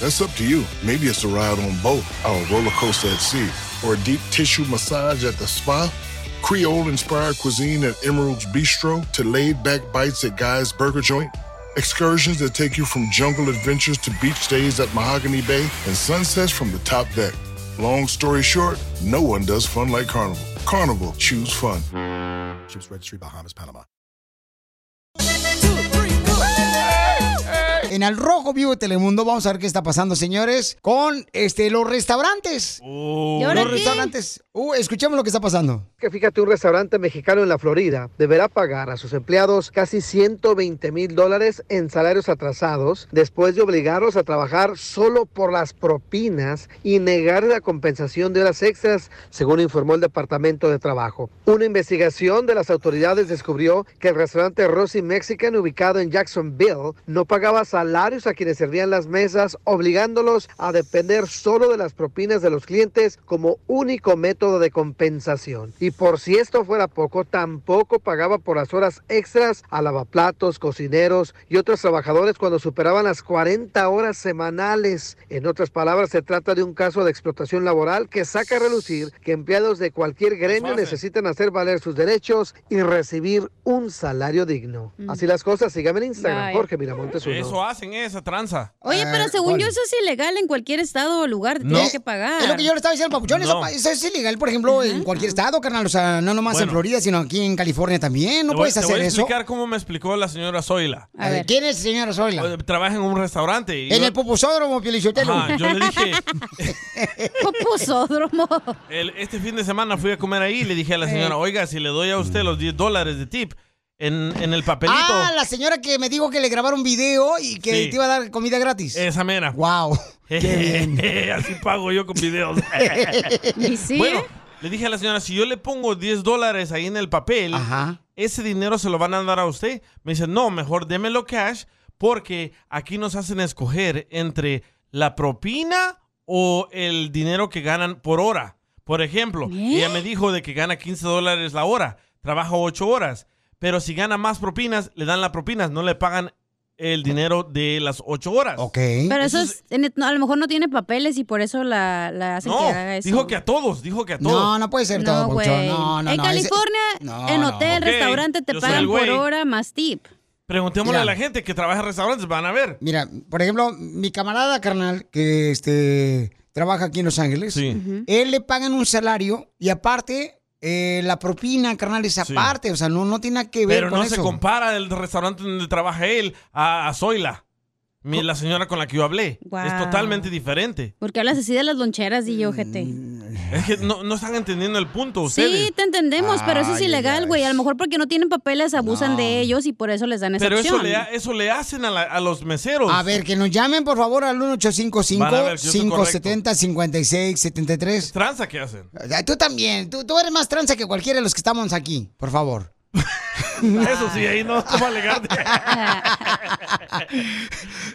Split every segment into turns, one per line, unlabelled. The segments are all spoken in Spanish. That's up to you. Maybe it's a ride on boat, or a roller coaster at sea, or a deep tissue massage at the spa, Creole inspired cuisine at Emerald's Bistro, to laid back bites at Guy's Burger Joint, excursions that take you from jungle adventures to beach days at Mahogany Bay, and sunsets from the top deck. Long story short, no one does fun like Carnival. Carnival, choose fun.
Ships Registry, Bahamas, Panama.
En Al Rojo Vivo de Telemundo vamos a ver qué está pasando, señores, con este los restaurantes.
Oh.
¿Y ahora
Los
qué?
restaurantes. Uh, escuchemos lo que está pasando.
Que fíjate, un restaurante mexicano en la Florida deberá pagar a sus empleados casi 120 mil dólares en salarios atrasados después de obligarlos a trabajar solo por las propinas y negar la compensación de horas extras, según informó el Departamento de Trabajo. Una investigación de las autoridades descubrió que el restaurante Rosy Mexican, ubicado en Jacksonville, no pagaba salarios a quienes servían las mesas, obligándolos a depender solo de las propinas de los clientes como único método de compensación. Y por si esto fuera poco, tampoco pagaba por las horas extras a lavaplatos, cocineros y otros trabajadores cuando superaban las 40 horas semanales. En otras palabras, se trata de un caso de explotación laboral que saca a relucir que empleados de cualquier gremio necesitan hacer valer sus derechos y recibir un salario digno. Así las cosas, síganme en Instagram,
Vaya.
Jorge Miramontes uno.
Eso hacen, esa tranza.
Oye,
pero
pero
Eh,
según
según
¿cuál?
yo
yo,
eso
eso
es ilegal en cualquier estado o lugar,
No.
tienes
tienes
que
que
pagar.
Es lo que yo le estaba diciendo al papuchón. Eso,
No.
pa- eso es ilegal, por ejemplo, en cualquier estado, carnal. O sea, no nomás en
Bueno.
Florida, sino aquí en California también. No puedes
te voy
hacer
a
eso.
explicar cómo me explicó la señora Zoila.
A ver, ¿Quién es, señora Zoila?
Eh, Trabaja en un restaurante. y
En
yo-
el popusódromo, Piolichotelo.
Ajá, yo le dije,
popusódromo.
el- este fin de semana fui a comer ahí y le dije a la
Eh.
señora, oiga, si le doy a usted los 10 dólares de tip en, en el papelito.
Ah, la señora que me dijo que le grabaron video y que
Sí.
te iba a dar comida gratis.
Esa mera.
Wow.
Así pago yo con videos.
Y sí,
bueno,
¿eh?
le dije a la señora, si yo le pongo 10 dólares ahí en el papel, ese dinero se lo van a dar a usted. Me dice, no, mejor démelo cash porque aquí nos hacen escoger entre la propina o el dinero que ganan por hora. Por ejemplo, ella me dijo de que gana 15 dólares la hora, trabaja 8 horas, pero si gana más propinas, le dan las propinas, no le pagan el dinero de las 8 horas.
Ok.
Pero
Pero eso es, en- no, a lo mejor no tiene papeles y por eso la, la hacen que
No,
haga eso.
dijo que a todos, dijo que a todos.
No, no puede ser todo,
güey.
Papuchón. No, no,
en
no. ese-
California,
No,
en
no.
hotel,
Ok,
restaurante, te
yo soy el
pagan por
güey.
hora más tip.
Preguntémosle
Mira.
a la gente que trabaja en restaurantes, van a ver.
Mira, por ejemplo, mi camarada carnal, que este trabaja aquí en Los Ángeles, él le pagan un salario y aparte eh, la propina, carnal, es aparte. O sea, no, no tiene nada que ver
Pero
con
no
eso.
se compara el restaurante donde trabaja él a, a Zoila, mi- la señora con la que yo hablé.
Guau.
Es totalmente diferente.
Porque hablas así de las loncheras y yo, gente.
Es que no, no están entendiendo el punto Mm. ustedes.
Sí, te entendemos, pero eso es
Ay,
ilegal, güey. A lo mejor porque no tienen papeles abusan
No.
de ellos y por eso les dan esa
Pero eso
opción.
le, ha- eso le hacen a, la- a los meseros.
A ver, que nos llamen por favor al
Van a ver si yo estoy correcto.
1-855-570-5673.
Tranza que hacen.
Ay, Tú también, tú, tú eres más tranza que cualquiera de los que estamos aquí, por favor.
Eso sí, ahí no toma legal.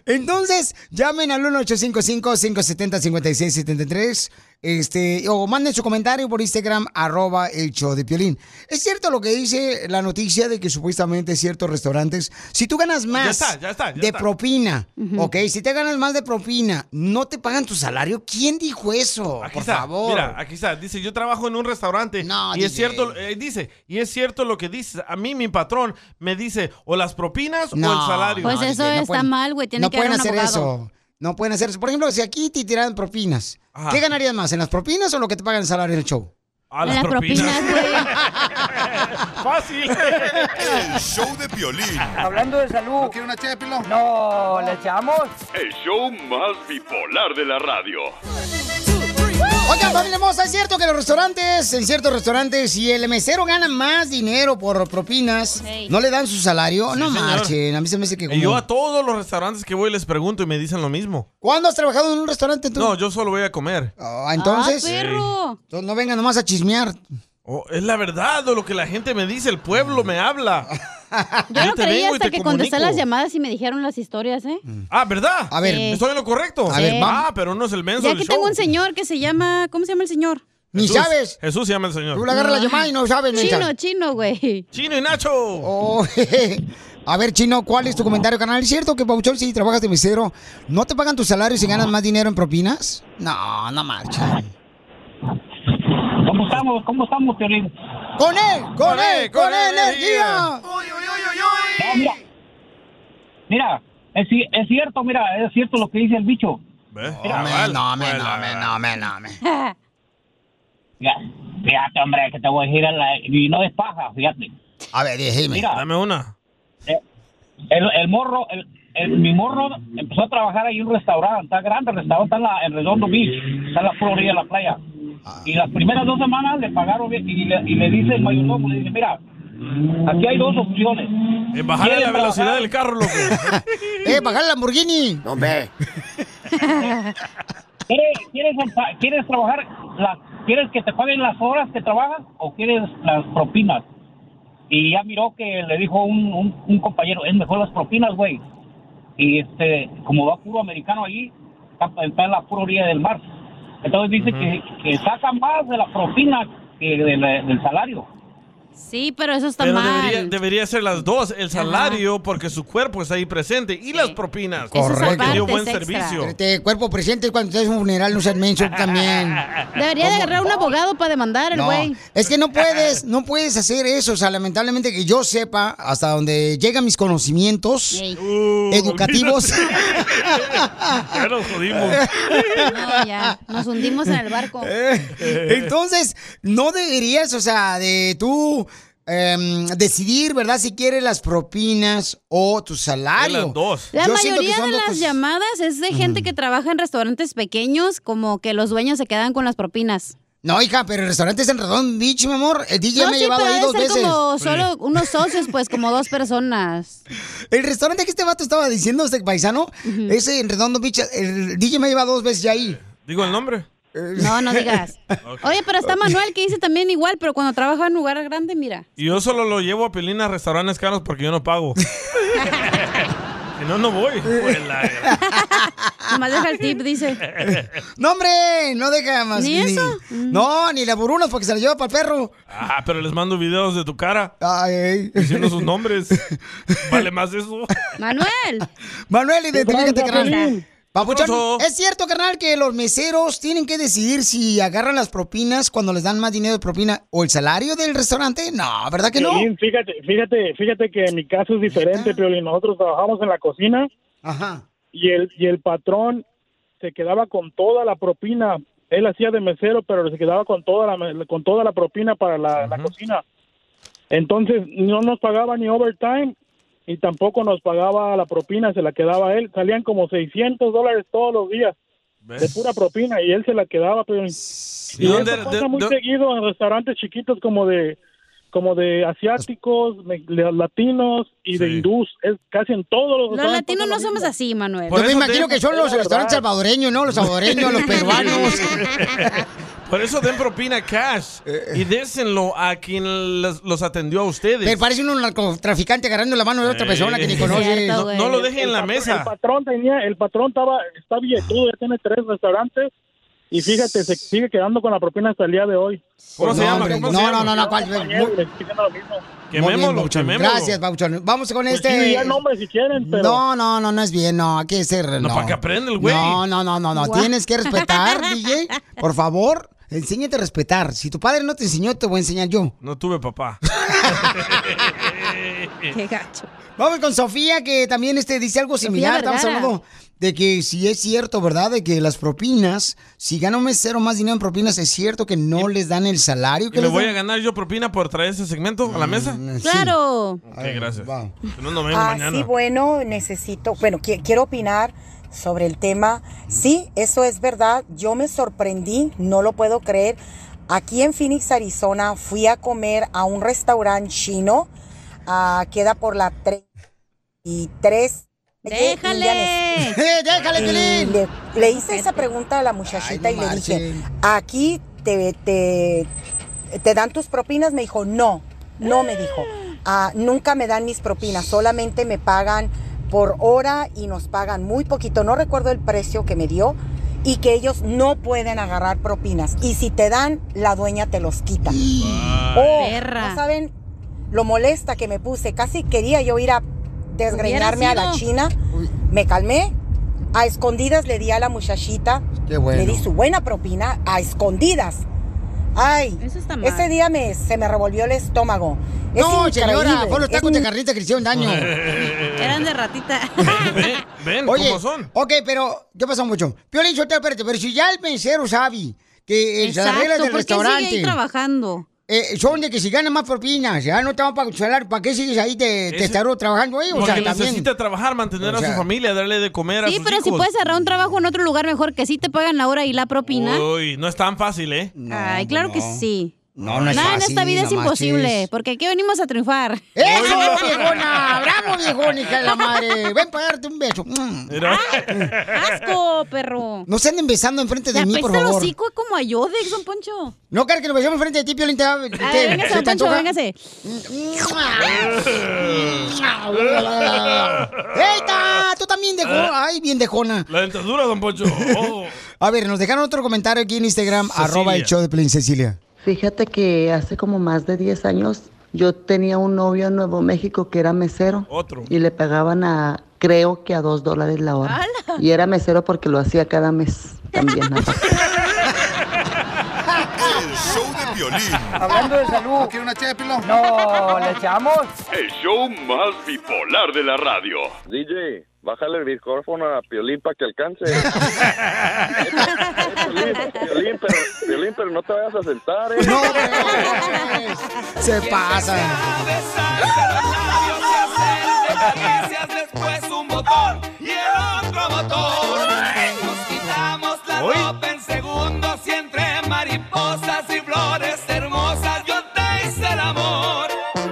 Entonces, llamen al 1-855-570-5673 este, o manden su comentario por Instagram, arroba el show de Piolín. Es cierto lo que dice la noticia de que supuestamente ciertos restaurantes, si tú ganas más
está, ya está, ya
de
está.
propina, ok, si te ganas más de propina, no te pagan tu salario, ¿quién dijo eso? por
Aquí está,
favor.
Mira, aquí está. Dice, yo trabajo en un restaurante. y
DJ.
es cierto, eh, dice, y es cierto lo que dices. A mí mi patrón me dice o las propinas o el
No,
salario.
Pues eso
DJ, no
está
pueden-
mal, güey. Tiene
no
que haber
pueden
un
hacer
abogado.
eso. No pueden hacer eso. Por ejemplo, si aquí te tiraran propinas,
Ajá.
¿qué ganarías más? ¿En las propinas o lo que te pagan el salario del show?
A las, propinas. Fácil.
El show de violín.
Hablando de salud. ¿No quiere una ché de pilón? No, ¿le echamos?
El show más bipolar de la radio.
Oigan, Oigan, familia hermosa, es cierto que los restaurantes, en ciertos restaurantes, si el mesero gana más dinero por propinas, no le dan su salario,
Sí,
no
señor.
marchen. A mí se me hace que
Y yo
como-
a todos los restaurantes que voy les pregunto y me dicen lo mismo.
¿Cuándo has trabajado en un restaurante tú?
No, yo solo voy a comer.
Ah, entonces.
Sí.
Entonces, No vengan nomás a chismear.
Oh, es la verdad o lo que la gente me dice, el pueblo me habla.
Yo no
te
creí
vengo y
hasta
te
que contesté
comunico.
las llamadas y me dijeron las historias, ¿eh?
Ah, ¿verdad?
A ver. Sí.
Estoy en lo correcto.
A ver, Sí. vamos.
Ah, pero uno es el menso
Ya
del
que
show.
tengo un señor que se llama. ¿Cómo se llama el señor?
Jesús. Jesús se llama el señor.
Tú le agarras la llamada y no sabes, neta.
Chino, chino, güey.
Chino y Nacho.
Oh, jeje. a ver, Chino, ¿cuál es tu comentario, canal? ¿Es cierto que, Pauchón, si trabajas de mesero, no te pagan tu salario si ganas más dinero en propinas? No, no marcha.
¿Cómo estamos? ¿Cómo estamos, Piolín?
¡Con él! ¡Con
E,
él! ¡Con él, energía!
No, mira, mira es, ci- es cierto, mira, es cierto lo que dice el bicho.
ah,
No, me, no, me, no, me, no, me, no, me.
Ya, Fíjate, este hombre, que te voy a decir, a la- y no es paja, fíjate. Eh,
A ver, dime.
Dame una.
El, el morro, el, el- mi morro empezó a trabajar ahí en un restaurante, está grande, el restaurante está en, la, en Redondo Beach, está en la Florida, en la playa. Y las primeras dos semanas le pagaron bien, y le, y le dice el mayordomo, le dice, mira, aquí hay dos opciones.
Eh, bajarle la
¿Quieren
velocidad
trabajar?
del carro, loco.
¡Eh, bajar el Lamborghini!
No, hombre. ¿Quieres, quieres, empa- quieres trabajar, las, quieres que te paguen las horas que trabajas o quieres las propinas? Y ya miró que le dijo un, un- un compañero, es mejor las propinas, güey. Y este, como va puro americano allí, está, está en la pura orilla del mar. Entonces dice que, que sacan más de la propina que de la- del salario.
Sí, pero eso está
Pero
mal.
debería, debería ser las dos, el salario porque su cuerpo está ahí presente y las propinas.
Eso es Correcto.
Porque dio
aparte,
buen
es extra.
servicio.
Este cuerpo presente cuando estés en un funeral, no seas menso tú también.
Debería de agarrar un abogado para demandar el
No,
güey.
es que no puedes, no puedes hacer eso. O sea, lamentablemente que yo sepa hasta donde llegan mis conocimientos educativos.
Uh, Ya nos jodimos.
No, ya. Nos hundimos en el barco.
Eh, Entonces, no deberías, o sea, de tú em, decidir, ¿verdad? Si quieres las propinas o tu salario.
La
Yo siento que
mayoría
son dos
de las
cosas-
llamadas es de gente que trabaja en restaurantes pequeños, como que los dueños se quedan con las propinas.
No, hija, pero el restaurante es en Redón Beach, mi amor. El DJ
no,
me ha
sí,
llevado
pero
ahí
debe
dos
ser
veces.
como solo unos socios, pues como dos personas.
El restaurante que este vato estaba diciendo, este paisano, ese en Redondo Beach, el DJ me ha llevado dos veces ya ahí.
¿Digo el nombre?
No, no digas. Oye, pero está Manuel que dice también igual, pero cuando trabaja en lugar grande, mira.
Y yo solo lo llevo a Pelín a restaurantes caros porque yo no pago. si no, no voy. Pues la-
Nomás deja el tip, dice.
No, hombre, no deja más.
¿Ni eso? Mm.
No, ni la buruna porque se la lleva para el perro.
Ah, pero les mando videos de tu cara. Diciendo sus nombres. ¿Vale más eso?
Manuel.
Manuel, identifícate,
Gracias,
carnal.
Piolín.
Papuchón,
Aplauso.
es cierto, carnal, que los meseros tienen que decidir si agarran las propinas cuando les dan más dinero de propina o el salario del restaurante. No, ¿verdad que no?
Piolín, fíjate, fíjate, fíjate que en mi caso es diferente, Piolín. Nosotros trabajamos en la cocina y el, y el patrón se quedaba con toda la propina. Él hacía de mesero, pero se quedaba con toda la, con toda la propina para la, la cocina. Entonces no nos pagaba ni overtime y tampoco nos pagaba la propina, se la quedaba él. Salían como 600 dólares todos los días de
¿Ves?
pura propina y él se la quedaba. Pero...
¿Y
Y
dónde-
eso pasa
de-
muy
de-
seguido en restaurantes chiquitos como de como de asiáticos, me- de latinos y de hindús. Es casi en todos los
Los
restaurantes.
latinos no somos así, Manuel.
Yo me imagino que son los restaurantes salvadoreños, ¿no? Los salvadoreños, los peruanos.
Por eso den propina cash y désenlo a quien los, los atendió a ustedes.
Me parece un narcotraficante agarrando la mano de otra persona que ni
Sí,
conoce.
cierto, güey. No lo dejen en la
El patrón-
mesa.
El patrón tenía, el patrón estaba, está billetudo, ya tiene tres restaurantes y fíjate, se sigue quedando con la propina hasta el día de hoy.
¿Cómo se No, llama? hombre, ¿Cómo se no, llama? no, no, no, ¿cuál? Muy- Muy bien,
Quemémoslo,
Papuchón.
quemémoslo.
Gracias, Pauchón. Vamos con
Pues
este.
sí, ya nombre si quieren, pero-
No, no, no, no es bien, no. Hay que ser. No,
para que aprenda el güey.
No, no, no, no, no.
Guau.
Tienes que respetar, DJ. Por favor, enséñate a respetar. Si tu padre no te enseñó, te voy a enseñar yo.
No tuve papá.
Eh.
Qué gacho.
Vamos con Sofía, que también este, dice algo similar. Estamos
Vergara.
hablando de que si es cierto, ¿verdad? De que las propinas, si gana un mesero más dinero en propinas, es cierto que no les dan el salario
¿Y
que
me
les
voy a
dan?
ganar yo propina por traer ese segmento a la mesa?
Claro.
Ok, gracias. Si No, no vengo
Ah,
mañana.
sí, bueno, necesito, bueno, qui- quiero opinar sobre el tema. Sí, eso es verdad. Yo me sorprendí, no lo puedo creer. Aquí en Phoenix, Arizona, fui a comer a un restaurante chino. ah, queda por la 33.
¡Déjale!
¡Déjale,
Piolín!
Le, le hice esa pregunta a la muchachita
Ay, no
y le dije,
marchen.
aquí te, te, te dan tus propinas. Me dijo, no, no me dijo. Ah, nunca me dan mis propinas, solamente me pagan por hora y nos pagan muy poquito. No recuerdo el precio que me dio y que ellos no pueden agarrar propinas. Y si te dan, la dueña te los quita. Oh,
Perra.
no saben lo molesta que me puse. Casi quería yo ir a desgreñarme a
Hubiera
la
sido.
China. Me calmé. A escondidas le di a la muchachita.
Qué bueno.
Le di su buena propina a escondidas. Ay,
mal.
ese día me, se me revolvió el estómago. Es
No, señora,
increíble.
fue los
Es
tacos de
un-
carnita que le hicieron daño.
Eh.
Eran de ratita.
Ven, ¿cómo son?
Ok, pero ¿qué pasa mucho? Piolín, yo te espérate, pero si ya el mesero sabe que eh, las
Exacto,
reglas del
¿por qué sigue ahí
restaurante.
trabajando?
eh, son de que si ganas más propinas, ya no te van a pagar tu salario, ¿para qué sigues ahí te, te
Ese-
estaró trabajando ahí? O
Porque
sea, también.
necesita trabajar, mantener
O
a
sea-
su familia, darle de comer a
Sí,
sus
pero si
hijos.
puedes cerrar un trabajo en otro lugar mejor que sí te pagan la hora y la propina.
Uy, no es tan fácil, ¿eh?
Ay, claro que sí.
No,
Nada en esta vida es imposible, porque aquí venimos a triunfar.
¡Eso, viejona! ¡Bravo, viejona, hija de la madre! Ven para darte un beso. Mm.
¡Asco, perro!
No se anden besando enfrente de
La
mí,
peste
por
el
favor.
pues, hocico como a Yodex, don Poncho.
No, cara, que nos besemos enfrente de ti, Piolín. Te, va- te,
A ver, Ah, véngase,
¿se te
don Poncho,
antoja?
véngase.
¡Eita! Tú también dejó. Ay, bien dejona.
Eh. La dentadura, don Pocho. Oh.
A ver, nos dejaron otro comentario aquí en Instagram, arroba el show de Piolín, Cecilia.
Fíjate que hace como más de 10 años yo tenía un novio en Nuevo México que era mesero.
Otro.
Y le pagaban a, creo que a 2 dólares la hora. Y era mesero porque lo hacía cada mes también. ¿no?
El show de violín.
Hablando de salud. ¿Quiere una No, ¿le echamos?
El show más bipolar de la radio.
DJ, bájale el micrófono a Piolín para que alcance. Piolín, pero, Piolín, pero no te vayas a sentar, ¿eh?
Se pasa.
después un botón y el otro botón. Nos quitamos la ropa en segundos y entre mariposas y flores hermosas yo te hice el amor.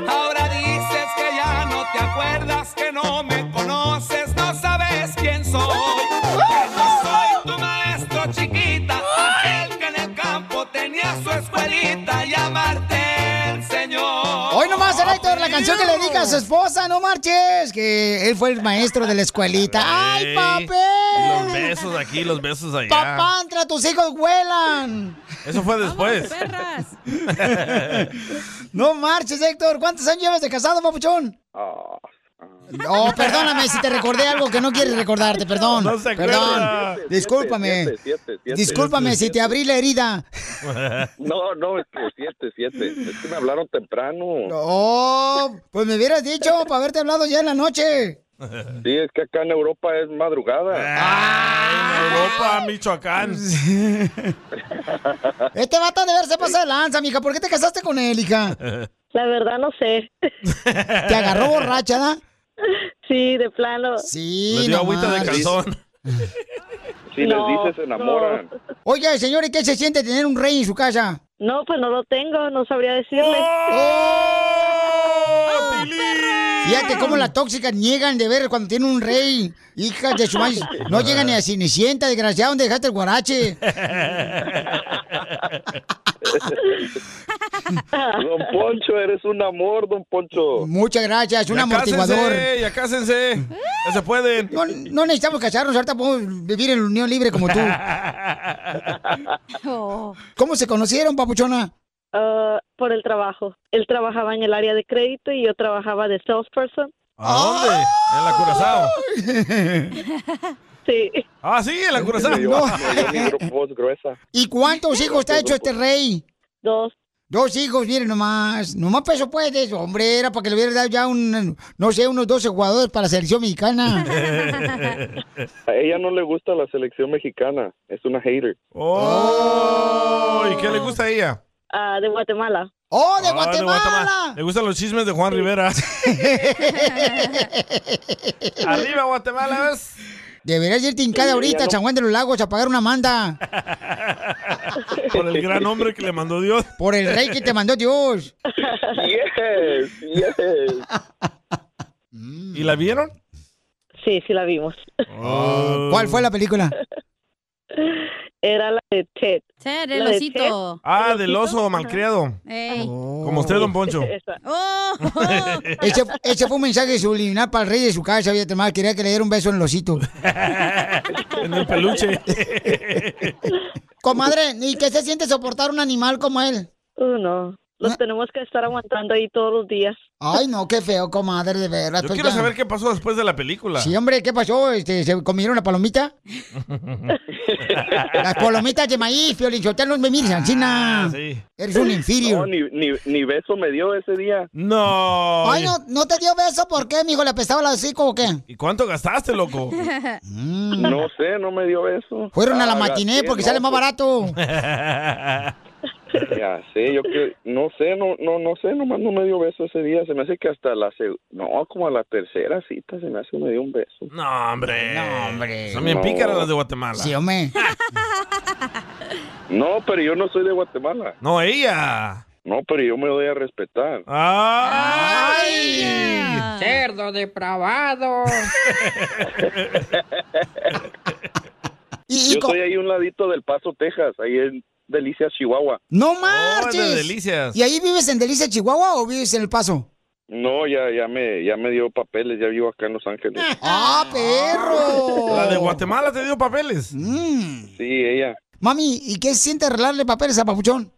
Ahora dices que ya no te acuerdas, que no me conoces, no sabes quién soy. Que no soy tu maestro chiquita, aquel que en el campo tenía su escuelita y amarte enseñó.
Hoy nomás el Héctor, la canción que le dedica a su esposa, no marches, que él fue el maestro de la escuelita. ¡Ay,
Ey, Los
papel!
besos aquí, los besos allá.
¡Papá, entra, tus hijos vuelan!
Eso fue después.
No marches, Héctor. ¿Cuántos años llevas de casado, papuchón?
Ah,
Oh, perdóname si te recordé algo que no quieres recordarte, perdón.
No se acuerda.
perdón.
Siete,
Discúlpame.
siete, siete, siete.
Discúlpame si te abrí la herida.
no, no, es que siete, siete. Es que me hablaron temprano.
Oh, pues me hubieras dicho para haberte hablado ya en la noche.
Sí, es que acá en Europa es madrugada.
en Europa, Michoacán.
Este vato de verse pasa de lanza, mija. ¿Por qué te casaste con él, hija?
La verdad no sé.
¿Te agarró borracha, da?
Sí, de plano.
Sí.
Le dio agüita de calzón.
Si
No,
les dices, se enamoran.
Oye, señor, ¿y qué se siente tener un rey en su casa?
No, pues no lo tengo, no sabría decirle.
¡Oh!
¡Oh,
Fíjate cómo las tóxicas niegan de ver cuando tiene un rey. Hijas de su madre, no llegan ni a Cinecienta, desgraciado, ¿dónde dejaste el guarache?
Don Poncho, eres un amor, don Poncho.
Muchas gracias, un
Ya
amortiguador.
cásense,
ya cásense. Ya se pueden.
No, no necesitamos casarnos, ahorita podemos vivir en unión libre como tú.
Oh.
¿Cómo se conocieron, papuchona?
Ah, por el trabajo. Él trabajaba en el área de crédito y yo trabajaba de salesperson.
¿A dónde? En la Curazao.
Sí.
Ah, sí, en la Curazao.
Me dio- me dio mi gru- voz gruesa.
¿Y cuántos hijos te ha hecho este rey?
Dos.
Dos hijos, miren nomás. Nomás peso puedes. Hombre, era para que le hubiera dado ya un, no sé, unos 12 jugadores para la selección mexicana.
A ella no le gusta la selección mexicana, es una hater.
Oh, ¿y qué le gusta a ella?
Ah, de Guatemala.
¡Oh,
Ah, Le gustan los chismes de Juan Rivera. Arriba Guatemala, ¿ves?
Deberías irte hincada
Sí,
ahorita
ya
a
no-
San Juan de los Lagos a pagar una manda
Por el gran hombre que le mandó Dios.
por el rey que te mandó Dios.
Yes, yes.
¿Y la vieron?
Sí, sí la vimos.
¿Cuál fue la Oh, película?
Era la de Ted.
Ted,
La
el
de
osito.
Ah, del oso malcriado.
Ey.
Como usted, don Poncho.
Oh,
Ese, ese fue un mensaje subliminal para el rey de su casa, fíjate mal. Quería que le diera un beso en el osito.
en el peluche.
Comadre, ¿y qué se siente soportar un animal como él?
no, los tenemos que estar aguantando ahí todos los días.
Ay, no, qué feo, comadre, de veras.
Yo
pues,
quiero
ya.
saber qué pasó después de la película.
Sí, hombre, ¿qué pasó? Este, ¿Se comieron la palomita? Las palomitas de maíz, Piolín, Sotelo, no me mires,
Ah,
Ancina.
sí.
Eres un inferior.
No, ni, ni- ni beso me dio ese día.
No.
Ay, no, ¿no te dio beso? ¿Por qué, mijo? ¿Le apestaba la hocico o qué?
¿Y cuánto gastaste, loco?
No sé, no me dio beso.
Mm. Fueron a la
Ah,
matiné
gasté,
porque
no,
sale más
pues,
barato.
Ya sé, yo que no sé, no no no sé, nomás no me dio beso ese día, se me hace que hasta la seg- no, como a la tercera cita se me hace que me dio un beso.
No, hombre. No,
hombre.
Son bien
No.
pícaras las de Guatemala.
Sí, hombre.
No, pero yo no soy de Guatemala.
No, ella.
No, pero yo me doy a respetar.
Ah.
¡Ay! ¡Cerdo depravado!
yo soy ahí un ladito del Paso, Texas, ahí en Delicias, Chihuahua.
Oh,
¡No marches!
de Delicias.
¿Y ahí vives en Delicias, Chihuahua o vives en El Paso?
No, ya ya me ya me dio papeles, ya vivo acá en Los Ángeles.
¡Ah, perro!
La de Guatemala te dio papeles.
Mm.
Sí, ella.
Mami, ¿y qué se siente arreglarle papeles a Papuchón?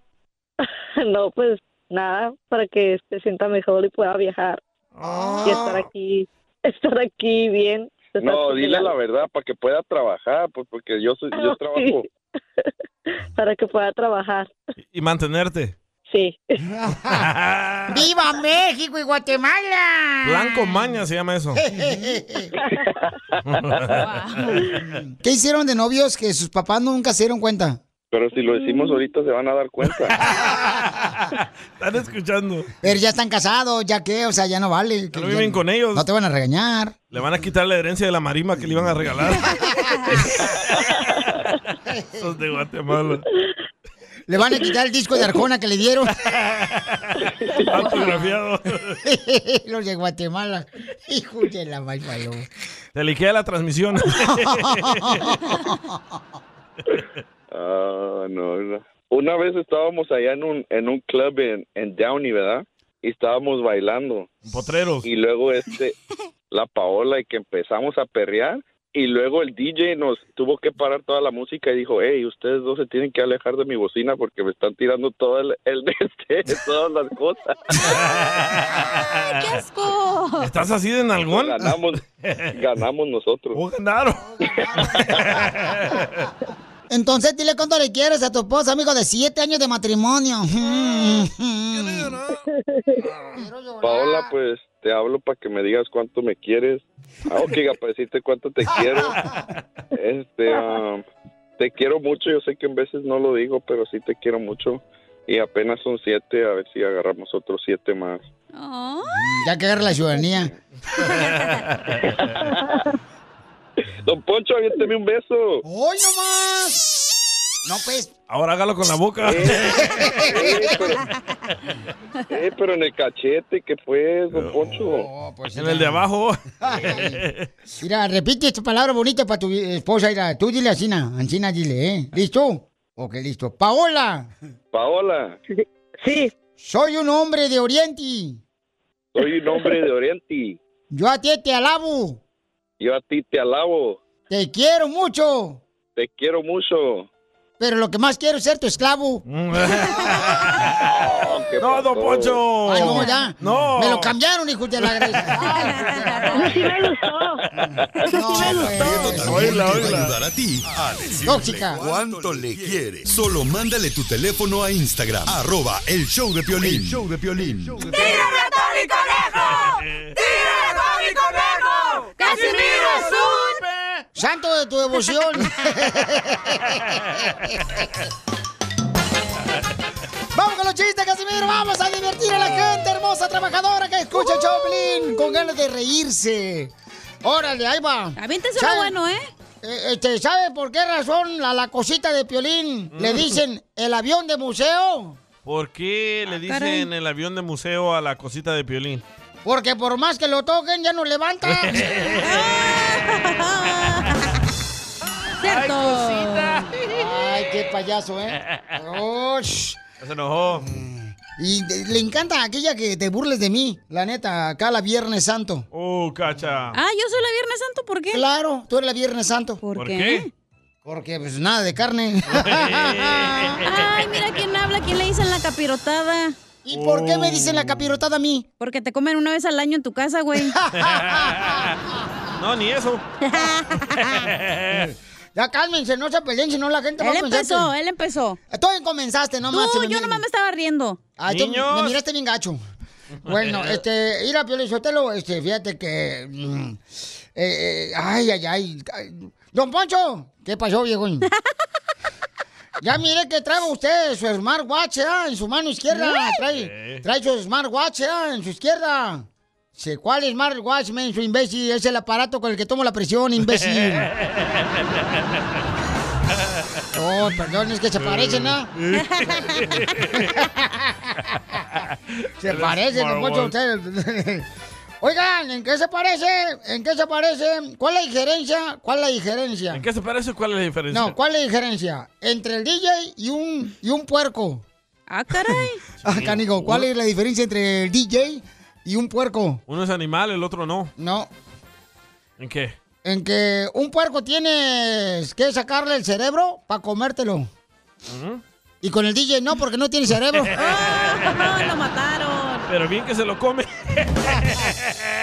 no, pues nada, para que se sienta mejor y pueda viajar.
Oh.
Y estar aquí, estar aquí bien. estar
No, dile
tutelado,
la verdad para que pueda trabajar, pues porque yo soy- yo
Ah,
trabajo.
Para que pueda trabajar,
Y mantenerte.
sí.
¡Viva México y Guatemala!
Blanco Maña se llama eso.
¿Qué hicieron de novios que sus papás nunca se dieron cuenta?
Pero si lo decimos ahorita se van a dar cuenta.
Están escuchando.
Pero ya están casados, ya que, o sea, ya no vale. que
No
ya-
viven con ellos.
No te van a regañar.
Le van a quitar la herencia de la marima que le iban a regalar. Esos de Guatemala.
Le van a quitar el disco de Arjona que le dieron.
Autografiado.
Los de Guatemala. Hijo de la mal paloma.
Te liquea la transmisión.
Ah, no, no. Una vez estábamos allá en un, en un club en, en Downey, ¿verdad? Y estábamos bailando.
Potreros.
Y luego este, la Paola, y que empezamos a perrear. Y luego el DJ nos tuvo que parar toda la música y dijo, hey, ustedes dos se tienen que alejar de mi bocina porque me están tirando todo el, el este, todas las cosas.
¡Qué asco!
¿Estás así de nalgón?
Ganamos, ganamos nosotros.
ganaron.
Entonces dile cuánto le quieres a tu esposa, amigo, de siete años de matrimonio. Ah, Mm,
Paola, pues te hablo para que me digas cuánto me quieres. Ah, ok, para decirte cuánto te quiero. Este, ah, te quiero mucho. Yo sé que en veces no lo digo, pero sí te quiero mucho. Y apenas son siete, a ver si agarramos otros siete más.
Ah. ya que agarra la ciudadanía.
Don Poncho, aviénteme un beso.
¡Hoy nomás! No, pues.
Ahora hágalo con la boca.
Eh, pero en el cachete, ¿qué fue, Don Poncho?
en el de abajo.
Mira, repite esta palabra bonita para tu esposa. Mira, tú dile a Ancina. Ancina, dile, ¿eh? ¿Listo? Ok, listo. Paola.
Paola,
Sí. Soy un hombre de Oriente.
soy un hombre de Oriente.
Yo a ti te alabo.
Yo a ti te alabo.
Te quiero mucho.
Te quiero mucho.
Pero lo que más quiero es ser tu esclavo. Oh.
No, don Poncho.
Ay, no, ya.
No.
Me lo cambiaron, hijo de la gracia. sí me
No,
Oíla, oíla. ayudar a ti a decirle
Tóxica.
cuánto le quiere. Solo mándale tu teléfono a Instagram. Arroba el show de Piolín. show de Piolín.
¡Tírame a Tony Conejo! ¡Tírame a Tony Conejo! ¡Casimiro es un...
Santo de tu devoción. Vamos con los chistes, Casimiro. Vamos a divertir a la gente hermosa, trabajadora que escucha Choplin con ganas de reírse. Órale, ahí va.
Aviéntese uno
¿Sabe-
bueno, ¿eh?
eh, Este, ¿Sabe por qué razón a la cosita de Piolín
Mm.
le dicen el avión de museo?
¿Por qué le dicen
Ah, caray.
el avión de museo a la cosita de piolín?
Porque por más que lo toquen, ya no levanta. ¡Cierto!
cosita.
Ay, qué payaso, ¿eh? Oh, sh-
Se enojó.
y de- le encanta aquella que te burles de mí, la neta, acá la Viernes Santo.
Oh, cacha.
Ah, yo soy la Viernes Santo, ¿por qué? Claro, tú eres la Viernes Santo.
¿Por qué?
Porque pues nada de carne.
Ay, mira quién habla, quién le dicen la capirotada.
¿Y por qué me dicen la capirotada a mí?
Porque te comen una vez al año en tu casa, güey.
Ah.
no, ni eso.
Ya cálmense, no se peleen, si no la gente va
Él
a pensar
empezó,
que-
él empezó.
Tú comenzaste, no más,
Tú,
se me-
yo nomás me estaba riendo.
Ay, tú me miraste bien gacho. Bueno, este, ir a Piolín Sotelo, este, fíjate que. mm, eh, eh, ay, ay, ay, ay. Don Poncho, ¿qué pasó, viejo? Ya miré que trae usted su smartwatch ¿ah? en su mano izquierda.
Ay.
Trae, trae su smartwatch ¿ah? en su izquierda. Sé, ¿Cuál smartwatch, men, su imbécil? Es el aparato con el que tomo la presión, imbécil. Oh, perdón, es que se parecen, ¿ah? Se parecen, don Poncho, ustedes. Oigan, ¿en qué se parece? ¿En qué se parece? ¿Cuál es la diferencia? ¿Cuál es la diferencia?
¿En qué se parece? ¿Cuál es la diferencia?
No, ¿cuál es la diferencia? Entre el DJ y un, y un puerco.
Ah, caray.
ah, canigo, ¿cuál es la diferencia entre el DJ y un puerco?
Uno es animal, el otro no.
No.
¿En qué?
En que un puerco tienes que sacarle el cerebro para comértelo. Y con el DJ no, porque no tiene
Oh,
cerebro.
lo mataron.
Pero bien que se lo come.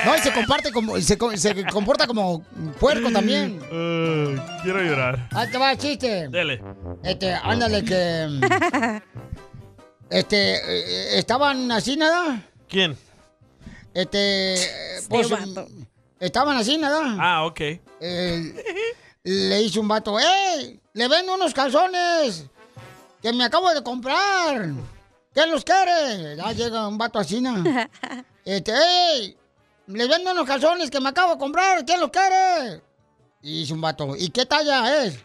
No, y se comparte como, se, co- se comporta como puerco también.
Eh, quiero llorar.
Ahí te va el chiste.
Dele.
Este, ándale que. mm, Este, eh, estaban así nada.
¿Quién?
Este, eh, pues, mm, estaban así nada.
Ah, ok.
Eh, le hizo un vato, ¡Ey! Le vendo unos calzones que me acabo de comprar. ¿Quién los quiere? Ya llega un vato así, ¿no? Este, ¡Ey! Le vendo unos calzones que me acabo de comprar. ¿Quién los quiere? Y dice un vato, ¿y qué talla es?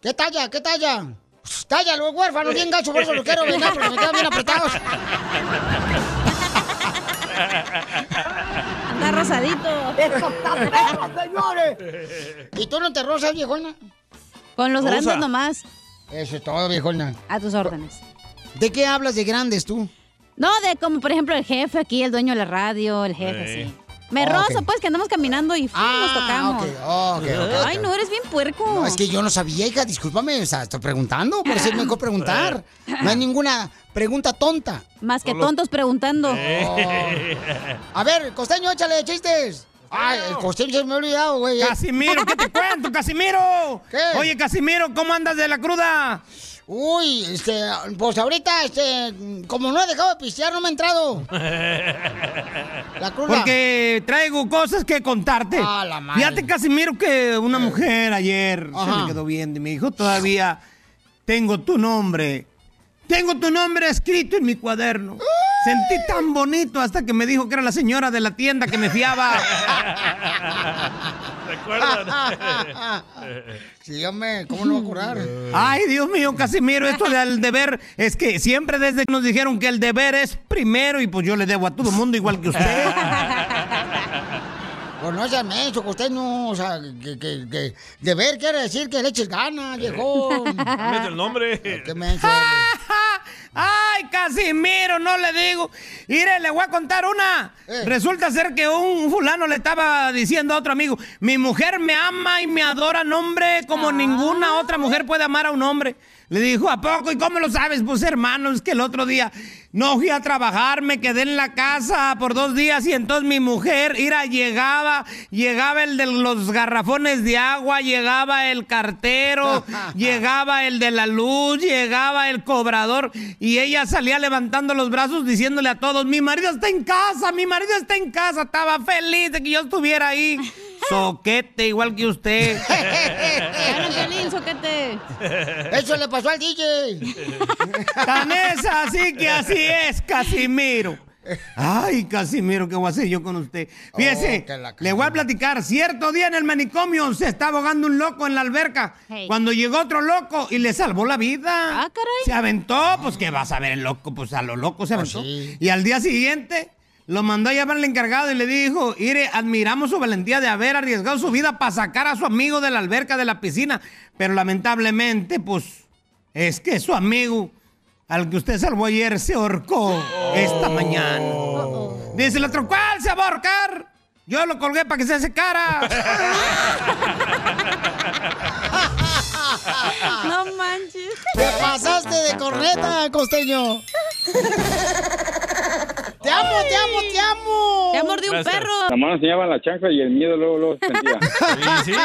¿Qué talla? ¿Qué talla? Pues, Talla, los huérfanos, bien gacho, por eso lo quiero vender, porque me quedan bien apretados.
Está rosadito.
¡Eso está perro, señores! ¿Y tú no te rozas, viejona?
Con los grandes Rosa. nomás.
Eso es todo, viejona.
A tus órdenes.
¿De qué hablas de grandes tú?
No, de como por ejemplo el jefe aquí, el dueño de la radio, el jefe,
Ey.
sí. Me
Ah,
rozo,
ok.
pues, que andamos caminando y ¡fum! nos tocamos.
Ah, ok, ok, ok,
Ay,
ok.
no, eres bien puerco.
No, es que yo no sabía, hija, discúlpame, o sea, estoy preguntando, por eso es mejor preguntar. No hay ninguna pregunta tonta. Oh.
Más que tontos preguntando.
A ver, costeño, échale chistes. Ay, Ah, el costeño se me ha olvidado, güey.
Casimiro, ¿qué te cuento, Casimiro?
¿Qué?
Oye, Casimiro, ¿cómo andas de la cruda?
Uy, este, pues ahorita, este, como no he dejado de pistear, no me he entrado. La cruda.
Porque traigo cosas que contarte.
Ah, la madre. Eh.
Fíjate, Casimiro, que una mujer ayer se
Ajá.
me quedó viendo y me dijo, todavía tengo tu nombre. Tengo tu nombre escrito en mi cuaderno. Sentí tan bonito hasta que me dijo que era la señora de la tienda que me fiaba.
¿Recuerdan?
Sí, hombre, ¿cómo no va a curar?
Ay, Dios mío, Casimiro, esto del deber es que siempre desde que nos dijeron que el deber es primero y pues yo le debo a todo el mundo igual que usted.
Pues no sea menso, costeño, o sea, que, que, que de ver quiere decir que le eches ganas, viejo.
Cámbiate el nombre.
Qué menso.
Ay, Casimiro, no le digo. Mire, le voy a contar una. Resulta ser que un fulano le estaba diciendo a otro amigo, mi mujer me ama y me adora, no, hombre, como ninguna otra mujer puede amar a un hombre. Le dijo, ¿a poco? ¿Y cómo lo sabes? Pues hermano, es que el otro día no fui a trabajar, me quedé en la casa por dos días y entonces mi mujer, ira, llegaba, llegaba el de los garrafones de agua, llegaba el cartero, llegaba el de la luz, llegaba el cobrador y ella salía levantando los brazos diciéndole a todos, mi marido está en casa, mi marido está en casa, estaba feliz de que yo estuviera ahí. Soquete, igual que usted.
Dale, Piolín, soquete.
Eso le pasó al DJ.
Tan es así que así es, Casimiro. Ay, Casimiro, ¿qué voy a hacer yo con usted? Fíjese,
Oh, que la
le voy a platicar. Cierto día en el manicomio se estaba ahogando un loco en la alberca.
Hey.
Cuando llegó otro loco y le salvó la vida.
Ah, caray.
Se aventó, pues qué vas a ver el loco, pues a lo loco se
Ah,
aventó. Y al día siguiente lo mandó a llamar al encargado y le dijo, Ire, admiramos su valentía de haber arriesgado su vida para sacar a su amigo de la alberca de la piscina. Pero lamentablemente, pues, es que su amigo al que usted salvó ayer se ahorcó esta mañana. Dice el otro, ¿cuál se va a ahorcar? Yo lo colgué para que se secara.
No manches.
Te pasaste de corneta, costeño. Te amo, te amo, te amo. Te
amor de un perro.
La mano enseñaba la chancla y el miedo luego, luego se sentía.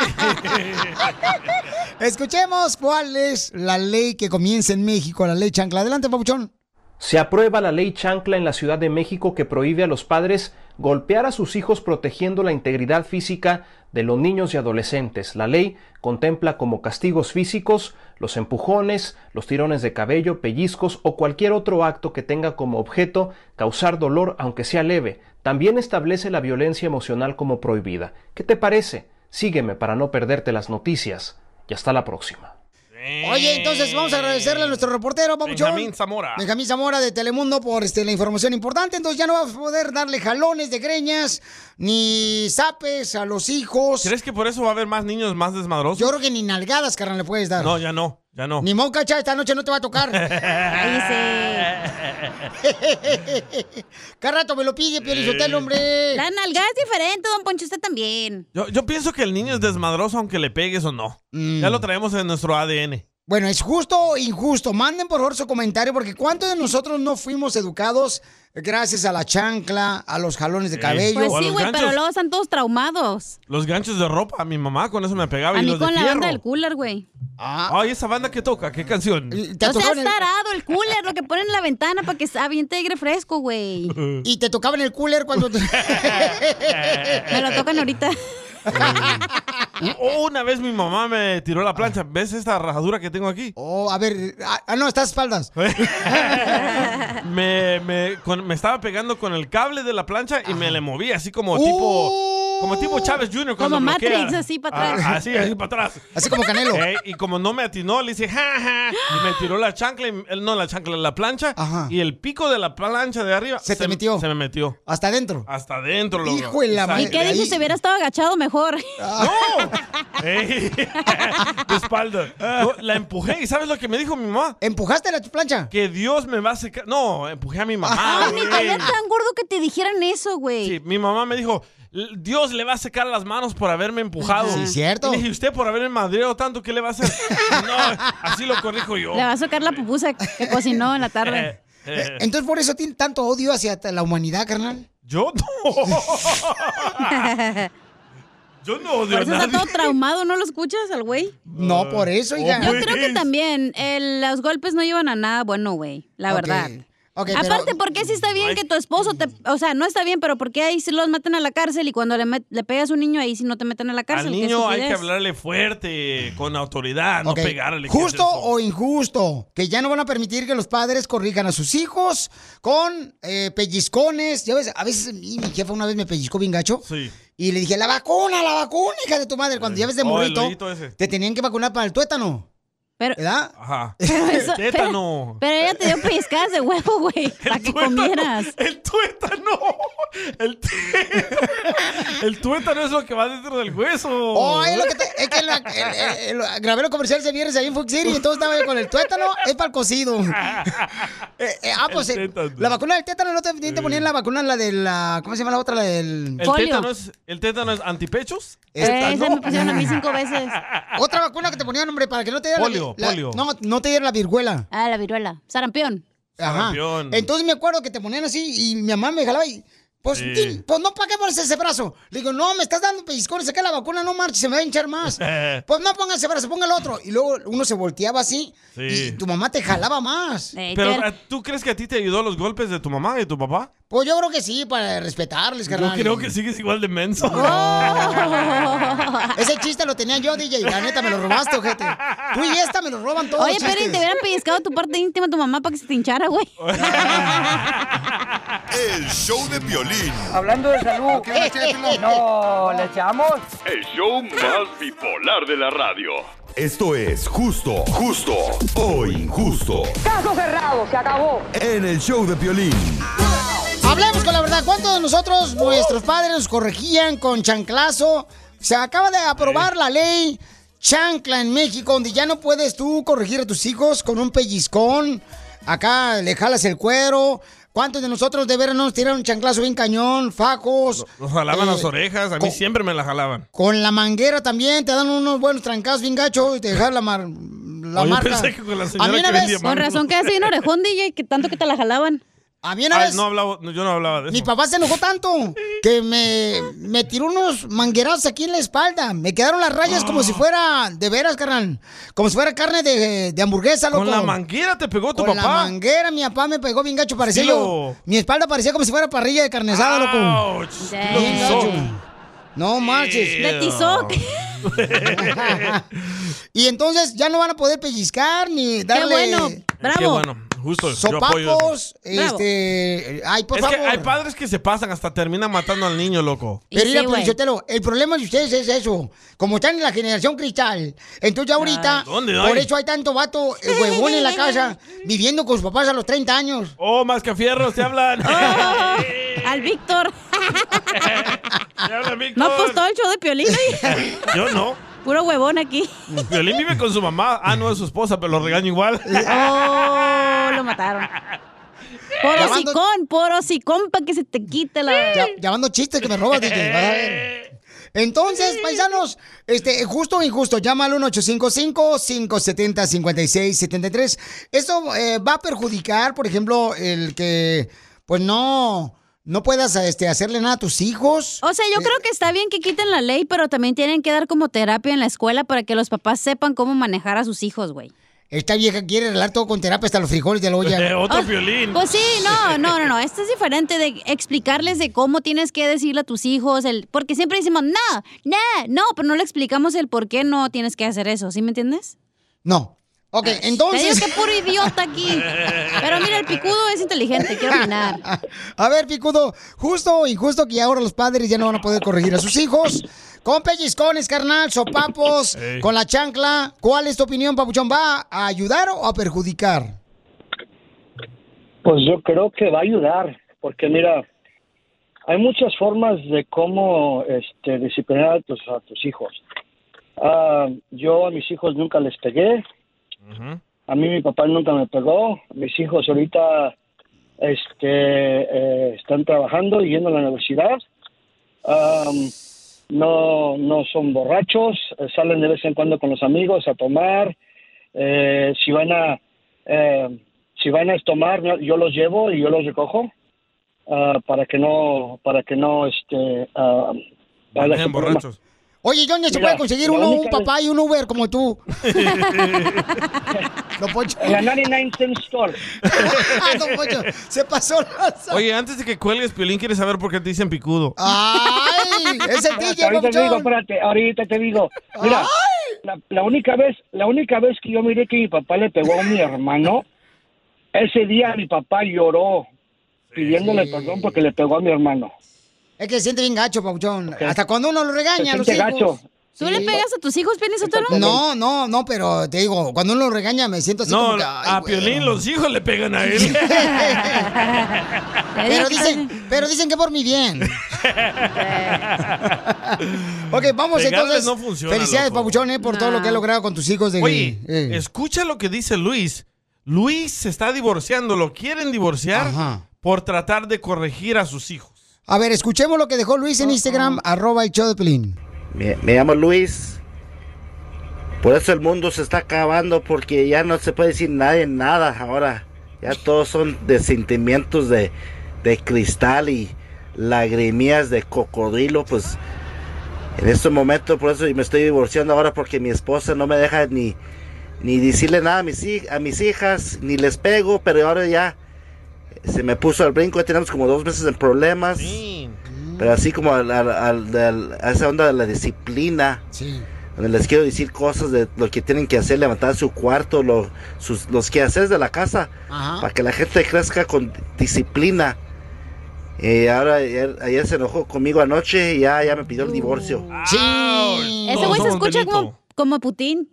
Escuchemos cuál es la ley que comienza en México, la ley chancla. Adelante, papuchón.
Se aprueba la ley chancla en la Ciudad de México que prohíbe a los padres golpear a sus hijos protegiendo la integridad física de los niños y adolescentes. La ley contempla como castigos físicos los empujones, los tirones de cabello, pellizcos o cualquier otro acto que tenga como objeto causar dolor aunque sea leve. También establece la violencia emocional como prohibida. ¿Qué te parece? Sígueme para no perderte las noticias y hasta la próxima.
Oye, entonces vamos a agradecerle a nuestro reportero, papuchón.
Benjamín Zamora.
Benjamín Zamora de Telemundo por este, la información importante. Entonces ya no vas a poder darle jalones de greñas ni zapes a los hijos.
¿Crees que por eso va a haber más niños más desmadrosos?
Yo creo que ni nalgadas, carnal, le puedes dar.
No, ya no, ya no.
Ni moca, cha, esta noche no te va a tocar. Cada rato me lo pide, Pio Lizotelo, hombre.
La nalga es diferente, don Poncho, usted también.
Yo, yo pienso que el niño es desmadroso aunque le pegues o no. Ya lo traemos en nuestro ADN.
Bueno, ¿es justo o injusto? Manden por favor su comentario, porque ¿cuántos de nosotros no fuimos educados gracias a la chancla, a los jalones de cabello?
Pues
O a
sí,
los
güey, pero
ganchos.
luego están todos traumados.
Los ganchos de ropa, a mi mamá con eso me pegaba
A
Ah, y
mí
los de
con la
fierro.
banda del cooler, güey.
Ay, esa banda que toca, qué canción.
No seas tarado, el cooler, lo que ponen en la ventana para que se aviente aire fresco, güey.
Y te tocaban el cooler cuando...
Me lo tocan ahorita.
Oh, una vez mi mamá me tiró la plancha. ¿Ves esta rajadura que tengo aquí?
Oh, a ver. Ah, no, estás espaldas.
me, me- con- me estaba pegando con el cable de la plancha y me le moví así como tipo.
Uh.
Como tipo Chávez Jr. cuando
Como
bloquea.
Matrix, así para atrás.
Ah, así, así para atrás.
Así como Canelo.
y como no me atinó, le hice ja, ja. Y me tiró la chancla, y- el- no la chancla, la plancha. Y el pico de la plancha de arriba. Se, te metió. Se me metió.
Hasta adentro.
Hasta adentro, loco.
Hijo de la
Exacto.
¿Y qué dices? Si hubiera estado agachado mejor.
Ey, de espalda. No, la empujé y ¿sabes lo que me dijo mi mamá?
¿Empujaste la plancha?
Que Dios me va a secar. No, empujé a mi
Ah,
mamá.
Ay, ni
güey.
estaría tan gordo que te dijeran eso, güey.
Sí, mi mamá me dijo, "L- Dios le va a secar las manos por haberme empujado.
Sí, cierto.
Y le dije, usted por haberme madreado tanto, ¿qué le va a hacer? no, así lo corrijo yo. Eh,
Le va a sacar la Eh, pupusa que cocinó en la tarde.
Entonces por eso tiene tanto odio hacia la humanidad, carnal.
Yo no. Yo no odio
Por
a
eso está
nadie. Oh,
todo traumado, ¿no lo escuchas al güey?
No, por eso, hija.
Yo creo que también el- los golpes no llevan a nada bueno, güey, la
Ok.
verdad.
Ok, pero-
Aparte, ¿por qué sí está bien que tu esposo te... O sea, no está bien, pero ¿por qué ahí sí los meten a la cárcel y cuando le, met- le pegas a un niño ahí sí no te meten a la cárcel?
Al
Qué
niño hay que
estupidez.
hablarle fuerte, con autoridad, no
Ok.
pegarle. ¿qué
Justo
es eso?
o injusto, que ya no van a permitir que los padres corrijan a sus hijos con eh, pellizcones. Ya ves, a veces mi, mi jefa una vez me pellizcó bien gacho.
Sí.
Y le dije, la vacuna, la vacuna, hija de tu madre. Cuando ya ves de
Oh, el
morrito,
hoyito ese.
te tenían que vacunar para el tuétano.
Pero,
¿Verdad?
Ajá.
Pero eso-
Tétano.
Pero ella te dio pellizcadas de huevo, güey, para que comieras.
El tuétano. El, tu- el tuétano es lo que va dentro del hueso.
Oh, es, lo que te- es que la- el- el- el- grabé los comerciales de viernes ahí en Fox City y todo estaba con el tuétano, es para el cocido. Eh, eh, ah, pues
El
eh,
tétano.
la vacuna del tétano no te, ni te ponían la vacuna, la de la. ¿Cómo se llama la otra? La del.
El tétano es, el tétano es antipechos.
Esta
Eh, esa
no.
me pusieron a mí cinco veces.
Otra vacuna que te ponían, hombre, para que no te diera
Polio,
la,
polio.
No, no te diera la viruela.
Ah, la viruela. Sarampión.
Ajá.
Sarampión.
Entonces me acuerdo que te ponían así y mi mamá me jalaba y. Pues,
Sí.
tin, pues no, ¿para qué pones ese brazo? Le digo, no, me estás dando pellizcones, saca la vacuna, no marches, se me va a hinchar más.
Eh.
pues no ponga ese brazo, ponga el otro. Y luego uno se volteaba así
Sí. ah,
y tu mamá te jalaba más.
Pero ¿tú crees que a ti te ayudó los golpes de tu mamá y tu papá?
Pues yo creo que sí, para respetarles,
Yo
carnal.
creo que sigues igual de menso.
Oh. Ese chiste lo tenía yo, DJ. La neta, me lo robaste, ojete. Tú y esta me lo roban todos.
Oye,
los
Peri,
chistes.
te hubieran pellizcado tu parte íntima a tu mamá para que se te hinchara, güey.
El show de violín.
Hablando de salud.
¿Quieres una
eh, No, ¿le echamos?
El show más bipolar de la radio.
Esto es justo, justo o injusto.
Caso cerrado, se acabó.
En el show de violín.
Hablemos con la verdad. ¿Cuántos de nosotros, nuestros padres, nos corregían con chanclazo? Se acaba de aprobar la ley chancla en México, donde ya no puedes tú corregir a tus hijos con un pellizcón. Acá le jalas el cuero. ¿Cuántos de nosotros de veras no nos tiraron chanclazo bien cañón, fajos?
Nos jalaban
Eh,
las orejas, a mí siempre me las jalaban.
Con la manguera también, te dan unos buenos trancazos bien gachos y te dejan la, mar, la
Oh, yo
marca.
pensé que con la
a
señora
mí una
que vendía
vez...
mangos. Con razón
que así en orejón, DJ, que tanto que te la jalaban.
A mí una
Ay,
vez...
no hablaba, no, yo no hablaba de eso.
Mi papá se enojó tanto que me, me tiró unos manguerazos aquí en la espalda. Me quedaron las rayas como
Ah.
si fuera, de veras, carnal, como si fuera carne de, de hamburguesa, loco.
Con la manguera te pegó tu
Con la
papá.
manguera, mi papá me pegó bien gacho, parecía
Estilo-
yo. Mi espalda parecía como si fuera parrilla de carne asada, loco.
Ouch,
estilo
Bien
tizón.
gacho. No marches.
De tizón.
y entonces ya no van a poder pellizcar ni darle.
bueno, Qué bueno, justo. Yo apoyo
Sopapos,
eso.
este. Ay, por
es
favor.
que hay padres que se pasan, hasta terminan matando al niño, loco.
Pero mira, pues, Piolichotelo, el problema de ustedes es eso. Como están en la generación cristal, entonces ahorita,
Ay. ¿Dónde
por
hay?
eso hay tanto vato eh, huevón en la casa, viviendo con sus papás a los 30 años.
Oh, más que fierros, te hablan.
Al Víctor.
Víctor.
No, pues todo el show de Piolín. güey.
Yo no.
Puro huevón aquí.
Violín vive con su mamá. Ah, no es su esposa, pero lo regaño igual.
Ah.
Oh, lo mataron. Por
Llamando-
hocicón, por hocicón, pa' que se te quite la...
Llamando chistes que me robas, DJ, vas a ver. Entonces, paisanos, este, justo o injusto, llama al 1-855-570-5673. Esto eh, va a perjudicar, por ejemplo, el que, pues no, no puedas este, hacerle nada a tus hijos.
O sea, yo creo que está bien que quiten la ley, pero también tienen que dar como terapia en la escuela para que los papás sepan cómo manejar a sus hijos, güey.
Esta vieja quiere arreglar todo con terapia hasta los frijoles de la olla.
Ah, Pues sí, no, no, no, no. Esto es diferente de explicarles de cómo tienes que decirle a tus hijos, el, porque siempre decimos, no, no, no, pero no le explicamos el por qué no tienes que hacer eso, ¿sí me entiendes?
No. Ok, entonces.
Te digo que puro idiota aquí. Pero mira, el picudo es inteligente, quiero opinar.
A ver, Picudo, justo o injusto que ahora los padres ya no van a poder corregir a sus hijos. Con pellizcones, carnal, sopapos,
Ey.
con la chancla. ¿Cuál es tu opinión, Papuchón? ¿Va a ayudar o a perjudicar?
Pues yo creo que va a ayudar, porque mira, hay muchas formas de cómo este, disciplinar a tus, a tus hijos. Ah, yo a mis hijos nunca les pegué, a mí mi papá nunca me pegó, mis hijos ahorita este, eh, están trabajando y yendo a la universidad, Ah, no, no son borrachos, eh, salen de vez en cuando con los amigos a tomar, eh, si van a... eh, si van a tomar no, yo los llevo y yo los recojo ah, para que no para que no este ah, haya ese problema.
Oye, ¿dónde se
Mira,
puede conseguir
la
uno, un
única vez-
papá y un Uber como tú? Don Poncho.
En la 99 cent store.
Don Poncho, se pasó la
Oye, antes de que cuelgues, Piolín quiere saber por qué te dicen picudo.
Ah, ¡Ay! Es el
Espérate, ahorita te
DJ, Papuchón.
digo, espérate, ahorita te digo. Mira, la, la única vez, la única vez que yo miré que mi papá le pegó a mi hermano, ese día mi papá lloró pidiéndole perdón porque le pegó a mi hermano.
Es que se siente bien gacho, Papuchón. Hasta cuando uno lo regaña,
Se
a los
siente
hijos.
gacho.
¿Tú le pegas a tus hijos, Pienes Sotelo?
No, no, no, pero te digo, cuando uno lo regaña me siento así
No,
como que... ay,
a
güey.
Piolín los hijos le pegan a él.
Pero dicen, pero dicen que por mi bien. Ok, vamos
Pegarles
entonces.
no funciona,
Felicidades,
loco.
Papuchón, eh, por todo lo que has logrado con tus hijos. De...
Oye, escucha lo que dice Luis. Luis se está divorciando, lo quieren divorciar por tratar de corregir a sus hijos.
A ver, escuchemos lo que dejó Luis
Oh,
en Instagram, arroba el show de Pelín.
Me, me llamo Luis. Por eso el mundo se está acabando porque ya no se puede decir nadie nada ahora. Ya todos son de sentimientos de, de cristal y lagrimías de cocodrilo. Pues en este momento por eso me estoy divorciando ahora porque mi esposa no me deja ni, ni decirle nada a mis, hij- a mis hijas, ni les pego, pero ahora ya se me puso al brinco, ya teníamos como dos meses en problemas. Pero así como al- al- al- del- a esa onda de la disciplina, donde les quiero decir cosas de lo que tienen que hacer, levantar su cuarto, lo- sus, los quehaceres de la casa,
Ajá.
para que la gente crezca con disciplina. Y ahora ayer, ayer se enojó conmigo anoche y ya, ya me pidió el divorcio.
Ese güey se escucha como, como Putin.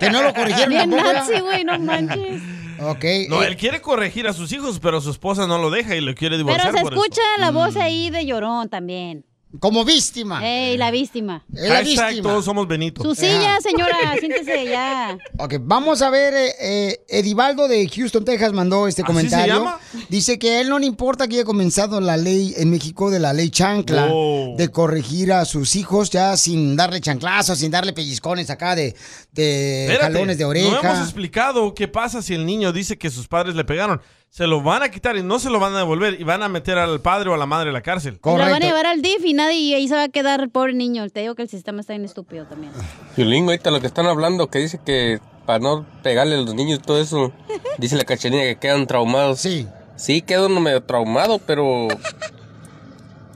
Que no lo corrigieron
Bien
tampoco, ¿verdad?
Nazi, güey, no manches.
Ok.
No,
eh,
él quiere corregir a sus hijos, pero su esposa no lo deja y lo quiere divorciar.
Pero se
por Mm.
escucha la voz ahí de llorón también.
Como víctima.
Ey, la víctima.
eso. Hashtag todos somos Benito.
Su silla, señora, siéntese ya.
Ah. Ok, vamos a ver, eh, eh, Edivaldo de Houston, Texas mandó este
¿Así
comentario.
se llama?
Dice que a él no le importa que haya comenzado la ley en México de la ley chancla,
Wow.
de corregir a sus hijos ya sin darle chanclazos, sin darle pellizcones acá de, de
Espérate,
Eh, jalones de
No hemos
oreja.
explicado qué pasa si el niño dice que sus padres le pegaron. Se lo van a quitar y no se lo van a devolver y van a meter al padre o a la madre a la cárcel.
La van a llevar al DIF y nadie y ahí se va a quedar el pobre niño. Te digo que el sistema está bien estúpido también.
Violín, ahorita lo que están hablando, que dice que para no pegarle a los niños y todo eso, dice la cachanilla que quedan traumados.
Sí.
Sí, quedo uno medio traumado, pero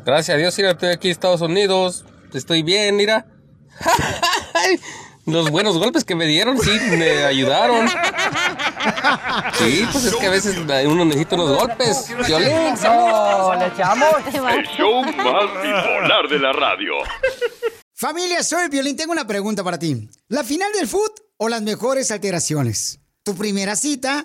gracias a Dios, mira, estoy aquí en Estados Unidos, estoy bien, mira. Los buenos golpes que me dieron, sí, me ayudaron. Sí, pues es que a veces uno necesita unos golpes. Violín,
No, le echamos.
El show más bipolar de la radio.
Familia, soy Violín, tengo una pregunta para ti. ¿La final del foot o las mejores alteraciones? ¿Tu primera cita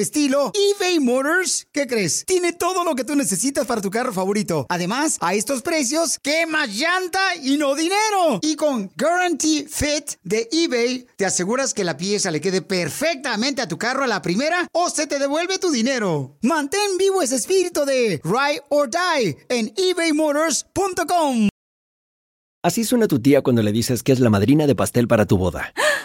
estilo, eBay Motors, ¿qué crees? Tiene todo lo que tú necesitas para tu carro favorito. Además, a estos precios, ¿qué más llanta y no dinero? Y con Guarantee Fit de eBay, te aseguras que la pieza le quede perfectamente a tu carro a la primera o se te devuelve tu dinero. Mantén vivo ese espíritu de Ride or Die en ebaymotors.com.
Así suena tu tía cuando le dices que es la madrina de pastel para tu boda.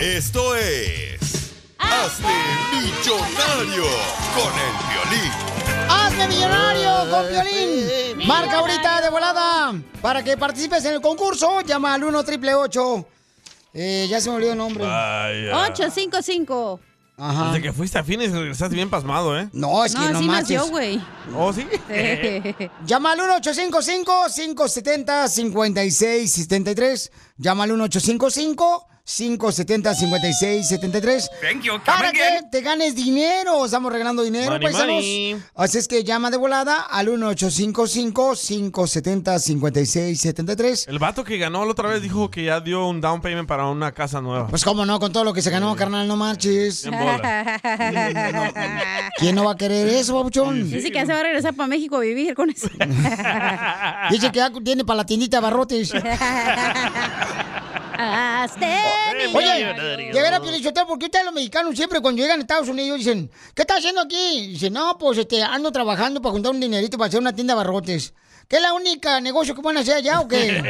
Esto es. Hazte millonario con el violín.
¡Hazme millonario con violín! Marca ahorita de volada para que participes en el concurso. Llama al 1 triple 8. ya se me olvidó el nombre.
Vaya.
855.
Desde que fuiste a fines regresaste bien pasmado, ¿eh?
No,
No, así nació, güey.
¿Oh, sí?
Llama al 1-855-570-5673. Llama al 1-855-570-5673.
Thank you,
Para
come again.
que te ganes dinero. Estamos regalando dinero,
Money,
paisanos.
money.
Así es que llama de volada al 1-855-570-5673.
El vato que ganó la otra vez dijo que ya dio un down payment para una casa nueva.
Pues cómo no, con todo lo que se ganó, carnal, no marches.
Cien bolas.
¿Quién no va a querer eso, babuchón?
Dice que ya se va a regresar para México a vivir con eso.
Dice que ya tiene para la tiendita de barrotes.
Hazte
Oye,
millonario.
de veras, Pielichotero, ¿por qué ustedes los mexicanos siempre cuando llegan a Estados Unidos dicen, ¿qué está haciendo aquí? Dicen, no, pues este, ando trabajando para juntar un dinerito para hacer una tienda de barrotes. ¿Qué es la única negocio que van a hacer allá o qué?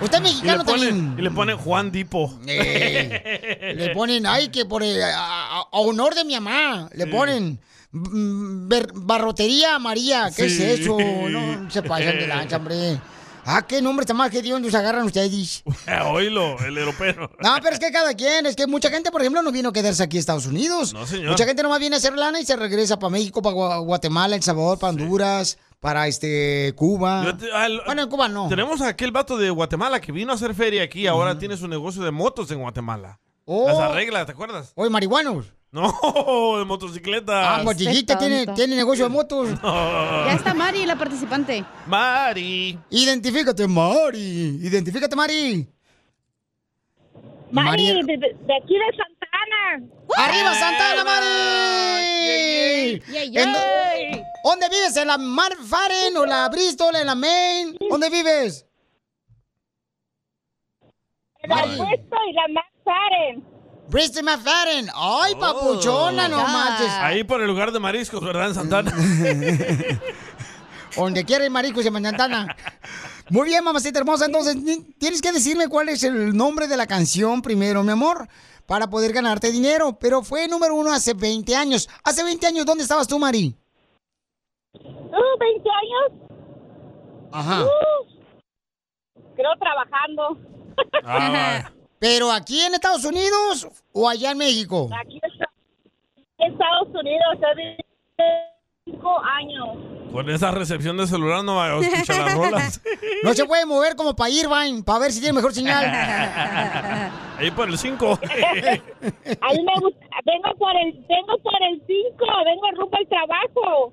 Usted es mexicano
y le pone,
también. Eh.
Y le pone Juan Dipo.
Le ponen, ay, que por eh, a, a- a honor de mi mamá, le
Sí.
ponen mm, ber- barrotería María, ¿qué
Sí.
es eso? No, no se pasan de lanza, hombre. Ah, qué nombre está más que Dios nos agarran ustedes.
Oílo, el europeo.
No, pero es que cada quien, es que mucha gente, por ejemplo, no vino a quedarse aquí a Estados Unidos.
No, señor.
Mucha gente nomás viene a hacer lana y se regresa para México, para Guatemala, El Salvador, para Honduras, para este Cuba.
Yo te- al-
Bueno, en Cuba no.
Tenemos a aquel vato de Guatemala que vino a hacer feria aquí y ahora tiene su negocio de motos en Guatemala.
Oh.
Las arregla, ¿te acuerdas?
Oye, marihuanos.
No, de motocicleta.
Ah, Botellita tiene, tiene negocio de motos.
Ya está Mari, la participante.
Mari.
Identifícate, Mari. Identifícate, Mari.
Mari,
Mariel-
de, de- de aquí de Santana.
¡Arriba, Santana, Mari!
Yay,
¿En dó- ¿Dónde vives? ¿En la Marfaren o la Bristol, en la Main? ¿Dónde vives?
La Bristol y la Marfaren.
Bristol y Marfaren. ¡Ay, papuchona,
Oh,
no manches!
Ahí por el lugar de mariscos, ¿verdad? En Santana.
Donde quiera el marisco se Santana. Muy bien, mamacita hermosa. Entonces, ni- tienes que decirme cuál es el nombre de la canción primero, mi amor, para poder ganarte dinero. Pero fue número uno hace 20 años. Hace 20 años, ¿dónde estabas tú, Mari?
Uh, 20 años.
Ajá.
Uh, creo trabajando.
¿Pero aquí en Estados Unidos o allá en México?
Aquí está- en Estados Unidos hace 5 años.
Con esa recepción de celular no va a escuchar las rolas.
No se puede mover como para Irvine, para ver si tiene mejor señal.
Ahí por el
A
5.
mí me gusta. Vengo por el, vengo por el 5, vengo rumbo al trabajo.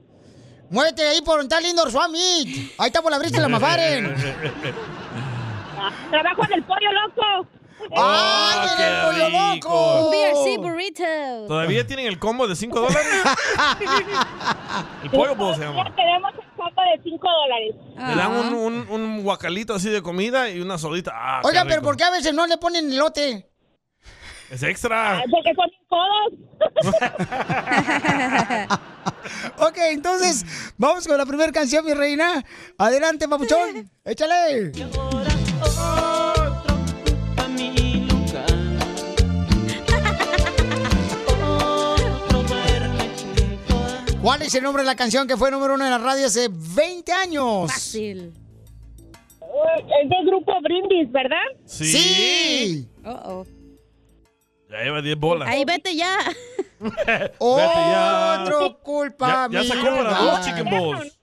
Muévete ahí por donde está Lindor Swami. Ahí está por la brisa de la Mafaren.
Trabajo en el pollo loco.
¡Ay,
en el Pollo Loco!
BRC Burrito.
¿Todavía tienen el combo de 5 dólares? El pollo bowl se llama.
Ya tenemos el combo de 5 dólares.
Le
Ah.
dan un, un, un guacalito así de comida y una solita. Ah, qué
Oigan, pero
rico.
¿por qué a veces no le ponen elote?
Es
Ah.
extra.
Porque son
Ok, entonces, vamos con la primera canción, mi reina. Adelante, papuchón. Échale. ¿Cuál es el nombre de la canción que fue número uno en la radio hace 20 años?
Fácil.
Eh, Es del grupo Brindis, ¿verdad?
Sí. Sí.
Oh, oh.
Ya lleva 10 bolas.
Ahí vete ya.
Otro culpa
Ya- ya
mi
sacó para
lugar.
dos chicken balls.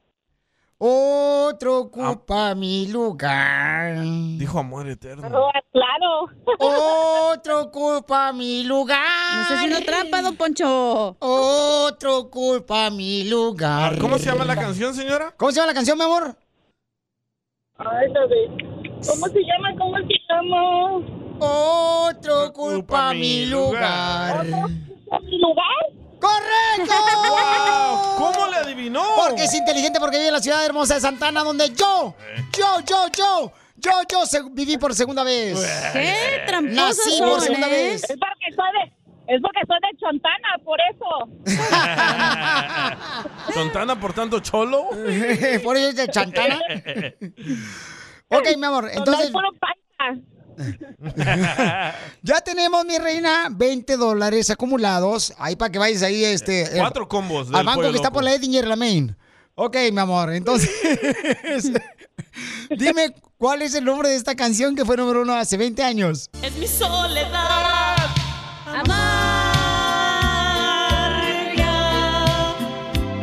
Otro culpa mi lugar.
Dijo amor eterno.
claro.
Otro culpa mi lugar. No
sé si no trampa, don Poncho.
Otro culpa mi lugar.
¿Cómo se llama la canción, señora?
¿Cómo se llama la canción, mi amor?
Ay, no sé. ¿Cómo se llama? ¿Cómo se llama?
Otro culpa mi lugar.
mi lugar?
¡Correcto!
¿Cómo le adivinó?
Porque es inteligente, porque vive en la ciudad hermosa de Santana, donde yo, yo, yo, yo, yo, yo se- viví por segunda vez.
¿Qué tramposos
Nací por
son,
segunda
eh?
vez.
Es porque soy de, es porque soy de Chontana, por eso.
Santana, por tanto, cholo.
por eso es de Chantana. Ok, mi amor, entonces ya tenemos, mi reina, 20 dólares acumulados. Ahí para que vayas ahí, este. eh,
Cuatro
Al
combos. del pues.
banco que
pollo
está
loco.
por la Edinger, la main. Ok, mi amor, entonces. dime cuál es el nombre de esta canción que fue número uno hace 20 años.
Es mi soledad. Amarga.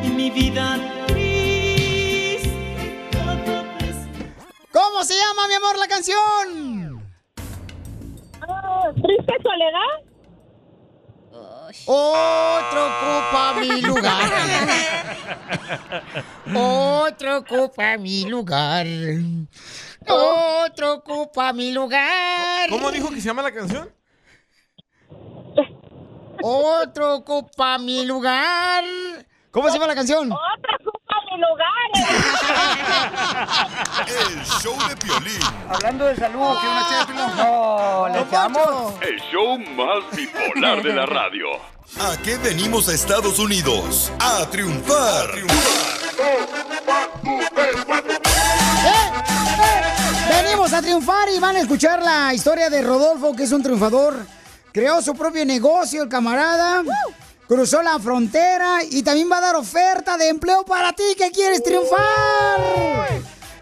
Y mi vida triste.
¿Cómo se llama, mi amor, la canción?
Ah, ¿Triste soledad?
Otro ocupa mi lugar. Otro ocupa mi lugar. Otro ocupa mi lugar.
¿Cómo dijo que se llama la canción?
Otro ocupa mi lugar. ¿Cómo se llama la canción?
Otro ocupa mi lugar.
El show de Piolín.
Hablando de salud, ¿quiere una chela, Pilón? No, le echamos.
El show más bipolar de la radio.
¿A qué venimos a Estados Unidos? A triunfar.
Venimos a triunfar y van a escuchar la historia de Rodolfo, que es un triunfador. Creó su propio negocio, el camarada. Cruzó la frontera y también va a dar oferta de empleo para ti que quieres triunfar.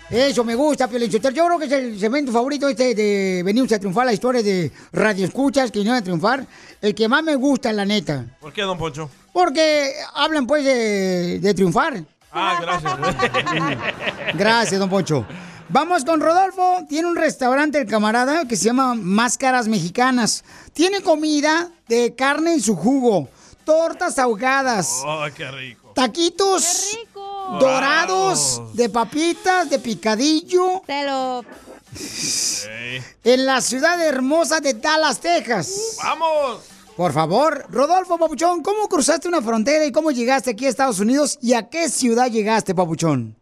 Eso me gusta, Piolinchotel. Yo creo que es el segmento favorito este de Venimos a triunfar, la historia de Radio Escuchas que vinieron a triunfar. El que más me gusta, la neta.
¿Por qué, don Poncho?
Porque hablan pues de, de triunfar.
Ah, gracias.
Gracias, don Pocho. Vamos con Rodolfo. Tiene un restaurante, el camarada, que se llama Máscaras Mexicanas. Tiene comida de carne en su jugo. tortas ahogadas,
Oh, qué rico.
taquitos dorados de papitas, de picadillo. En la ciudad hermosa de Dallas, Texas.
¡Vamos!
Por favor, Rodolfo Papuchón, ¿cómo cruzaste una frontera y cómo llegaste aquí a Estados Unidos y a qué ciudad llegaste, Papuchón?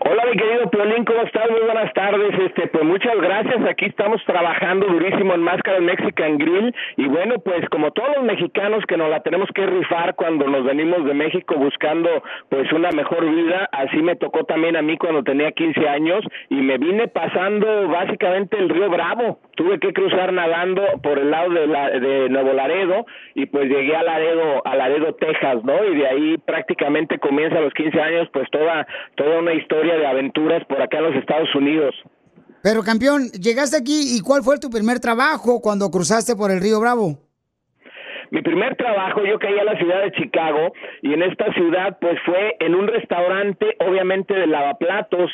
Hola, mi querido Piolín, ¿cómo estás? Muy buenas tardes. Este, pues muchas gracias. Aquí estamos trabajando durísimo en Máscara Mexican Grill. Y bueno, pues como todos los mexicanos que nos la tenemos que rifar cuando nos venimos de México buscando pues una mejor vida, así me tocó también a mí cuando tenía 15 años y me vine pasando básicamente el río Bravo. Tuve que cruzar nadando por el lado de, la- de Nuevo Laredo y pues llegué a Laredo, a Laredo, Texas, ¿no? Y de ahí prácticamente comienza a los 15 años pues toda, toda una historia de aventuras por acá en los Estados Unidos.
Pero campeón, llegaste aquí y ¿cuál fue tu primer trabajo cuando cruzaste por el río Bravo?
Mi primer trabajo, yo caí a la ciudad de Chicago y en esta ciudad pues fue en un restaurante obviamente de lavaplatos,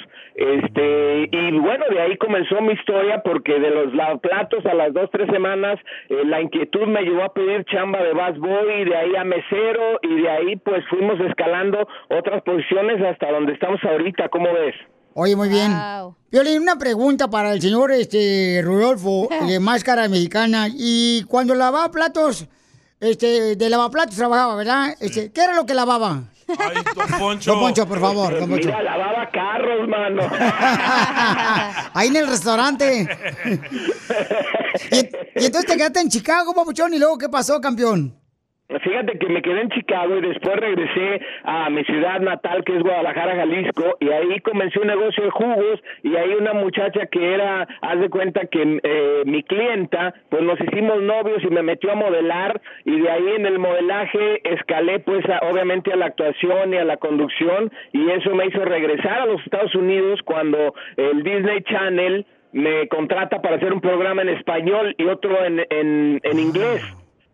este, y bueno, de ahí comenzó mi historia porque de los lavaplatos a las dos, tres semanas eh, la inquietud me llevó a pedir chamba de busboy y de ahí a mesero y de ahí pues fuimos escalando otras posiciones hasta donde estamos ahorita, ¿cómo ves?
Oye, muy bien. Violín, una pregunta para el señor este Rodolfo de Máscara Mexicana. Y cuando lavaba platos, este, de lavaplatos trabajaba, ¿verdad? Este, ¿qué era lo que lavaba?
Poncho.
Don Poncho, por favor, don Poncho.
Mira, lavaba carros, mano.
Ahí en el restaurante. y, y entonces te quedaste en Chicago, papuchón, y luego ¿qué pasó, campeón?
Fíjate que me quedé en Chicago y después regresé a mi ciudad natal, que es Guadalajara, Jalisco, y ahí comencé un negocio de jugos y ahí una muchacha que era, haz de cuenta que eh, mi clienta, pues nos hicimos novios y me metió a modelar y de ahí en el modelaje escalé pues a- obviamente a la actuación y a la conducción y eso me hizo regresar a los Estados Unidos cuando el Disney Channel me contrata para hacer un programa en español y otro en, en, en inglés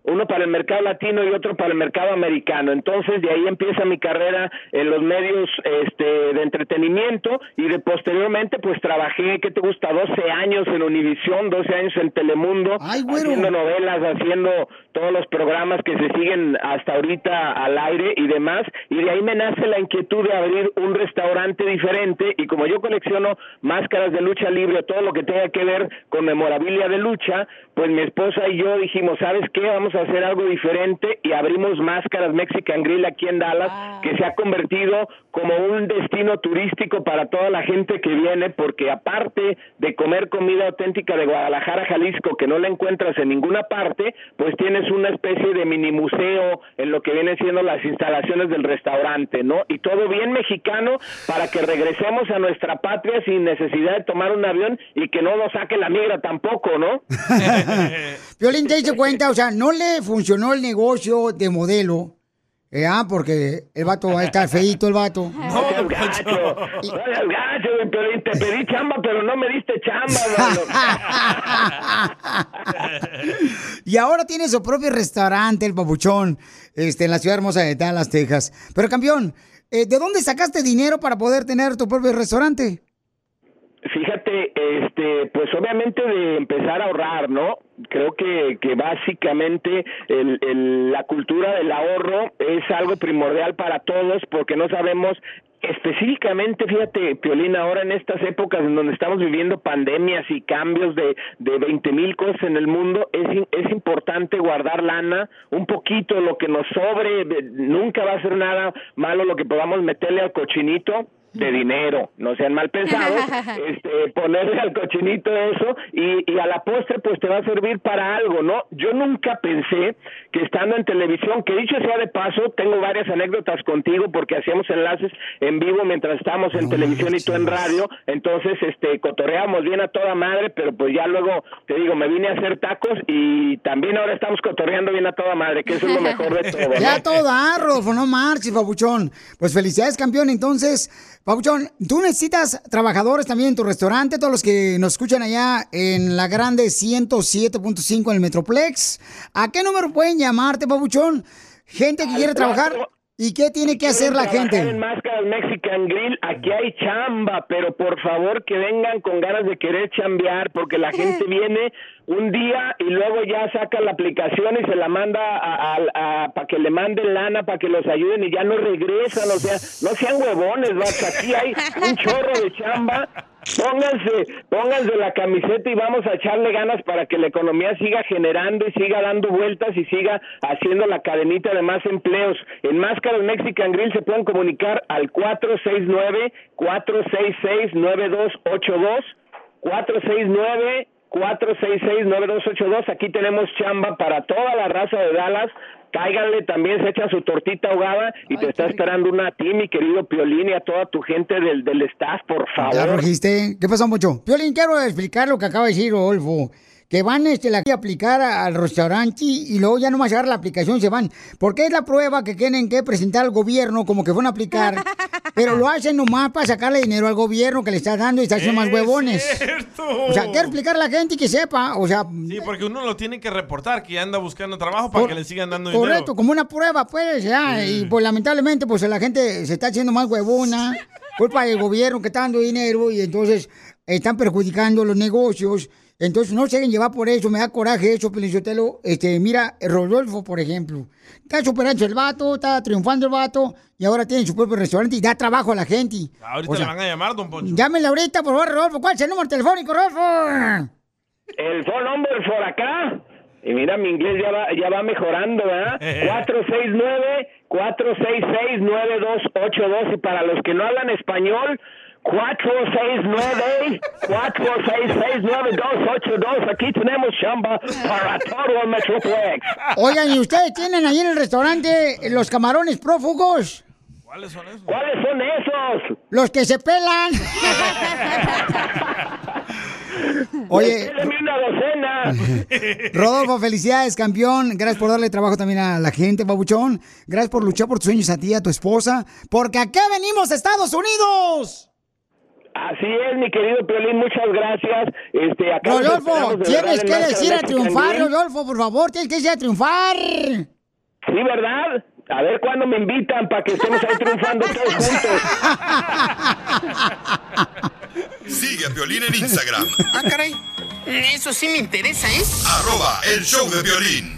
uno para el mercado latino y otro para el mercado americano. Entonces de ahí empieza mi carrera en los medios este, de entretenimiento y de posteriormente pues trabajé, ¿qué te gusta? 12 años en Univisión, 12 años en Telemundo, haciendo novelas, haciendo todos los programas que se siguen hasta ahorita al aire y demás. Y de ahí me nace la inquietud de abrir un restaurante diferente y como yo colecciono máscaras de lucha libre, todo lo que tenga que ver con memorabilia de lucha, pues mi esposa y yo dijimos, ¿sabes qué? Vamos a hacer algo diferente y abrimos Máscaras Mexican Grill aquí en Dallas, que se ha convertido como un destino turístico para toda la gente que viene, porque aparte de comer comida auténtica de Guadalajara, Jalisco, que no la encuentras en ninguna parte, pues tienes una especie de mini museo en lo que vienen siendo las instalaciones del restaurante, ¿no? Y todo bien mexicano para que regresemos a nuestra patria sin necesidad de tomar un avión y que no nos saque la migra tampoco, ¿no?
Violín, te diste cuenta, o sea, no le funcionó el negocio de modelo. eh, ah, porque el vato va a estar feíto, el vato.
No seas gacho, no seas gacho, güey, pero te pedí chamba, pero no me diste chamba, mano.
Y ahora tiene su propio restaurante, el Papuchón, este, en la ciudad hermosa de Dallas, Texas. Pero campeón, eh, ¿de dónde sacaste dinero para poder tener tu propio restaurante?
Fíjate, este, pues obviamente de empezar a ahorrar, ¿no? Creo que, que básicamente el- el- la cultura del ahorro es algo primordial para todos porque no sabemos específicamente, fíjate, Piolina, ahora en estas épocas en donde estamos viviendo pandemias y cambios de, de 20 mil cosas en el mundo, es, in- es importante guardar lana, un poquito, lo que nos sobre, de- nunca va a ser nada malo lo que podamos meterle al cochinito de dinero, no sean mal pensados, este, ponerle al cochinito eso y, y a la postre pues te va a servir para algo, ¿no? Yo nunca pensé que estando en televisión, que dicho sea de paso, tengo varias anécdotas contigo porque hacíamos enlaces en vivo mientras estábamos en televisión y tú en radio, entonces este cotorreamos bien a toda madre, pero pues ya luego te digo, me vine a hacer tacos y también ahora estamos cotorreando bien a toda madre, que eso es lo mejor de todo. ¿no?
Ya todo da, Rodolfo, no marches, Papuchón. Pues felicidades, campeón. Entonces, Papuchón, tú necesitas trabajadores también en tu restaurante, todos los que nos escuchan allá en la grande 107.5 en el Metroplex. ¿A qué número pueden llamarte, Papuchón? Gente que quiere trabajar ¿Y qué tiene que hacer la
Trabajar
gente?
En Máscaras Mexican Grill, aquí hay chamba, pero por favor que vengan con ganas de querer chambear, porque la gente viene un día y luego ya saca la aplicación y se la manda a, para que le manden lana, para que los ayuden y ya no regresan, o sea, no sean huevones, vatos, aquí hay un chorro de chamba. Pónganse, pónganse la camiseta y vamos a echarle ganas para que la economía siga generando y siga dando vueltas y siga haciendo la cadenita de más empleos. En Máscaras Mexican Grill se pueden comunicar al 469-466-9282. 469-466-9282. Aquí tenemos chamba para toda la raza de Dallas. Cáiganle también, se echa su tortita ahogada y te está esperando una a ti, mi querido Piolín, y a toda tu gente del, del staff, por favor.
¿Ya rugiste? ¿Qué pasó, mucho? Piolín, quiero explicar lo que acaba de decir Rodolfo. Que van este, la, a aplicar a- al restaurante y luego ya nomás agarrar la aplicación y se van. Porque es la prueba que tienen que presentar al gobierno como que van a aplicar. pero lo hacen nomás para sacarle dinero al gobierno que le está dando y está haciendo más huevones.
¡Cierto!
O sea, quiero explicar a la gente y que sepa. O sea,
Sí, porque uno lo tiene que reportar que anda buscando trabajo para que le sigan dando
Correcto, como una prueba, pues, ya.
Sí.
Y pues lamentablemente, pues la gente se está haciendo más huevona, culpa del gobierno que está dando dinero y entonces están perjudicando los negocios. Entonces no se dejen llevar por eso, me da coraje eso, Pelizotelo. Este, mira, Rodolfo, por ejemplo. Está superando el vato, está triunfando el vato y ahora tiene su propio restaurante y da trabajo a la gente.
dinero. Ahorita
O sea,
le van a llamar, don Poncho.
Llámenle ahorita, por favor, Rodolfo. ¿Cuál es el número telefónico, Rodolfo?
El phone number por acá. Y mira, mi inglés ya va, ya va mejorando, ¿verdad?
Eh.
469-466-9282. Y para los que no hablan español, 469-466-9282. Aquí tenemos chamba para todo el Metroplex.
Oigan, ¿y ustedes tienen ahí en el restaurante los camarones prófugos?
¿Cuáles son esos?
¿Cuáles son esos?
Los que se pelan. Oye,
Deme una docena.
Rodolfo, felicidades, campeón. Gracias por darle trabajo también a la gente, babuchón. Gracias por luchar por tus sueños a ti, a tu esposa. Porque acá venimos, Estados Unidos.
Así es, mi querido Piolín, muchas gracias. Este, acá nos
Rodolfo,
esperamos de
tienes
verdad en
que
Máscaras
decir a
Mexican
triunfar,
Grill.
Rodolfo, por favor, tienes que decir a triunfar.
Sí, ¿verdad? A ver cuándo me invitan para que estemos ahí triunfando todos juntos.
Sigue a Piolín en Instagram.
Ah, caray. Eso sí me interesa, ¿eh? ¿es?
Arroba el show de violín.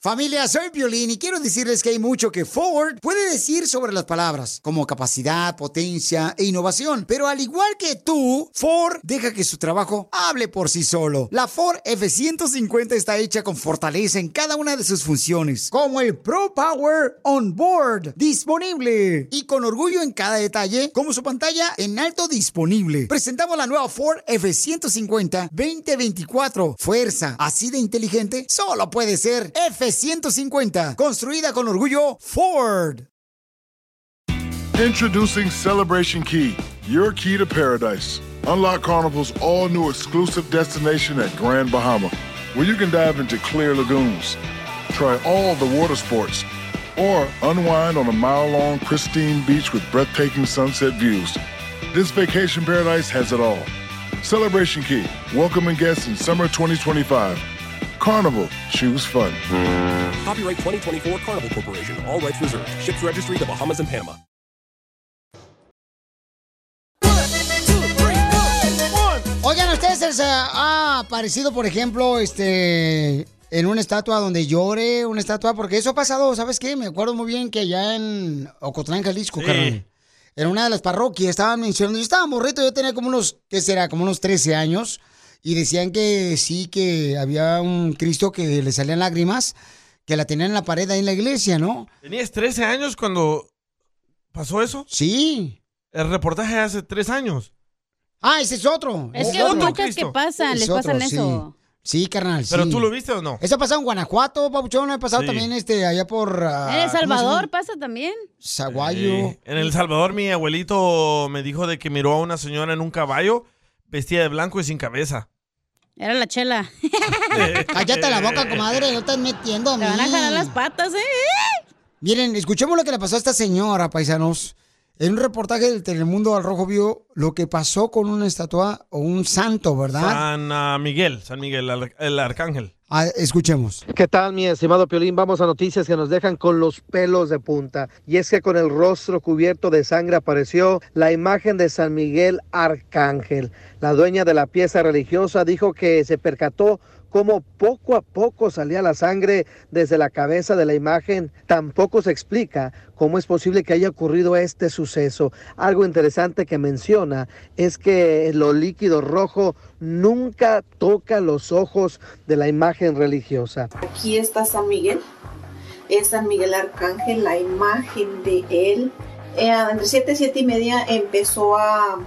Familia, soy Violín y quiero decirles que hay mucho que Ford puede decir sobre las palabras, como capacidad, potencia e innovación. Pero al igual que tú, Ford deja que su trabajo hable por sí solo. La Ford F-150 está hecha con fortaleza en cada una de sus funciones, como el Pro Power On Board, disponible y con orgullo en cada detalle, como su pantalla en alto disponible. Presentamos la nueva Ford F-150 2024. Fuerza así de inteligente solo puede ser F-150, construida con orgullo Ford.
Introducing Celebration Key, your key to paradise. Unlock Carnival's all new exclusive destination at Grand Bahama, where you can dive into clear lagoons, try all the water sports, or unwind on a mile long, pristine beach with breathtaking sunset views. This vacation paradise has it all. Celebration Key, welcoming guests in summer 2025. Carnival, choose fun.
Copyright 2024 Carnival Corporation. All rights reserved. Ships registry the Bahamas and Panama.
Oigan, ¿a ustedes les eh, ha aparecido, por ejemplo, este en una estatua donde llore, una estatua, porque eso ha pasado, ¿sabes qué? Me acuerdo muy bien que allá en Ocotlán, Jalisco,
Sí.
carnal, en una de las parroquias estaban mencionando, yo estaba morrito, yo tenía como unos, ¿qué será? Como unos 13 años, y decían que sí, que había un Cristo que le salían lágrimas, que la tenían en la pared ahí en la iglesia, ¿no?
¿Tenías 13 años cuando pasó eso?
Sí.
El reportaje de hace 3 años.
Ah, ese es otro.
Es
ese
que hay
otro.
muchas que pasan,
Es
les
otro,
pasan
sí.
eso.
Sí, carnal.
¿Pero
sí.
tú lo viste o no?
Eso ha pasado en Guanajuato, Pabuchón, ha pasado
Sí.
también este, allá por... ah,
¿En El
¿cómo se llama?
Salvador pasa también?
Saguayo.
Eh, en El Salvador, mi abuelito me dijo de que miró a una señora en un caballo vestida de blanco y sin cabeza.
Era la chela.
Cállate la boca, comadre, no estás metiendo a mí.
Te van a jalar las patas, ¿eh?
Miren, escuchemos lo que le pasó a esta señora, paisanos. En un reportaje del Telemundo al Rojo vio lo que pasó con una estatua o un santo, ¿verdad?
San ah, Miguel, San Miguel, al- el arcángel.
Ah, escuchemos.
¿Qué tal, mi estimado Piolín? Vamos a noticias que nos dejan con los pelos de punta. Y es que con el rostro cubierto de sangre apareció la imagen de San Miguel Arcángel. La dueña de la pieza religiosa dijo que se percató cómo poco a poco salía la sangre desde la cabeza de la imagen. Tampoco se explica cómo es posible que haya ocurrido este suceso. Algo interesante que menciona es que lo líquido rojo nunca toca los ojos de la imagen religiosa.
Aquí está San Miguel. Es San Miguel Arcángel, la imagen de él. Eh, entre 7 y 7 y media empezó a,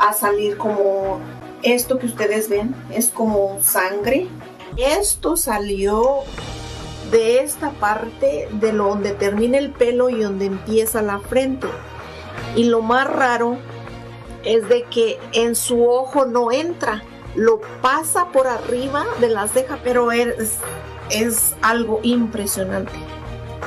a salir como esto que ustedes ven es como sangre. Esto salió de esta parte de lo donde termina el pelo y donde empieza la frente. Y lo más raro es de que en su ojo no entra, lo pasa por arriba de las cejas, pero es, es algo impresionante.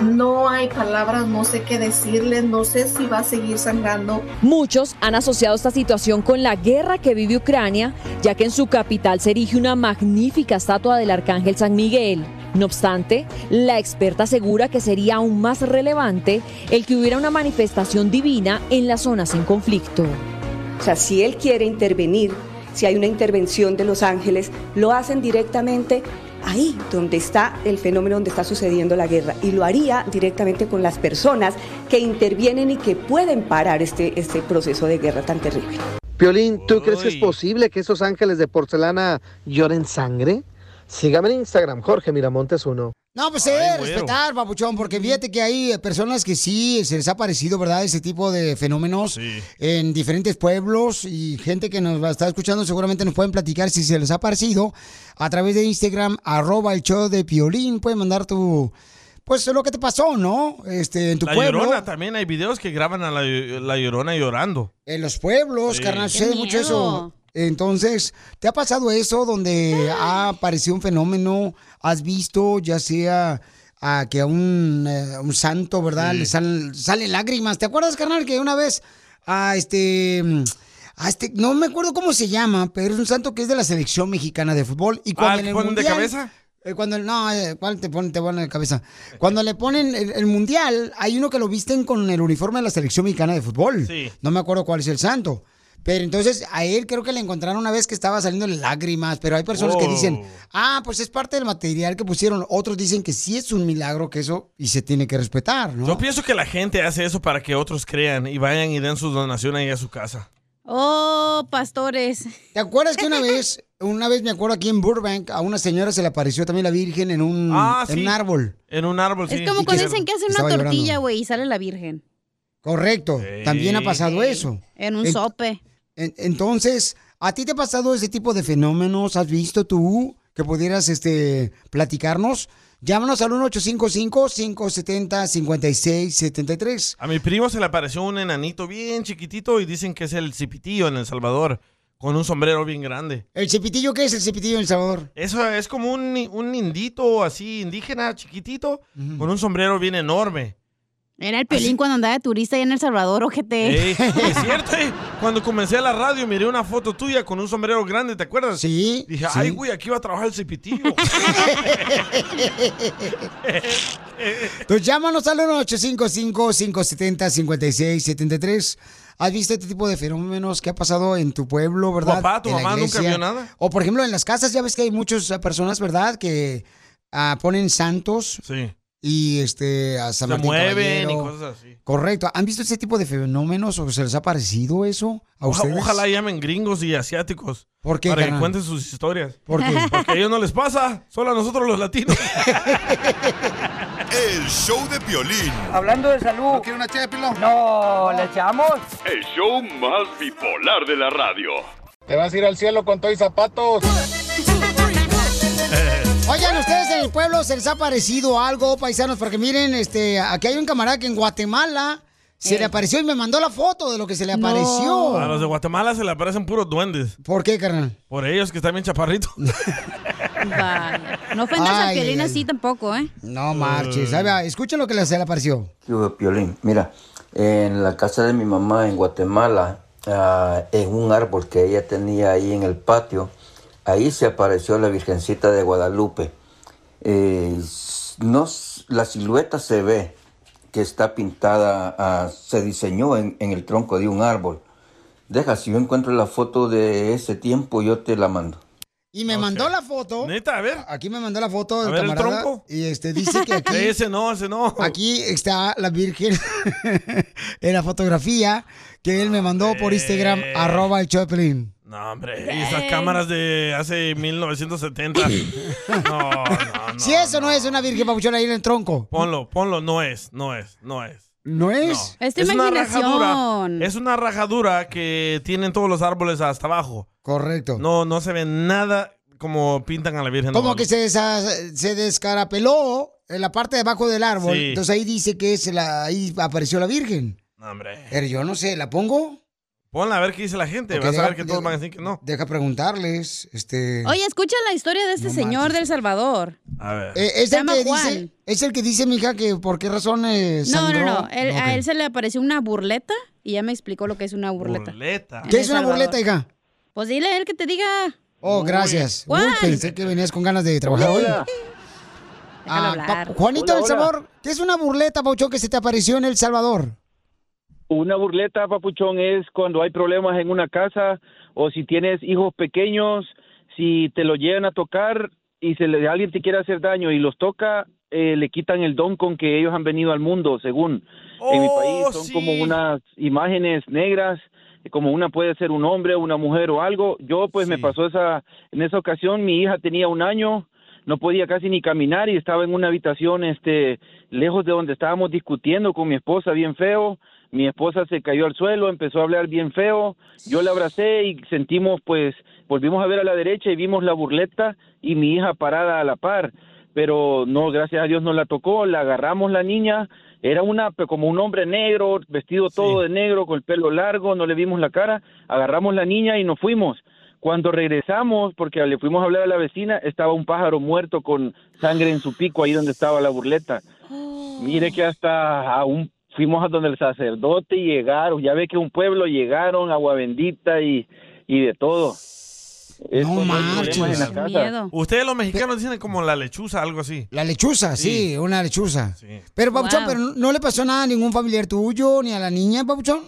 No hay palabras, no sé qué decirles, no sé si va a seguir sangrando.
Muchos han asociado esta situación con la guerra que vive Ucrania, ya que en su capital se erige una magnífica estatua del Arcángel San Miguel. No obstante, la experta asegura que sería aún más relevante el que hubiera una manifestación divina en las zonas en conflicto.
O sea, si él quiere intervenir, si hay una intervención de los ángeles, lo hacen directamente ahí donde está el fenómeno, donde está sucediendo la guerra. Y lo haría directamente con las personas que intervienen y que pueden parar este, este proceso de guerra tan terrible.
Piolín, ¿tú crees que es posible que esos ángeles de porcelana lloren sangre? Sígame en Instagram, Jorge Miramontes 1.
No, pues se debe respetar, papuchón, porque fíjate que hay eh, personas que sí se les ha parecido, ¿verdad? Ese tipo de fenómenos en diferentes pueblos y gente que nos va- está escuchando seguramente nos pueden platicar si se les ha parecido a través de Instagram, arroba el show de Piolín, pueden mandar tu, pues lo que te pasó, ¿no? Este, en tu
La
pueblo.
llorona también, hay videos que graban a la, la llorona llorando.
En los pueblos,
Sí.
carnal,
Qué
sucede mucho
miedo.
eso. Entonces, ¿te ha pasado eso donde ha aparecido un fenómeno? ¿Has visto, ya sea a que a un, eh, a un santo, ¿verdad?
Sí.
Le salen, salen lágrimas. ¿Te acuerdas, carnal, que una vez a este. A este, no me acuerdo cómo se llama, pero es un santo que es de la selección mexicana de fútbol. Y cuando
Ah,
en
¿que
el
ponen de
mundial-
cabeza?
eh, Cuando el- no, eh, ¿cuál te ponen, te ponen de cabeza? Cuando le ponen el, el mundial, hay uno que lo visten con el uniforme de la selección mexicana de fútbol.
Sí.
No me acuerdo cuál es el santo. Pero entonces a él creo que le encontraron una vez que estaba saliendo lágrimas, pero hay personas que
Wow.
dicen, ah, pues es parte del material que pusieron. Otros dicen que sí es un milagro que eso y se tiene que respetar, ¿no?
Yo pienso que la gente hace eso para que otros crean y vayan y den sus donaciones ahí a su casa.
Oh, pastores. ¿Te acuerdas que una vez, una vez me acuerdo aquí en Burbank, a una señora se le apareció también la Virgen en un,
Ah,
Mm, en
sí.
un árbol?
En un árbol, sí.
Es como cuando dicen que hacen
Estaba
una
llorando.
tortilla, güey, y sale la virgen.
Correcto, también ha pasado eso.
En un
Ent-
sope.
en- entonces, ¿a ti te ha pasado ese tipo de fenómenos? ¿Has visto tú que pudieras este, platicarnos? Llámanos al 1855-570-5673.
A mi primo se le apareció un enanito bien chiquitito y dicen que es el cipitillo en El Salvador, con un sombrero bien grande.
¿El cepitillo qué es el cepitillo en El Salvador?
Eso es como un, ni- un indito así, indígena, chiquitito, con un sombrero bien enorme.
Era el piolín cuando andaba de turista ahí en El Salvador, ojete.
Ey, es cierto, eh. cuando comencé a la radio miré una foto tuya con un sombrero grande, ¿te acuerdas?
Sí.
Dije,
sí.
ay, güey, aquí va a trabajar el cipitillo.
Entonces, llámanos al 1855-570-5673. ¿Has visto este tipo de fenómenos que ha pasado en tu pueblo, verdad?
papá, tu
En la
mamá nunca
iglesia.
vio nada?
O, por ejemplo, en las casas, ya ves que hay muchas eh, personas, ¿verdad?, que ah, ponen santos.
Sí.
Y este, a San
Se
Martín
mueven y
Caballero.
cosas así.
Correcto. ¿Han visto ese tipo de fenómenos o se les ha parecido eso a
Oja-
ustedes?
Ojalá llamen gringos y asiáticos.
¿Por qué,
Para que
carnal?
cuenten sus historias.
¿Por qué?
Porque a ellos no les pasa, solo a nosotros los latinos.
El show de Piolín.
Hablando de salud. ¿No quiere una ché de pilón? No, ¿le echamos?
El show más bipolar de la radio.
Te vas a ir al cielo con todo y zapatos.
Eh.
Oigan, ustedes en el pueblo se les ha parecido algo, paisanos, porque miren, este, aquí hay un camarada que en Guatemala se le apareció y me mandó la foto de lo que se le
A
apareció.
los de Guatemala se le aparecen puros duendes.
¿Por qué, carnal?
Por ellos que están bien chaparritos.
Vaya. No ofendas al
Ay,
piolín
ay,
así tampoco, ¿eh?
No marches. Ahí va, Escuchen lo que le- se le apareció.
Mm.
¿Qué hubo, Piolín? Mira, en la casa de mi mamá en Guatemala, ah, en un árbol que ella tenía ahí en el patio,
ahí se apareció la Virgencita de Guadalupe. Eh, s- no, s- la silueta se ve que está pintada, ah, se diseñó en, en el tronco de un árbol. Deja, si yo encuentro la foto de ese tiempo, yo te la mando.
Y me mandó la foto.
Neta, a ver.
Aquí me mandó la foto del
ver el
camarada.
tronco.
Y este dice que aquí.
Ese no, ese no.
Aquí está la Virgen en la fotografía que él me mandó por Instagram, arroba el Choplin.
No, hombre, y esas cámaras de hace 1970. No, no, no.
si eso no, es una Virgen Papuchona ahí en el tronco.
Ponlo, ponlo, no es, no es, no es.
¿No es?
No. Una
Mm.
rajadura, es una rajadura que tienen todos los árboles hasta abajo.
Correcto.
No, no se ve nada como pintan a la Virgen. de
Como
Guadalupe.
que se, desa- se descarapeló en la parte de abajo del árbol.
Sí.
Entonces ahí dice que es la, ahí apareció la Virgen.
No, hombre.
Pero yo no sé, ¿la pongo?
Ponla a ver qué dice la
Ok,
gente. Vas a
deja-
ver que todos van a decir que no.
Deja preguntarles, este...
Oye, escucha la historia de este
No
señor del Salvador.
A ver.
Eh, es,
Se
el
llama
que
Juan.
dice, es el que dice, mija, que por qué razón eh,
No,
sangró.
no, no. él-
Ok.
A él se le apareció una burleta y ya me explicó lo que es una burleta.
Burleta.
¿Qué es una burleta, hija?
Pues dile a él que te diga.
Oh, gracias. Uy,
Juan.
pensé que venías con ganas de trabajar hoy.
Hola.
Ah,
Déjalo
pa-
hablar.
Juanito
Hola,
del
hola.
Sabor, ¿qué es una burleta, Paucho, que se te apareció en El Salvador?
Una burleta, papuchón, es cuando hay problemas en una casa o si tienes hijos pequeños, si te lo llevan a tocar y se le, alguien te quiere hacer daño y los toca, eh, le quitan el don con que ellos han venido al mundo, según en mi país. Son como unas imágenes negras, como una puede ser un hombre, una mujer o algo. Yo pues me pasó esa, en esa ocasión mi hija tenía un año, no podía casi ni caminar y estaba en una habitación este lejos de donde estábamos discutiendo con mi esposa bien feo mi esposa se cayó al suelo empezó a hablar bien feo yo la abracé y sentimos pues volvimos a ver a la derecha y vimos la burleta y mi hija parada a la par pero no gracias a Dios no la tocó la agarramos la niña era una pe- como un hombre negro vestido todo de negro con el pelo largo no le vimos la cara agarramos la niña y nos fuimos cuando regresamos, porque le fuimos a hablar a la vecina, estaba un pájaro muerto con sangre en su pico ahí donde estaba la burleta. Mire que hasta aún fuimos a donde el sacerdote y llegaron, ya ve que un pueblo llegaron, agua bendita y, y de todo. Esto no hay problemas en la casa.
Ustedes los mexicanos dicen como la lechuza, algo así.
La lechuza, sí, una lechuza.
Sí.
Pero, Papuchón,
Wow.
pero no- ¿no le pasó nada a ningún familiar tuyo ni a la niña, Papuchón?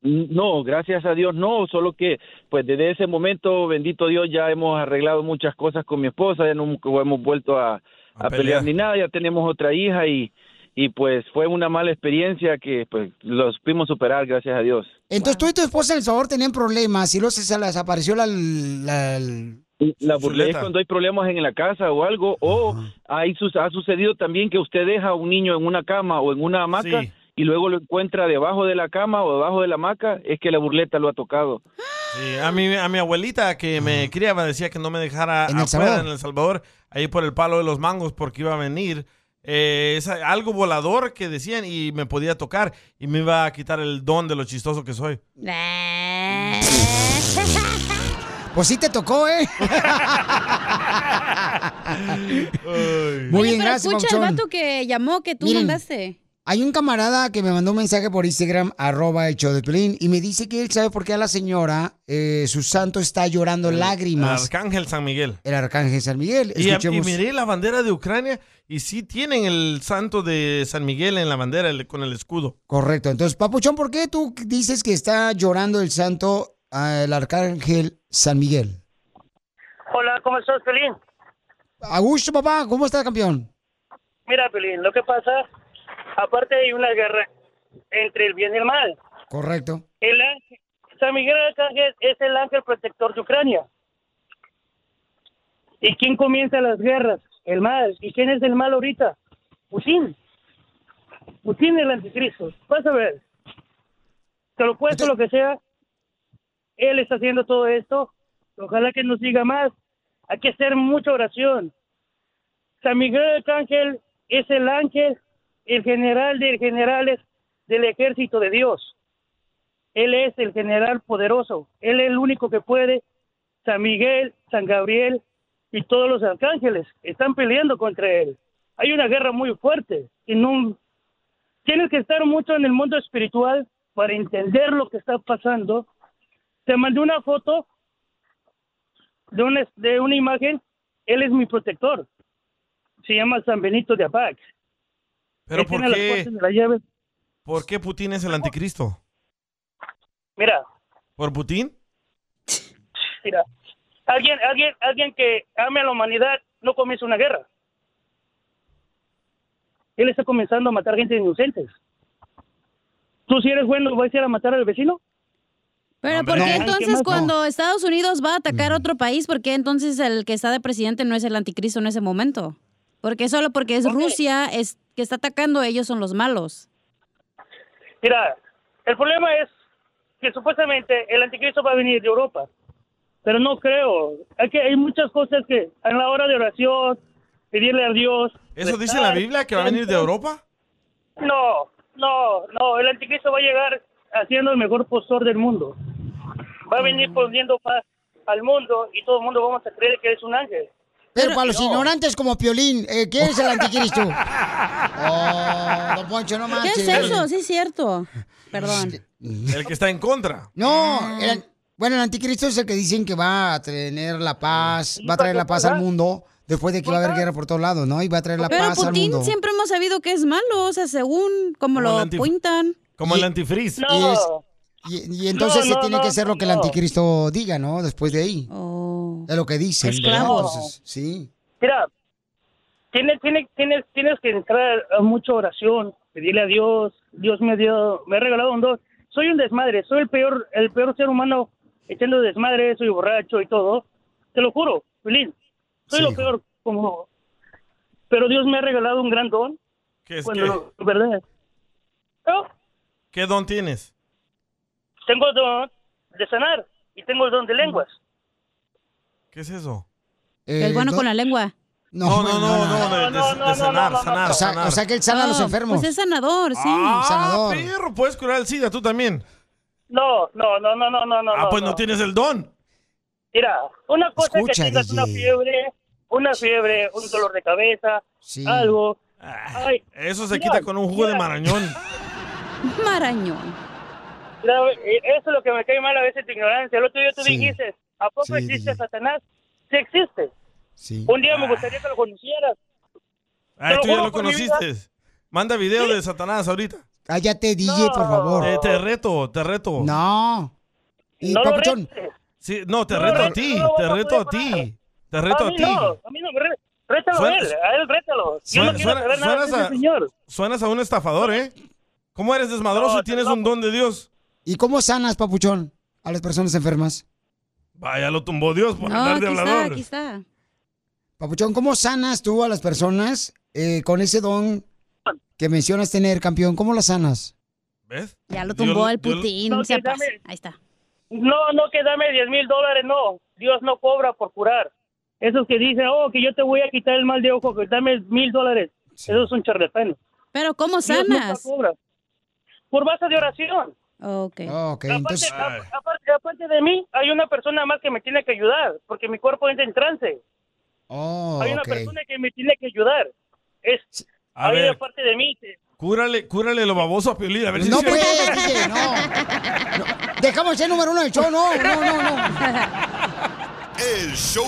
No, gracias a Dios no, solo que pues desde ese momento, bendito Dios, ya hemos arreglado muchas cosas con mi esposa, ya no hemos vuelto a, a
pelear.
pelear ni nada, ya tenemos otra hija y, y pues fue una mala experiencia que pues lo supimos superar, gracias a Dios.
Entonces tú y tu esposa en El Salvador tenían problemas y luego se se les apareció la... la-
La burla es
Chuleta.
cuando hay problemas en la casa o algo, o hay sus- ha sucedido también que usted deja a un niño en una cama o en una hamaca
Sí.
y luego lo encuentra debajo de la cama o debajo de la hamaca, es que la burleta lo ha tocado.
Sí, a, mi, a mi abuelita que me criaba decía que no me dejara
En El
afuera
Salvador.
en El Salvador, ahí por el palo de los mangos, porque iba a venir eh, esa- algo volador que decían y me podía tocar y me iba a quitar el don de lo chistoso que soy.
Pues sí te tocó, ¿eh? Muy
Oye,
bien,
pero
gracias,
escucha el
Papuchón.
vato que llamó que tú
Miren.
mandaste.
Hay un camarada que me mandó un mensaje por Instagram, arroba el show de Piolín, y me dice que él sabe por qué a la señora, eh, su santo está llorando lágrimas.
Mm, Arcángel San Miguel.
El arcángel San Miguel.
Y, a- y
Escuchemos.
miré la bandera de Ucrania y sí tienen el santo de San Miguel en la bandera el- con el escudo.
Correcto. Entonces, Papuchón, ¿por qué tú dices que está llorando el santo, ah, el arcángel San Miguel?
Hola, ¿cómo estás, Pelín?
Augusto, papá, ¿cómo estás, campeón?
Mira, Pelín, lo que pasa, aparte hay una guerra entre el bien y el mal.
Correcto.
El ángel, San Miguel Arcángel es el ángel protector de Ucrania. ¿Y quién comienza las guerras? El mal. ¿Y quién es el mal ahorita? Putin. Putin el anticristo. Vas a ver. Te lo puesto lo que sea. Él está haciendo todo esto. Ojalá que nos siga más. Hay que hacer mucha oración. San Miguel Arcángel es el ángel, el general de generales del ejército de Dios. Él es el general poderoso. Él es el único que puede. San Miguel, San Gabriel y todos los arcángeles están peleando contra él. Hay una guerra muy fuerte y no tienes que estar mucho en el mundo espiritual para entender lo que está pasando. Te mandé una foto de una, de una imagen, él es mi protector. Se llama San Benito de Apac.
Pero
Él
¿por
tiene las
qué?
puertas de la llave.
¿Por qué Putin es el anticristo?
Mira,
¿Por Putin?
mira, alguien, alguien, alguien que ame a la humanidad no comienza una guerra. Él está comenzando a matar gente inocente. ¿Tú si eres bueno vas a ir a matar al vecino?
Pero ¿por qué entonces cuando Estados Unidos va a
Mm.
atacar otro país, por qué entonces el que está de presidente no es el anticristo en ese momento? Porque solo porque es Rusia es que está atacando, ellos son los malos.
Mira, el problema es que supuestamente el anticristo va a venir de Europa, pero no creo. Hay, que, hay muchas cosas que a la hora de oración, pedirle a Dios.
¿Eso dice la Biblia que va a venir de Europa?
No, no, no. El anticristo va a llegar haciendo el mejor postor del mundo. Va a venir poniendo paz al mundo y todo el mundo vamos a creer que es un ángel.
Pero para los ignorantes como Piolín, eh, ¿quién es el anticristo? Oh, don Poncho, no
¿Qué
manches.
es eso? Sí es cierto. Perdón.
El que está en contra.
No, el an- bueno, el anticristo es el que dicen que va a tener la paz, va a traer la paz al mundo después de que va a haber guerra por todos lados, ¿no? Y va a traer la
Pero
paz al
Putin
mundo.
siempre hemos sabido que es malo, o sea, según como lo
anti-
pintan.
Como el antifriz.
Y, es- y- y entonces
No,
se
no,
tiene
no,
que hacer lo que el
no. Oh.
anticristo diga, ¿no? Después de ahí. Es lo que dicen.
Pues
¿verdad?
Esclavos.
Entonces, sí.
Mira, tienes, tienes, tienes, tienes que entrar a mucha oración, pedirle a Dios, Dios me dio, me ha regalado un don. Soy un desmadre, soy el peor, el peor ser humano echando desmadre, soy borracho y todo. Te lo juro, Filín, soy lo peor como pero Dios me ha regalado un gran don.
¿Qué es
Cuando, ¿verdad? Yo
¿Qué don tienes?
tengo el don de sanar y tengo el don de lenguas.
¿Qué es eso?
Eh,
el bueno con la lengua.
No, no, no, no, de, de- de sanar, sanar,
O sea-
sanar.
o sea que él sana a los
Ah,
enfermos.
Pues es sanador, sí.
Ah, perro, puedes curar el SIDA tú también.
No, no, no, no, no, no, no.
Ah, pues no tienes el don.
Mira, una cosa es
Escucha,
que tengas
DJ.
una fiebre, una fiebre, un dolor de cabeza,
Sí.
algo. Ay,
Ah, Eso se
mira,
quita con un jugo de
mira,
marañón.
Marañón.
mira, eh, eso es lo que me cae mal a veces, tu ignorancia. El otro día tú
Sí.
dijiste, ¿a poco
Sí,
existe
DJ.
Satanás? Sí existe.
Sí.
Un día me gustaría que lo conocieras.
Ah,
lo
tú ya
juro
lo
por mi vida.
conociste. Manda video de Satanás ahorita.
Cállate, DJ, por favor.
Eh, te reto, te reto.
No. Y
No lo
papuchón,
Sí, no, te
No,
reto a
no,
ti,
no lo voy
te
a
reto a ti. Te reto
a
a
mí
ti.
no, a mí no, me re- rétalo
Suena-
a él, a él rétalo. Yo no
Suena-
quiero
suena-
saber nada de
Suenas
ese
a-
señor.
suenas a un estafador, ¿eh? ¿Cómo eres desmadroso y tienes un don de Dios?
¿y cómo sanas, papuchón, a las personas enfermas?
Vaya, lo tumbó Dios por andar de hablador.
está.
Papuchón, ¿cómo sanas tú a las personas eh, con ese don que mencionas tener, campeón? ¿Cómo las sanas?
¿Ves?
Ya lo tumbó
Dios-
el
Dios-
Putin.
No,
sea
que dame-
paz. Ahí está.
No, no que dame 10 mil dólares, no. Dios no cobra por curar. Esos que dicen, oh, que yo te voy a quitar el mal de ojo, que dame mil dólares. Esos son charlatanes.
Pero ¿cómo
Dios nunca
sanas?
cobra. Por base de oración.
Ok.
Ok,
Aparte, a- aparte- aparte de mí, hay una persona más que me tiene que ayudar, porque mi cuerpo entra en trance.
Oh,
hay una
ok.
persona que me tiene que ayudar. Es,
A
hay
ver.
una parte de mí. que-
Cúrale, cúrale lo baboso a Piolín, a ver si
No,
es cierto.
pues, DJ, no. No, Dejamos el número uno del show, no, no, no, no.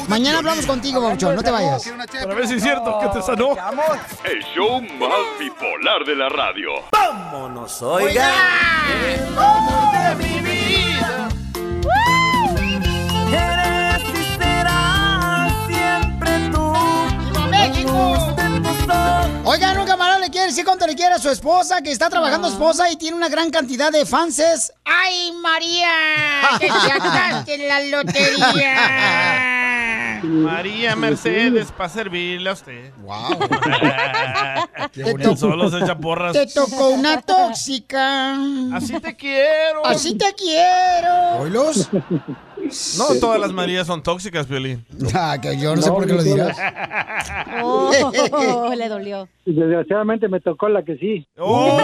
Mañana hablamos contigo, Papuchón, no te vayas.
Para ver si es cierto que te sanó.
El show más bipolar de la radio. ¡Vámonos,
oiga. El amor de mi vida. Eres y serás siempre tú. ¡Viva México!
Oigan, un camarada le quiere decir cuánto le quiere a su esposa, que está trabajando esposa y tiene una gran cantidad de fanses.
¡Ay, María! ¡Te sacaste la lotería!
María Mercedes, para servirle a usted.
Wow.
Qué solo se echa porras.
Te tocó una tóxica.
Así te quiero.
Así te quiero.
¿Oilos? No todas las Marías son tóxicas, Piolín.
Ah, que yo no sé por qué lo dirás.
Oh, le dolió.
Desgraciadamente me tocó la que sí.
¡Oh!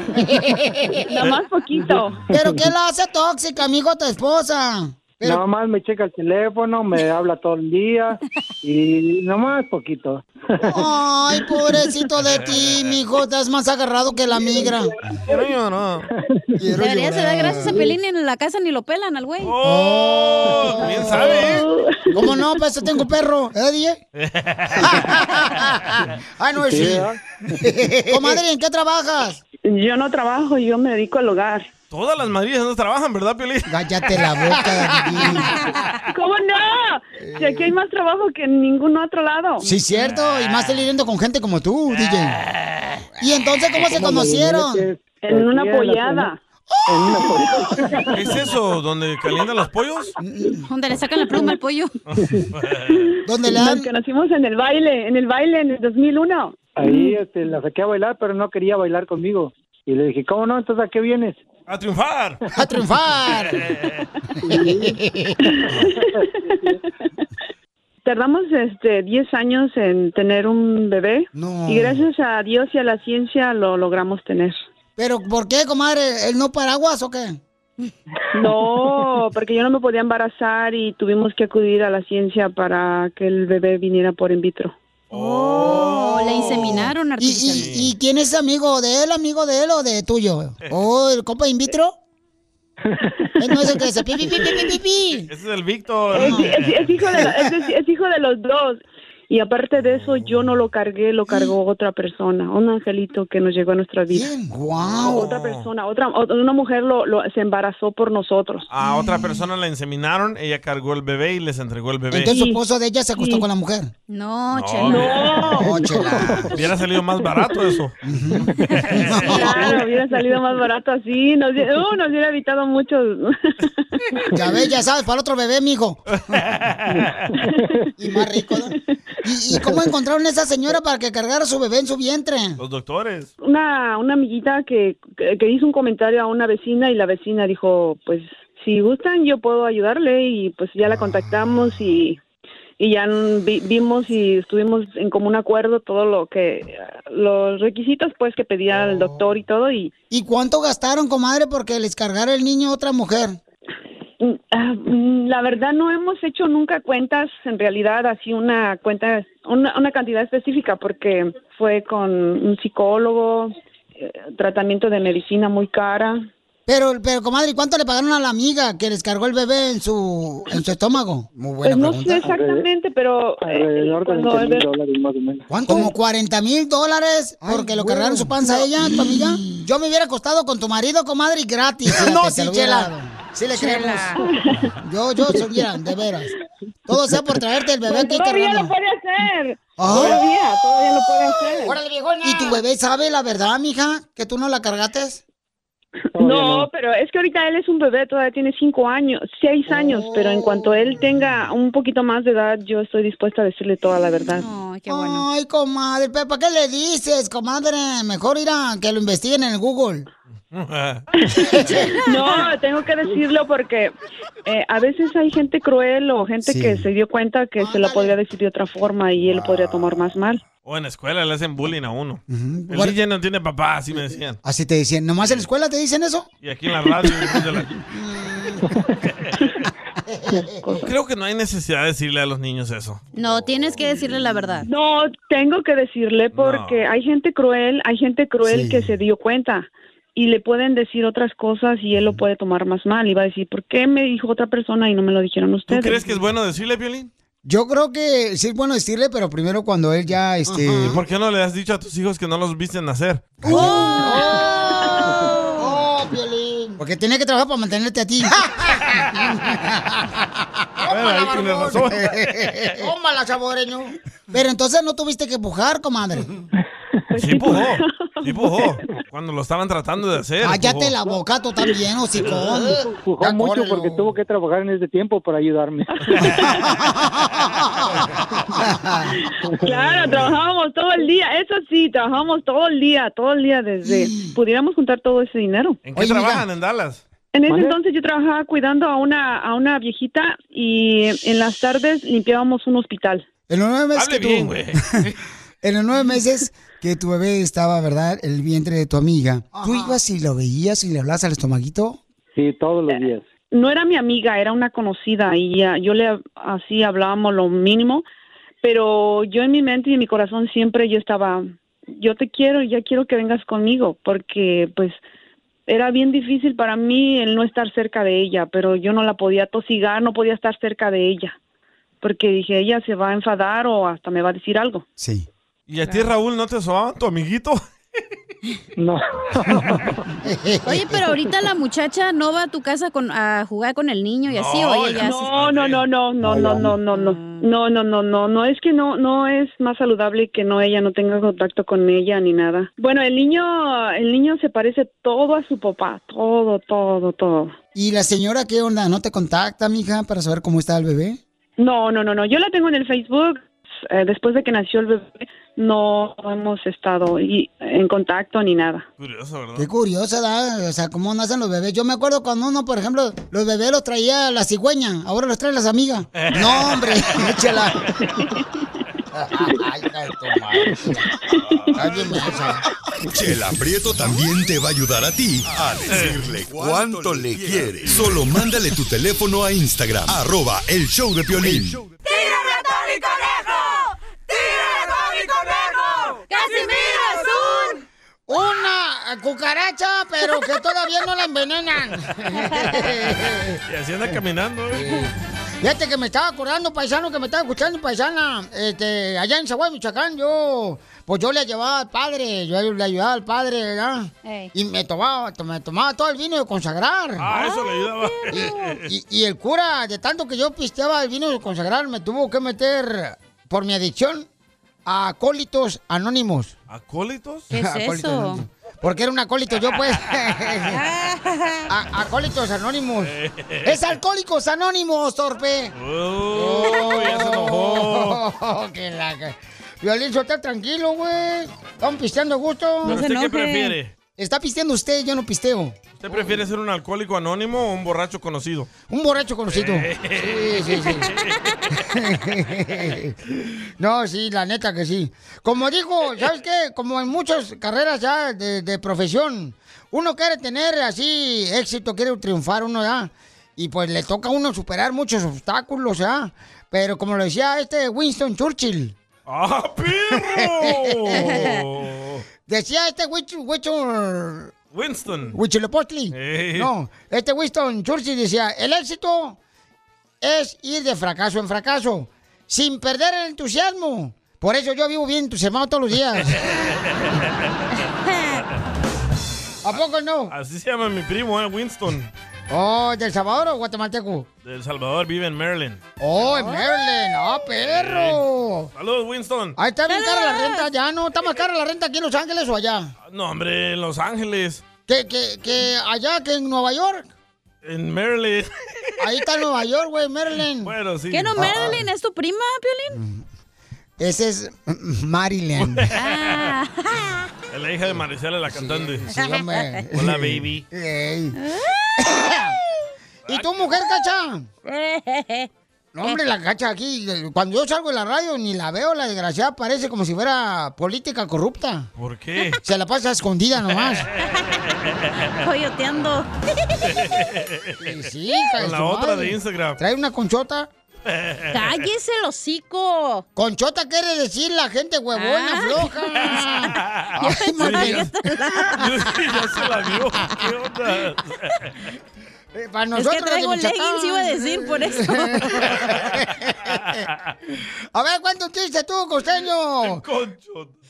Nomás
poquito.
¿Pero qué la hace tóxica, amigo, tu esposa? Pero-
Nomás me checa el teléfono, me habla todo el día y nomás poquito.
Ay, pobrecito de ti, mijo, estás más agarrado que la migra.
Quiero llorar.
Quiero
Deberías de
llorar.
dar gracias a Pelín y en la casa ni lo pelan al güey.
¡Oh! Bien sabe, ¿eh?
¿Cómo no? Pues yo tengo perro. ¿Eh, DJ? Ay, no es
Sí,
sí. Comadre, ¿en qué trabajas?
Yo no trabajo, yo me dedico al hogar.
Todas las madridas no trabajan, ¿verdad, Piolín?
Cállate la boca.
¿Cómo no? Si aquí hay más trabajo que en ningún otro lado.
Sí, cierto. Y
Ah.
más saliendo con gente como tú, DJ. ¿Y entonces cómo se conocieron?
En pues, una pollada.
¿Es eso donde calientan los pollos?
Donde le sacan la pluma al pollo.
¿Dónde
la Nos conocimos en el baile, en el baile en el 2001.
Ahí este, la saqué a bailar, pero no quería bailar conmigo. Y le dije, ¿cómo no? Entonces, ¿a qué vienes?
¡A triunfar!
¡A triunfar!
Tardamos este 10 años en tener un bebé y gracias a Dios y a la ciencia lo logramos tener.
¿Pero por qué, comadre? ¿El no paraguas o qué?
No, porque yo no me podía embarazar y tuvimos que acudir a la ciencia para que el bebé viniera por in vitro.
Oh, la inseminaron
¿Y, y, y quién es amigo de él, amigo de él o de tuyo? ¿O el compa in vitro? Él no es el que dice pi, pi, pi, pi, pi, pi.
Ese es el Víctor.
Ah.
Es, es- es hijo de, es- es- es hijo de los dos. Y aparte de eso, yo no lo cargué, lo cargó otra persona, un angelito que nos llegó a nuestra vida. Otra persona, otra, o- una mujer lo, lo- se embarazó por nosotros.
A otra persona la inseminaron, ella cargó el bebé y les entregó el bebé.
Entonces su esposo de ella se acostó con la mujer.
No,
No, chela. no.
No, Oh, chela.
Hubiera salido más barato eso.
Claro, hubiera salido más barato así, nos, hubie- uh, nos hubiera evitado muchos.
Ya ves, ya sabes, para el otro bebé, mijo. ¿Y, y cómo encontraron a esa señora para que cargara su bebé en su vientre?
Los doctores.
Una, una amiguita que, que- que hizo un comentario a una vecina y la vecina dijo, pues si gustan yo puedo ayudarle y pues ya
Ah.
la contactamos y, y ya mm, vi- vimos y estuvimos en común acuerdo todo lo que, eh, los requisitos pues que pedía el doctor y todo y
Oh. ¿Y cuánto gastaron, comadre, porque les cargara el niño a otra mujer?
Ah, mm, La verdad no hemos hecho nunca cuentas, en realidad así una cuenta, una, una cantidad específica, porque fue con un psicólogo, eh, tratamiento de medicina muy cara.
Pero, pero comadre, ¿cuánto le pagaron a la amiga que les cargó el bebé en su, en su estómago? Muy
Pues no sé exactamente, pero... eh, cuando el bebé-
Como 40 mil dólares porque lo cargaron su panza a ella, tu amiga. Yo me hubiera acostado con tu marido, comadre, y gratis.
No,
no,
sí,
sí, chela.
Chela.
Sí le creemos.
Chela.
Yo, yo, se- mira, de veras. Todo sea por traerte el bebé
Pues
aquí
todavía lo
cargando.
puede hacer.
Ah.
Todavía, todavía lo puede hacer.
Órale, ¿Y tu bebé sabe la verdad, mija? ¿Que tú no la cargaste?
No, pero es que ahorita él es un bebé, todavía tiene cinco años, seis años, pero en cuanto él tenga un poquito más de edad, yo estoy dispuesta a decirle toda la verdad.
Ay, comadre, pero ¿para qué le dices, comadre? Mejor ir a que lo investiguen en el Google.
No, tengo que decirlo porque eh, a veces hay gente cruel o gente que se dio cuenta que se la podría decir de otra forma y él podría tomar más mal.
O en la escuela le hacen bullying a uno. El DJ no tiene papá, así me decían.
Así te decían, ¿nomás en la escuela te dicen eso?
Y aquí en la radio. hijos de la- Creo que no hay necesidad de decirle a los niños eso.
No, tienes que decirle la verdad. No, tengo que decirle porque hay gente cruel, hay gente cruel que se dio cuenta y le pueden decir otras cosas y él lo puede tomar más mal y va a decir, ¿por qué me dijo otra persona y no me lo dijeron
¿Tú
ustedes?
crees que es bueno decirle, Piolín?
Yo creo que sí es bueno decirle, pero primero cuando él ya, este...
¿Y "Ah, por qué no le has dicho a tus hijos que no los viste nacer?
¡Oh, Piolín! Porque tenía que trabajar para mantenerte a ti.
Bueno, ahí tienes razón.
¡Tómala, saboreño! Pero entonces no tuviste que empujar, comadre.
Sí empujó, sí empujó. pues, Cuando lo estaban tratando de hacer. pues,
Cállate
empujó.
la boca, tú también, hocicón.
Empujó
Ya,
mucho
córrelo.
porque tuvo que trabajar en ese tiempo para ayudarme.
Claro, trabajábamos todo el día, eso sí, trabajábamos todo el día, todo el día desde... Pudiéramos juntar todo ese dinero.
¿En qué trabajan en Dallas?
En ese
¿Mande?
entonces yo trabajaba cuidando a una, a una viejita y en las tardes limpiábamos un hospital.
En los nueve meses
Hable
que tú-
bien, güey.
en los nueve meses que tu bebé estaba, ¿verdad? El vientre de tu amiga. ¿Tú ibas y lo veías y le hablabas al estomaguito?
Sí, todos los días.
No era mi amiga, era una conocida y ah, yo le así hablábamos lo mínimo, pero yo en mi mente y en mi corazón siempre yo estaba, yo te quiero y ya quiero que vengas conmigo porque pues era bien difícil para mí el no estar cerca de ella, pero yo no la podía tosigar, no podía estar cerca de ella, porque dije, ella se va a enfadar o hasta me va a decir algo.
Sí. ¿Y a ti, Raúl, no te sobaban tu amiguito?
No.
Oye, pero ahorita la muchacha no va a tu casa con, a jugar con el niño y así,
No,
o ella ya se-
no, no, no, no, no, no, no, no, no, no, no, no, no, no, es que no, no es más saludable que no ella no tenga contacto con ella ni nada. Bueno, el niño, el niño se parece todo a su papá, todo, todo, todo.
¿Y la señora qué onda? ¿No te contacta, mija, para saber cómo está el bebé?
No, no, no, no. Yo la tengo en el Facebook. eh, después de que nació el bebé, no hemos estado y- en contacto ni nada.
Curioso,
Ah.
¿verdad?
Qué curiosa, ¿verdad? O sea, cómo nacen los bebés. Yo me acuerdo cuando uno, por ejemplo, los bebés los traía la cigüeña, ahora los trae las amigas. No, hombre, échala.
Chela Prieto también te va a ayudar a ti a decirle Eh, cuánto le quiere. Solo mándale tu teléfono a Instagram, arroba el show de Piolín.
¡Casimiro
es un... Una cucaracha, pero que todavía no la envenenan.
Y así anda caminando, ¿eh?
Fíjate que me estaba acordando, paisano, que me estaba escuchando, paisana. Este, allá en Zaguay, Michoacán, yo, pues yo le ayudaba al padre, yo le ayudaba al padre, ¿verdad?
Ey.
Y me tomaba, me tomaba todo el vino de consagrar.
Ah, eso le ayudaba.
Y, y el cura, de tanto que yo pisteaba el vino de consagrar, me tuvo que meter, por mi adicción, a acólitos anónimos.
¿Acólitos?
Acólitos anónimos. Porque era un acólito, yo pues. A- acólitos anónimos.
Eh.
Es alcohólicos anónimos, torpe.
Oh, ya se enojó.
que la... ca- Violín, está tranquilo, güey. Estamos pisteando a gusto.
¿Pero No se usted qué enoje. prefiere?
Está pisteando usted, yo no pisteo.
¿Usted prefiere ser un alcohólico anónimo o un borracho conocido?
Un borracho conocido.
Eh.
Sí, sí, sí. no, sí, la neta que sí. Como dijo, ¿sabes qué? Como en muchas carreras ya de, de profesión, uno quiere tener así éxito, quiere triunfar uno, ¿ya? Y pues le toca a uno superar muchos obstáculos, ¿ya? Pero como lo decía este Winston Churchill.
¡Ah, perro!
decía este Winston... Winston
Winston.
Huitzilopochtli.
Ey.
No, este Winston Churchill decía, el éxito es ir de fracaso en fracaso, sin perder el entusiasmo. Por eso yo vivo bien entusiasmado todos los días. ¿A poco no?
Así se llama mi primo, ¿eh? Winston.
Oh, ¿del Salvador o guatemalteco?
De El Salvador, vive en Maryland.
Oh, en Maryland. ¡Ah, perro!
Saludos, Winston.
Ahí está bien cara la renta, ya no. ¿Está más cara la renta aquí en Los Ángeles o allá?
Ah, No, hombre, en Los Ángeles.
Que, que, que allá, que en Nueva York.
En Maryland.
Ahí está Nueva York, güey, Maryland.
Bueno, sí.
¿Qué no,
Ah,
Marilyn? ¿Es tu prima, Piolín?
Ese es Maryland.
Ah,
Es la hija de Marisela, la cantante.
sí, hombre.
Hola, baby.
Ey. ¿Y tu mujer, cacha? No, hombre, la cacha aquí. Cuando yo salgo de la radio ni la veo, la desgraciada parece como si fuera política corrupta.
¿Por qué?
Se la pasa escondida nomás.
Coyoteando.
Sí, hija de
Con la
su
otra
madre.
de Instagram.
Trae una conchota.
¡Cállese el hocico!
Conchota quiere decir la gente huevona,
Ah.
floja.
Yo
Ay,
pensaba
madre.
que esta-
ya se la vio. ¿Qué onda?
Eh, Para
Es que
nosotros los de
traigo
Michoacán.
leggings, iba a decir, por eso.
a ver, ¿cuánto tuviste tú, costeño?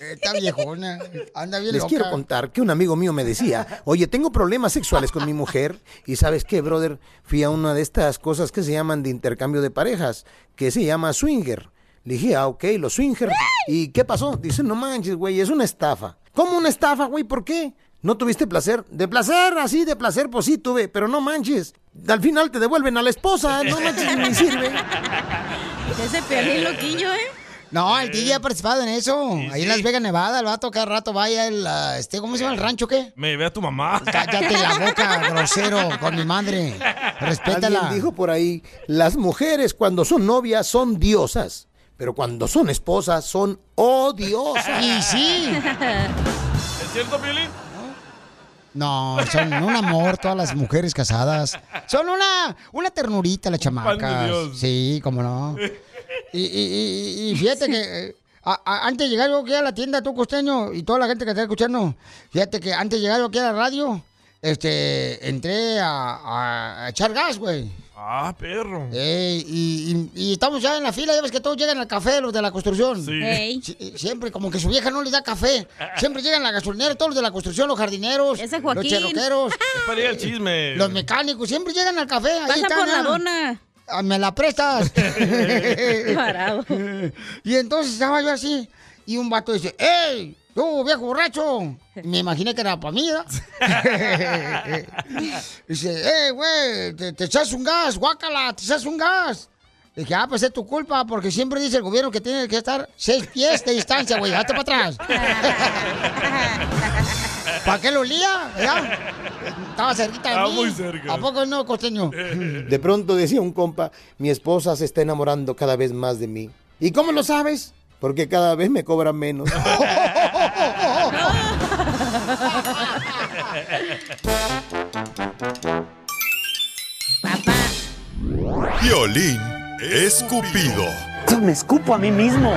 Eh, Está viejona. Anda bien
Les
loca.
quiero contar que un amigo mío me decía, oye, tengo problemas sexuales con mi mujer y sabes qué, brother, fui a una de estas cosas que se llaman de intercambio de parejas, que se llama swinger. Le dije, ah, ok, los swinger. ¿Y qué pasó? Dice, no manches, güey, es una estafa. ¿Cómo una estafa, güey? ¿Por qué? ¿No tuviste placer? De placer, así, de placer, pues sí tuve, pero no manches. Al final te devuelven a la esposa, no manches, ni sirve.
Ese Piolín loquillo, ¿eh?
No, el DJ ha participado en eso. Ahí en Las Vegas, Nevada, el vato cada rato vaya el, ah, este, ¿cómo se llama el rancho qué?
Me ve a tu mamá.
Cállate la boca, grosero, con mi madre. Respétala.
Alguien dijo por ahí, las mujeres cuando son novias son diosas, pero cuando son esposas son odiosas.
Y sí.
¿Es cierto, Piolín?
No, son un amor todas las mujeres casadas. Son una, una ternurita las
pan de
chamacas.
Dios.
Sí, cómo no. Y, y- y- y- y fíjate que eh, a- a- antes de llegar yo aquí a la tienda, tú costeño, y toda la gente que está escuchando, fíjate que antes de llegar yo aquí a la radio, este, entré a, a- a echar gas, güey.
Ah, perro.
Ey, y, y- y estamos ya en la fila, ya ves que todos llegan al café, los de la construcción.
Ey.
Sie- Siempre, como que su vieja no les da café. Siempre llegan a la gasolinera, todos los de la construcción, los jardineros, los
Joaquín.
cherroqueros,
Es para ir al chisme.
los mecánicos, siempre llegan al café. ahí
Pasan
están,
por la
ah.
dona.
Ah, Me la prestas.
Parado.
Y entonces estaba yo así, y un vato dice, ¡Ey! ¡Tú, viejo borracho! Y Me imaginé que era para mí, ¿verdad? Dice, eh, güey, te, te echas un gas, guácala, te echas un gas. Le dije, ah, pues es tu culpa, porque siempre dice el gobierno que tiene que estar seis pies de distancia, güey, hazte para atrás. ¿Para qué lo olía? ¿Verdad? Estaba cerquita de
Estaba
mí.
muy cerca.
¿A poco no, costeño?
De pronto decía un compa, mi esposa se está enamorando cada vez más de mí. ¿Y cómo lo sabes? Porque cada vez me cobra menos.
Violín escupido.
Yo me escupo a mí mismo.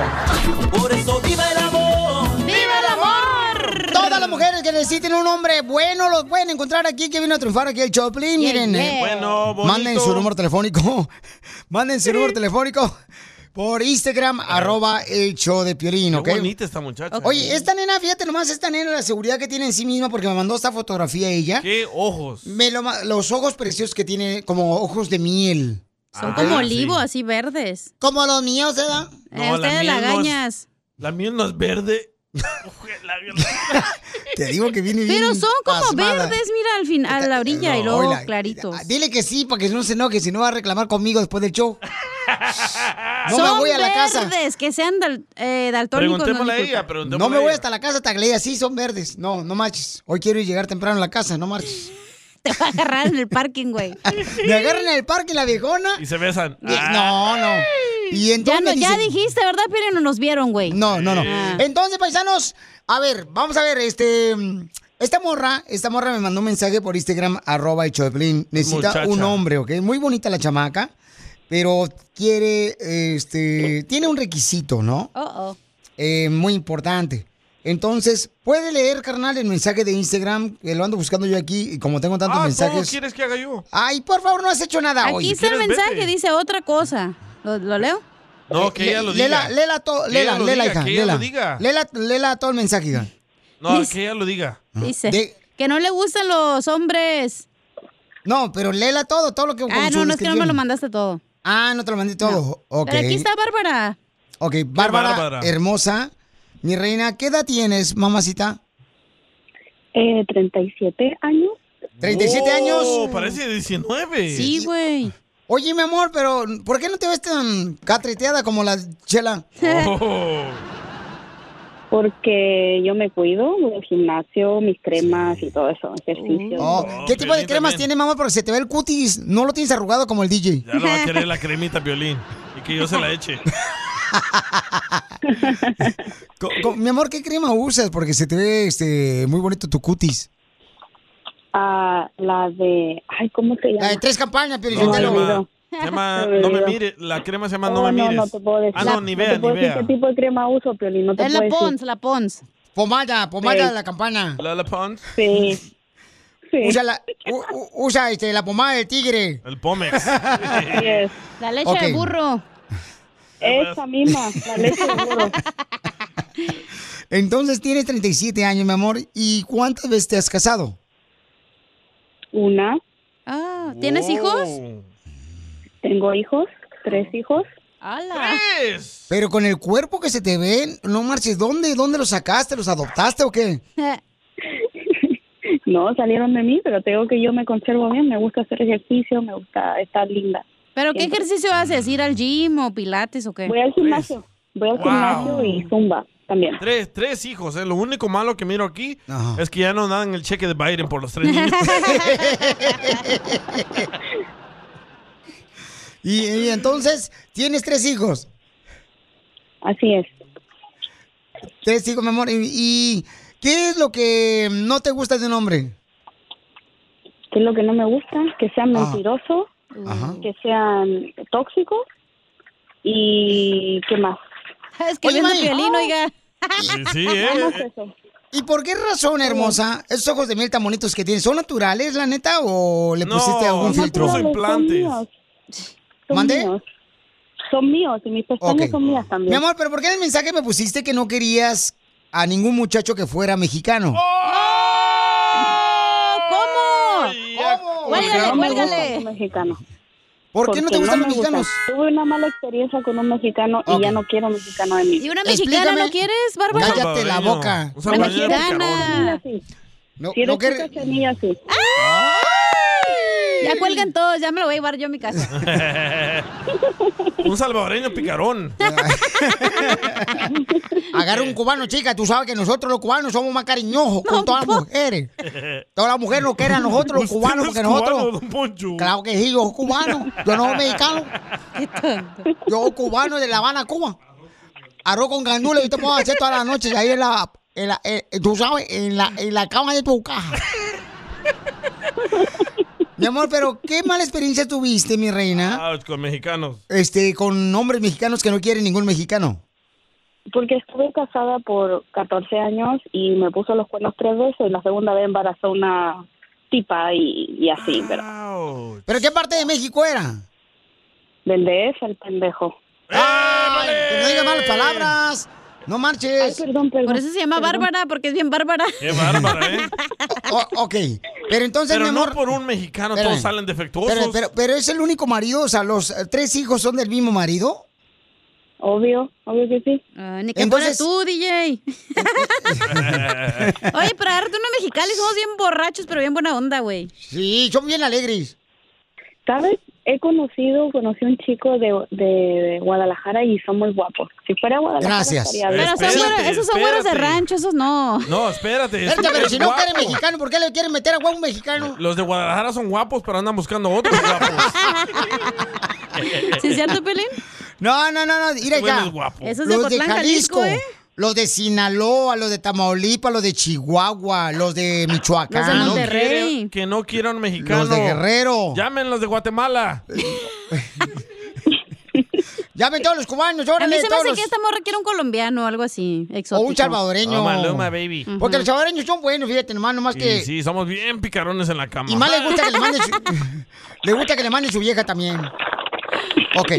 Por eso viva el amor.
¡Viva el amor! Todas las mujeres que necesiten un hombre bueno los pueden encontrar aquí que vino a triunfar aquí el Choplin.
Yeah,
Miren,
yeah. Bueno, bonito.
manden su número telefónico. manden su número telefónico por Instagram, arroba el show de Piolín, ¿ok?
Qué bonita esta muchacha.
Oye, esta nena, fíjate nomás, esta nena, la seguridad que tiene en sí misma, porque me mandó esta fotografía ella.
Qué ojos.
Me lo ma- los ojos preciosos que tiene, como ojos de miel.
Son como olivo, así verdes.
Como los míos, ¿verdad?
Eh,
No, la
ustedes
miel no es-
lagañas.
La miel no es verde.
Te digo que viene bien
Pero son como
pasmada.
verdes, mira, al fin, a la orilla y
No,
luego
hola.
claritos.
Dile que sí, para que no se enoje, si no va a reclamar conmigo después del show. No
Son
me voy a la casa.
verdes, que sean dal- eh, daltónicos. no es
Preguntémosle
mi
a
culpa.
ella, preguntémosle
No me
a
voy
ella.
hasta la casa hasta que le diga, sí, son verdes. No, no marches. Hoy quiero llegar temprano a la casa, no marches.
Te va a agarrar en el parking, güey.
Me agarran en el parque la viejona.
Y se besan. Ah.
Y- No, no. Y
Ya,
entonces
no,
me
ya
dicen-
dijiste, ¿verdad? Pero no nos vieron, güey. Ah.
No, no, no. Entonces, paisanos, a ver, vamos a ver, este. mm, Esta morra, esta morra me mandó un mensaje por Instagram, arroba y Choplin. Necesita
Muchacha.
un hombre, ¿ok? Muy bonita la chamaca, pero quiere, este, tiene un requisito, ¿no?
Oh, oh.
Eh, muy importante. Entonces, puede leer, carnal, el mensaje de Instagram, que lo ando buscando yo aquí, y como tengo tantos
Ah, ¿cómo
mensajes.
quieres que haga yo?
Ay, por favor, no has hecho nada hoy.
Aquí está el mensaje, dice otra cosa. ¿Lo, lo leo?
No, que ella lo diga.
Lela, lela, to-
Que
lela,
ella lo
lela,
diga,
hija,
que ella
lela.
lo diga.
Lela, lela todo el mensaje, hija.
No, que ella lo diga.
Dice que no le gustan los hombres.
No, pero léela todo, todo lo que...
Ah,
con su
no, no es que no me
descripción.
lo mandaste todo.
Ah, no te lo mandé todo. Ok.
Pero aquí está Bárbara.
Ok, Bárbara,
bárbara.
hermosa. Mi reina, ¿qué edad tienes, mamacita? Eh, 37 años. ¿37
Oh, pues
años?
Parece de 19.
güey. Oye, mi amor, pero ¿por qué no te ves tan catreteada como la chela?
Oh.
Porque yo me cuido, voy al gimnasio, mis cremas y todo eso, ejercicio.
Oh, ¿Qué tipo de cremas tiene, mamá? Porque se te ve el cutis. No lo tienes arrugado como el DJ.
Ya lo va a querer la cremita violín. Y que yo se la eche.
Co- co- mi amor, ¿qué crema usas? Porque se te ve este, muy bonito tu cutis.
Ah, la de, ay, ¿cómo te llamas?
La de tres campañas,
No, se llama, se llama No me mires. La crema se llama No me
Oh, no,
mires.
no te puedo decir.
Ah, no, ni
No
vea,
te puedo
ni
decir
vea.
qué tipo de crema uso, Piolín, no te
Es la
puedo decir.
Pons, la Pons.
Pomada, Ah, pomada
Sí.
de la campana.
La La Pons.
Sí.
Usa, la, u- u- usa este, la pomada del tigre.
El Pomex.
La leche
Ok.
de burro.
Esa
misma, la leche de burro.
Entonces tienes 37 años, mi amor. ¿Y cuántas veces te has casado?
Una.
Ah, ¿tienes
Oh.
hijos?
Tengo hijos, tres hijos.
¡Hala!
Pero con el cuerpo que se te ve, no marches. ¿Dónde, dónde los sacaste? ¿Los adoptaste o qué?
No, salieron de mí, pero tengo que yo me conservo bien, me gusta hacer ejercicio, me gusta estar linda.
¿Pero qué
Siempre.
ejercicio haces? ¿Ir al gym o pilates o qué?
Voy al gimnasio, voy al
Wow.
gimnasio y zumba también.
Tres, tres hijos. eh. Lo único malo que miro aquí es que ya no dan el cheque de Biden por los tres niños.
Y, y entonces, ¿tienes tres hijos?
Así es.
Tres hijos, mi amor. ¿Y, y qué es lo que no te gusta de un hombre?
¿Qué es lo que no me gusta? Que sean
Ah.
mentirosos, que sean tóxicos y qué más.
Escribiendo
Oye, mami.
violín,
Oh.
oiga.
Sí, sí, ¿eh?
Nada más eso.
¿Y por qué razón, hermosa, esos ojos de miel tan bonitos que tienes, son naturales, la neta, o le pusiste algún filtro?
Son míos. Son
¿Mande?
míos. Son míos y mis pestañas
Ok.
son mías también.
Mi amor, pero ¿por qué en el mensaje me pusiste que no querías a ningún muchacho que fuera mexicano?
Oh.
¿Cómo?
¿Cómo?
Huélgale,
¿Cómo?
huélgale. Mexicano.
¿Por qué no te gustan los
me gustan.
mexicanos?
Tuve una mala experiencia con un mexicano y ya no quiero mexicano en mi vida.
¿Y una mexicana no quieres, Bárbara?
Cállate la boca.
Un salvadoreño
mexicana.
No,
Si eres
no quer-
tú, cachanilla, sí.
Ya cuelgan todos, ya me lo voy a llevar yo a mi casa.
Un salvadoreño picarón.
Agarra un cubano, chica. Tú sabes que nosotros los cubanos somos más cariñosos con todas las mujeres. Todas las mujeres nos quieren a nosotros, los
Usted
cubanos,
no es
porque nosotros.
cubano,
Claro que sí, yo soy cubano. Yo no soy mexicano. Yo soy cubano de La Habana, Cuba. Arroz con gandules, yo te puedo hacer todas las noches ahí en la. en la- en- tú sabes, en la, en la cama de tu caja. Mi amor, pero qué mala experiencia tuviste, mi reina.
Ouch, Ah, con mexicanos.
Este, con hombres mexicanos que no quieren ningún mexicano.
Porque estuve casada por 14 años y me puso los cuernos tres veces. La segunda vez embarazó una tipa y, y así, pero...
¿Pero qué parte de México era?
Del DF, el pendejo.
¡Ay! pero no digas malas palabras. No marches.
Por eso se llama Bárbara, porque es bien Bárbara.
Qué bárbara, ¿eh?
ok, pero entonces,
Pero
mi
no
amor-
por un mexicano
Espérame.
todos salen defectuosos.
Pero, pero, pero es el único marido, o sea, los eh, tres hijos son del mismo marido.
Obvio, obvio que sí.
Ah, Ni que fuera
Entonces-
tú, DJ. Oye, para darte uno mexicali, somos bien borrachos, pero bien buena onda, güey.
Sí, son bien alegres.
¿Sabes? He conocido, conocí a un chico de, de, de Guadalajara y son muy guapos. Si fuera Guadalajara,
Gracias.
estaría bien.
Pero son
Espérate,
güeros- esos son güeros de
espérate.
rancho, esos no.
No, espérate. es-
Espérate, pero
es
si no
guapo.
quieren mexicano, ¿por qué le quieren meter a un mexicano?
Los de Guadalajara son guapos, pero andan buscando otros guapos.
¿Sí es cierto, Pelín?
No, no, no, no, mira
Este güey no
acá.
es guapo.
Eso es de Cotlán, Jalisco, ¿eh?
Los de Sinaloa, los de Tamaulipas, los de Chihuahua, los de Michoacán.
Que no quieren- Que no quieran mexicanos.
Ah, Los de Guerrero.
Llamen los de Guatemala.
Llamen todos los cubanos,
A mí
órale,
se me
todos
hace
los-
que esta morra quiere un colombiano o algo así,
O
exótico.
un salvadoreño.
Loma, Loma, baby.
Porque los salvadoreños son buenos, fíjate, nomás, nomás que...
Sí, sí, somos bien picarones en la cama.
Y más le gusta que le mande su, le gusta que le mande su vieja también. Ok.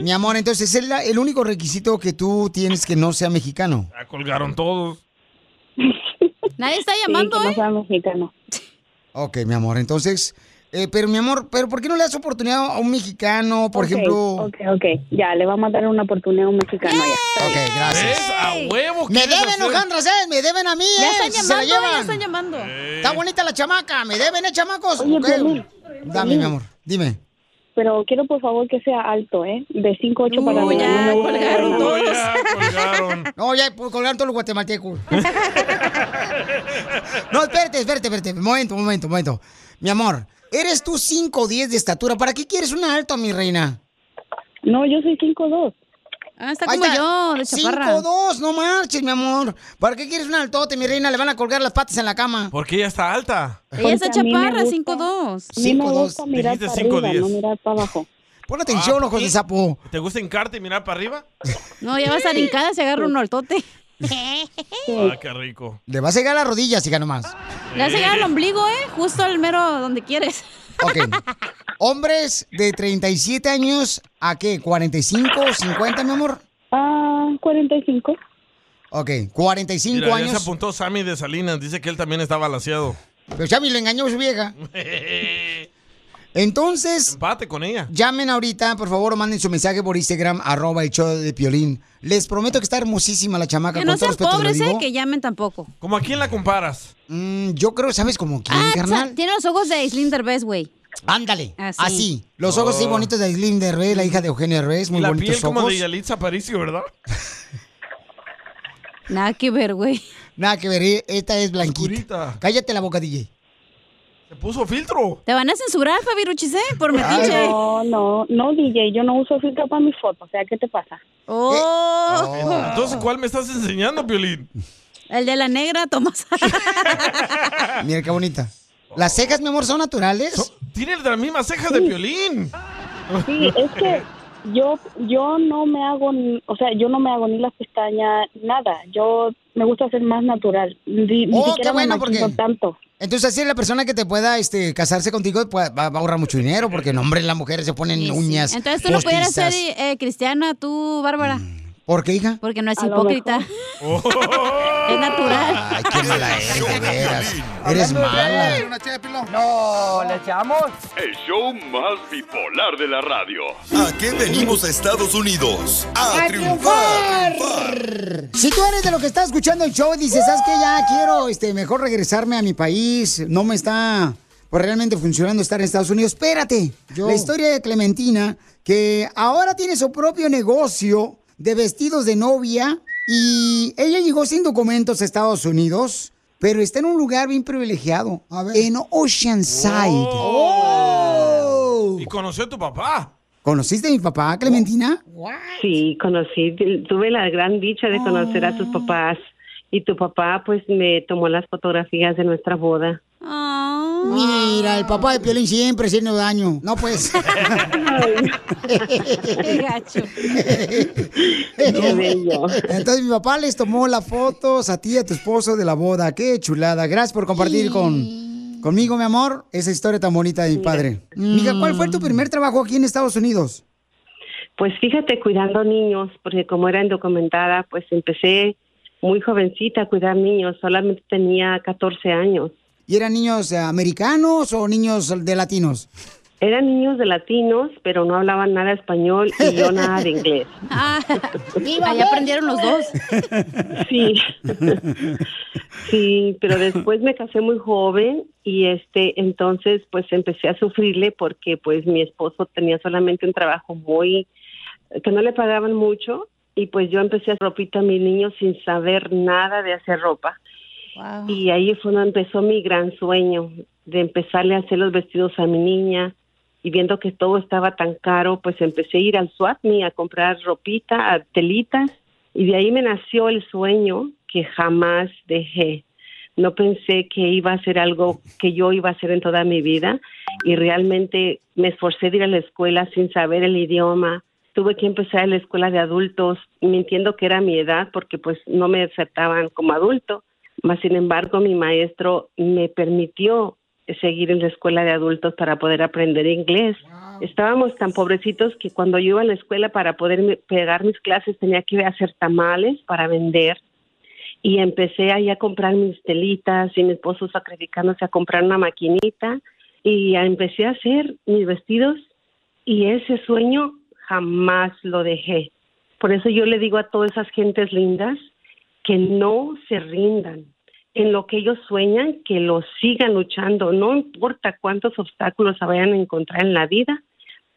Mi amor, entonces es la- el único requisito que tú tienes que no sea mexicano.
Ya colgaron todos.
Nadie está
llamando, ¿eh? mexicano.
Ok, mi amor, entonces. eh, pero mi amor, ¿pero por qué no le das oportunidad a un mexicano, por
Ok,
ejemplo?
Ok, ok, ya, le vamos a dar una oportunidad a un mexicano ya.
Ok, gracias.
¿Ves? A huevo.
Me
¿quieres
deben,
hacer?
Ojandras, eh, me deben a mí.
Ya
eh,
están
si se la
llamando,
llevan.
ya están llamando.
Está bonita la chamaca, me deben, eh, chamacos.
Oye,
Ok.
Piolín,
Dame, mi amor, dime.
Pero quiero por favor que sea alto, ¿eh? De 5'8 para
Uy,
arriba.
ya,
no me gusta
colgaron
el-
todos. No, ya pues, colgaron todos los guatemaltecos. no, espérate, espérate, espérate. Momento, momento, momento. Mi amor, eres tú 5 o 10 de estatura. ¿Para qué quieres una alta, mi reina?
No, yo soy 5'2.
Ah, está como yo, de chaparra.
5 2, no marches, mi amor. ¿Para qué quieres una altote, mi reina? Le van a colgar las patas en la cama.
Porque ella está alta.
Eh.
Ella está
Porque a mí me
chaparra,
gusta-
5'2".
A mí me gusta
5'2.
mirar
Dijiste
para arriba,
5'10.
no mirar para abajo.
Pon atención,
Ah,
ojos de sapo.
¿Te gusta hincarte y mirar para arriba?
No, ya vas a brincada se agarra un altote.
Ah, qué rico.
Le vas a llegar a las rodillas, hija, nomás.
Eh. Le vas a llegar al ombligo, ¿eh? Justo al mero donde quieres.
Ok. Hombres de 37 años a qué? ¿45, 50, mi amor?
Ah, 45.
Ok, 45
Mira, ya se
años.
apuntó Sammy de Salinas. Dice que él también está balanceado.
Pero Xavi lo engañó a su vieja. Entonces.
Empate con ella.
Llamen ahorita, por favor, manden su mensaje por Instagram, arroba el show de Piolín. Les prometo que está hermosísima la chamaca.
Que no
con todo
sean
respeto, te lo
pobres, ¿eh?
digo.
Que llamen tampoco.
¿Como a quién la comparas?
Mm, yo creo, ¿sabes como quién, carnal?
Ah, Tiene los ojos de Slinder Best, güey.
Ándale.
Así.
Así. Los ojos así
Oh.
bonitos de Aislinn de Rey, la hija de Eugenio Herrés, muy
la
bonitos
piel como
ojos.
de Yalitza Aparicio, ¿verdad?
Nada que ver, güey.
Nada que ver, eh, esta es blanquita. Cállate la boca, DJ.
Se puso filtro.
Te van a censurar, Fabi Ruchise, por metiche.
No, no, no, DJ, yo no uso filtro para mis fotos, o sea, ¿qué te pasa?
Oh.
Eh, ah, Entonces, ¿cuál me estás enseñando, Piolín?
El de la negra, Tomás.
Mira qué bonita. Las cejas, mi amor, son naturales.
Tiene las mismas cejas de Piolín.
Sí, es que yo yo no me hago, ni- o sea, yo no me hago ni las pestañas, nada. Yo me gusta ser más natural. Ni, ni
Oh,
siquiera
qué
me
bueno, porque.
maquillo tanto.
Entonces, así la persona que te pueda este, casarse contigo pues, va, va a ahorrar mucho dinero, porque no, hombre, las mujeres se ponen uñas.
Entonces tú no pudieras ser
postizas.
eh, cristiana, tú, Bárbara,
¿Por qué, hija?
porque no es
A lo
hipócrita. es natural.
Ay, qué mala eres, de veras. Eres
Hablando de-
mala.
¿Quiere una ché de pilón? No, ¿le echamos?
El show más bipolar de la radio.
¿A qué venimos a Estados Unidos?
Ah,
A triunfar.
Si tú eres de lo que está escuchando el show y dices, ¿sabes qué? Ya quiero este, mejor regresarme a mi país. No me está pues, realmente funcionando estar en Estados Unidos. Espérate.
Yo.
La historia de Clementina, que ahora tiene su propio negocio de vestidos de novia y ella llegó sin documentos a Estados Unidos, pero está en un lugar bien privilegiado, en Oceanside. Oh.
Y conoció a tu papá.
¿Conociste a mi papá, Clementina?
Sí, conocí, tuve la gran dicha de conocer a tus papás y tu papá pues me tomó las fotografías de nuestra boda.
Mira, el papá de Piolín siempre haciendo daño. No, pues.
Qué
gacho.
Entonces mi papá les tomó las fotos a ti y a tu esposo de la boda. Qué chulada. Gracias por compartir con, conmigo, mi amor, esa historia tan bonita de mi padre. Mija, ¿cuál fue tu primer trabajo aquí en Estados Unidos?
Pues fíjate, cuidando niños, porque como era indocumentada, pues empecé muy jovencita a cuidar niños, solamente tenía 14 años.
¿Y eran niños eh, americanos o niños de latinos?
Eran niños de latinos, pero no hablaban nada español y yo nada de inglés.
Ah, ahí aprendieron los dos.
Sí. Sí, pero después me casé muy joven y este entonces pues empecé a sufrirle porque pues mi esposo tenía solamente un trabajo muy que no le pagaban mucho y pues yo empecé a hacer ropita a mis niños sin saber nada de hacer ropa. Y ahí fue donde empezó mi gran sueño de empezarle a hacer los vestidos a mi niña y viendo que todo estaba tan caro, pues empecé a ir al SWATMI a comprar ropita, a telitas y de ahí me nació el sueño que jamás dejé. No pensé que iba a ser algo que yo iba a hacer en toda mi vida y realmente me esforcé de ir a la escuela sin saber el idioma. Tuve que empezar en la escuela de adultos, mintiendo que era mi edad porque pues no me aceptaban como adulto. Mas sin embargo, mi maestro me permitió seguir en la escuela de adultos para poder aprender inglés. Estábamos tan pobrecitos que cuando yo iba a la escuela para poder me- pegar mis clases tenía que hacer tamales para vender y empecé ahí a comprar mis telitas y mi esposo sacrificándose a comprar una maquinita y ya empecé a hacer mis vestidos y ese sueño jamás lo dejé. Por eso yo le digo a todas esas gentes lindas que no se rindan en lo que ellos sueñan, que lo sigan luchando, no importa cuántos obstáculos se vayan a encontrar en la vida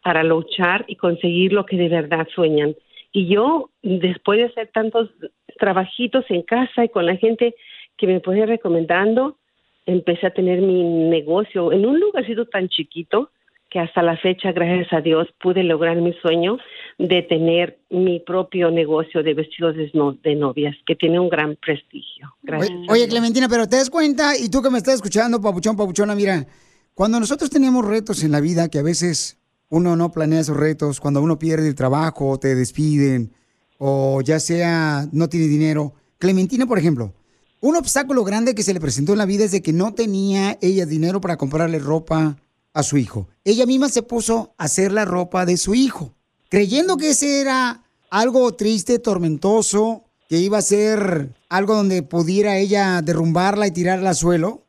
para luchar y conseguir lo que de verdad sueñan. Y yo, después de hacer tantos trabajitos en casa y con la gente que me fue recomendando, empecé a tener mi negocio en un lugarcito tan chiquito que hasta la fecha, gracias a Dios, pude lograr mi sueño de tener mi propio negocio de vestidos de no- de novias, que tiene un gran prestigio. Gracias.
Oye, Oye, Clementina, pero te das cuenta, y tú que me estás escuchando, papuchón, papuchona, mira, cuando nosotros tenemos retos en la vida, que a veces uno no planea esos retos, cuando uno pierde el trabajo, te despiden, o ya sea no tiene dinero. Clementina, por ejemplo, un obstáculo grande que se le presentó en la vida es de que no tenía ella dinero para comprarle ropa a su hijo. Ella misma se puso a hacer la ropa de su hijo, creyendo que ese era algo triste, tormentoso, que iba a ser algo donde pudiera ella derrumbarla y tirarla al suelo.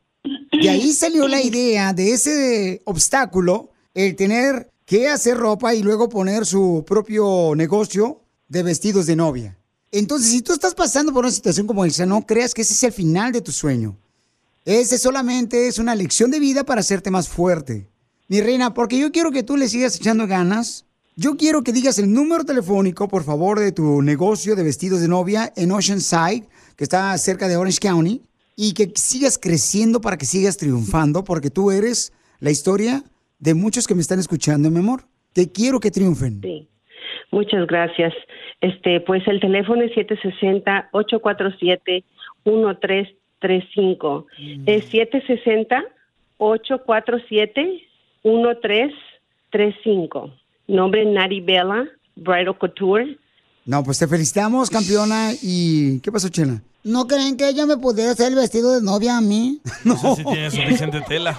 Y ahí salió la idea de ese obstáculo, el tener que hacer ropa y luego poner su propio negocio de vestidos de novia. Entonces, si tú estás pasando por una situación como esa, no creas que ese es el final de tu sueño. Ese solamente es una lección de vida para hacerte más fuerte. Mi reina, porque yo quiero que tú le sigas echando ganas. Yo quiero que digas el número telefónico, por favor, de tu negocio de vestidos de novia en Oceanside, que está cerca de Orange County, y que sigas creciendo para que sigas triunfando, porque tú eres la historia de muchos que me están escuchando, mi amor. Te quiero que triunfen.
Muchas gracias. Este, pues el teléfono es 760 847 1335. Es 760 847 1335. Nombre Nari Bella Bridal Couture
No, pues te felicitamos, campeona. ¿Y qué pasó, Chela?
¿No creen que ella me pudiera hacer el vestido de novia a mí?
No sé si
Oh.
tiene suficiente tela.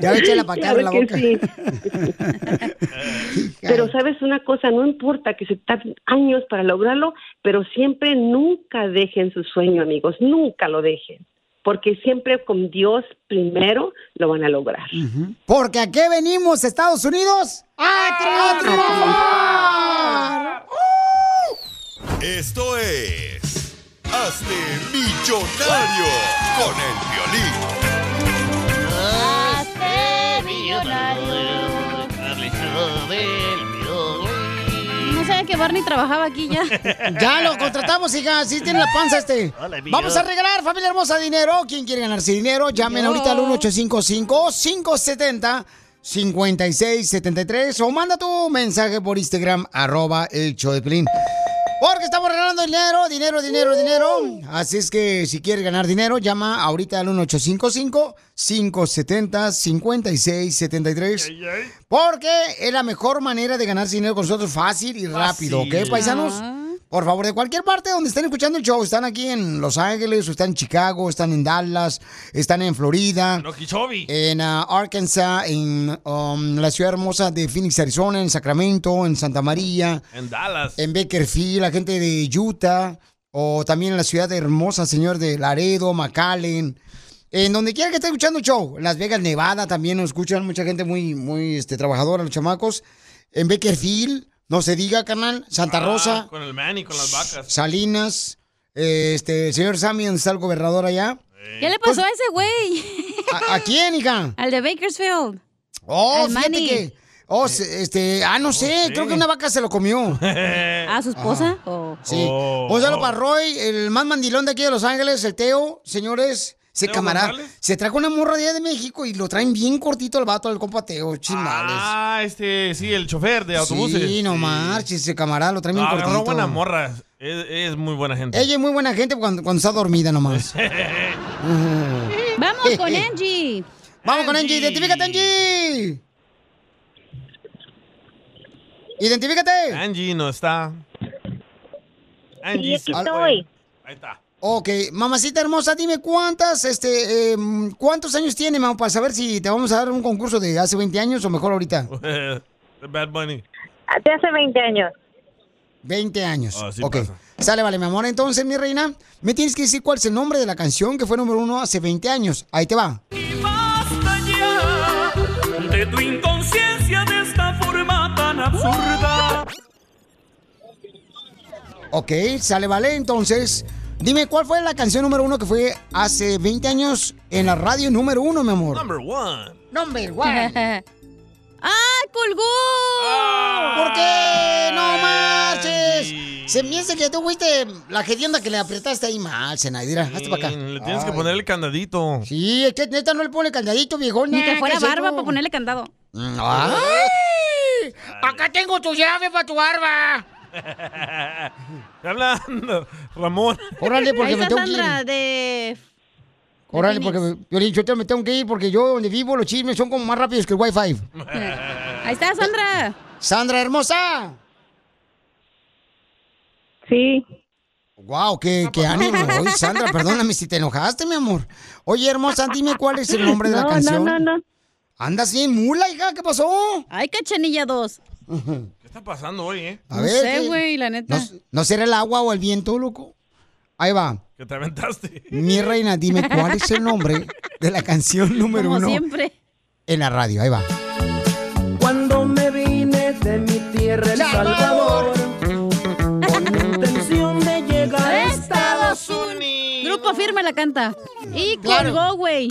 Ya le eché la patada
Claro
en la
que
boca.
sí. Pero sabes una cosa, no importa que se tarden años para lograrlo, pero siempre nunca dejen su sueño, amigos, nunca lo dejen, porque siempre con Dios primero lo van a lograr.
Porque aquí venimos, Estados Unidos, a
¡A triunfar!
triunfar.
Esto es. Hazte millonario con el violín.
No sabía que Barney trabajaba aquí ya.
Ya lo contratamos, hija. Así tiene la panza este.
Hola, mi
Vamos
yo.
a regalar, familia hermosa, dinero. ¿Quién quiere ganarse dinero? Llamen ahorita al 1855-570-5673 o manda tu mensaje por Instagram, arroba el show de Piolín. Porque estamos regalando dinero, dinero, dinero, dinero.
Uh.
Así es que si quieres ganar dinero, llama ahorita al 1855-570-5673. Porque es la mejor manera de ganar dinero con nosotros fácil y rápido,
Fácil.
¿ok, paisanos? Por favor, de cualquier parte donde estén escuchando el show, están aquí en Los Ángeles, o están en Chicago, están en Dallas, están en Florida, en ah, Arkansas, en um, la ciudad hermosa de Phoenix, Arizona, en Sacramento, en Santa María,
En Dallas.
en Bakersfield, la gente de Utah, o también en la ciudad hermosa, señor, de Laredo, McAllen. En donde quiera que esté escuchando el show, en Las Vegas, Nevada, también nos escuchan mucha gente muy, muy este, trabajadora, los chamacos. En Bakersfield, no se diga, canal, Santa
Ah,
Rosa,
con el man y con las vacas.
Salinas, eh, este, el señor Sammy, donde está el gobernador allá.
¿Qué le pasó a ese güey?
¿A, a quién, hija?
Al de Bakersfield.
Oh,
Al
fíjate
Manny.
que. Oh, se- este, ah,
Oh,
no sé, creo que una vaca se lo comió.
¿A su esposa? Oh. ¿O
Sí.
Oh.
Un saludo para Roy, el más mandilón de aquí de Los Ángeles, el Teo, señores. Se
¿Teo
camarada.
González?
Se trajo una morra de allá de México y lo traen bien cortito al vato del compa Teo, chimales.
Ah, este, sí, el chofer de autobuses.
Pues,
Ah,
sí, no marches, ese camarada lo traen bien
Agarró
cortito.
buena morra. Es, es muy buena gente.
Ella es muy buena gente cuando, cuando está dormida nomás.
Vamos con Angie.
Vamos con Angie, identifícate Angie. Identifícate.
Angie no está.
Sí, aquí
Angie se fue.
estoy.
Ahí está.
Ok, mamacita hermosa, dime cuántas, este, em, cuántos años tiene, mamá, para saber si te vamos a dar un concurso de hace 20 años o mejor ahorita.
The Bad Bunny.
De hace 20 años. 20 años.
Ah, sí
ok.
pasa.
Sale, vale, mi amor. Entonces, mi reina, me tienes que decir cuál es el nombre de la canción que fue número uno hace 20 años. Ahí te va.
Basta ya de tu inconsciencia de esta forma tan absurda.
Ok, sale, vale. Entonces, dime cuál fue la canción número uno que fue hace 20 años en la radio número uno, mi amor.
Number one.
Number one.
¡Ah, colgó!
¿Por qué? ¡No marches! Se me hace que tú fuiste la gedienda que le apretaste ahí mal, Zenaidira. Hazte para acá.
Le tienes que poner el candadito.
Sí, es que neta no le pone candadito, viejona.
Ni que fuera
¿qué es
barba
eso?
para ponerle candado.
Mm,
Ah. ¡Ay! Acá tengo tu llave para tu barba.
Está hablando, Ramón.
Órale, porque
Ahí
me
está
tengo que
Sandra
ir.
de...
Órale, porque Violín, yo te- me tengo que ir porque yo donde vivo los chismes son como más rápidos que el Wi-Fi.
Ahí está Sandra.
Sandra hermosa. Sí. Wow, qué, qué ánimo. Oye, Sandra, perdóname si te enojaste, mi amor. Oye, hermosa, dime cuál es el nombre de la
No, no,
canción.
no,
no. Andas bien mula, hija, ¿qué pasó?
Ay, cachanilla 2.
¿Qué está pasando hoy, eh?
A
No
ver,
sé,
¿qué?
güey, la neta.
eh, No, ¿No será el agua o el viento, loco? Ahí va.
Que te aventaste.
Mi reina, dime cuál es el nombre de la canción número
Como
uno
siempre.
en la radio. Ahí va.
Cuando me vine de mi tierra, El Salvador, con intención de llegar a Estados Unidos.
Grupo firme la canta. Y
Claro.
colgó, güey.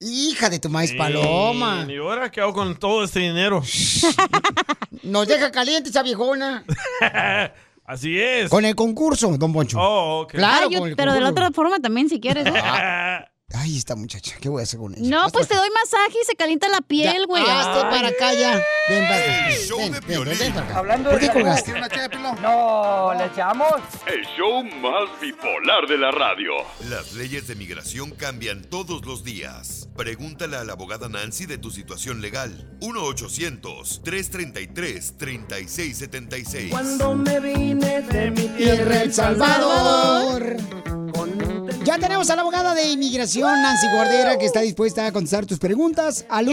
Hija de tu maíz paloma.
¿Y ahora qué hago con todo este dinero?
Nos deja caliente esa viejona.
Así es.
Con el concurso, don Poncho.
Oh, ok.
Claro,
Ah, yo-
con el
pero de la
concurso.
otra forma también, si quieres. ¿no?
Ay, esta muchacha, ¿qué voy ¿eh? Ah. a hacer con ella?
Ah. No, pues te doy masaje y se calienta la piel, güey.
hazte para acá ya. Ven, para acá. Ven, ven, ven, ven para acá. ¿Por qué colgaste?
No, ¿le echamos?
El show más bipolar de la radio.
Las leyes de migración cambian todos los días. Pregúntale a la abogada Nancy de tu situación legal. 1-800-333-3676.
Cuando me vine de mi
Tierra El Salvador. Ya tenemos a la abogada de inmigración, Nancy Guardera, que está dispuesta a contestar tus preguntas al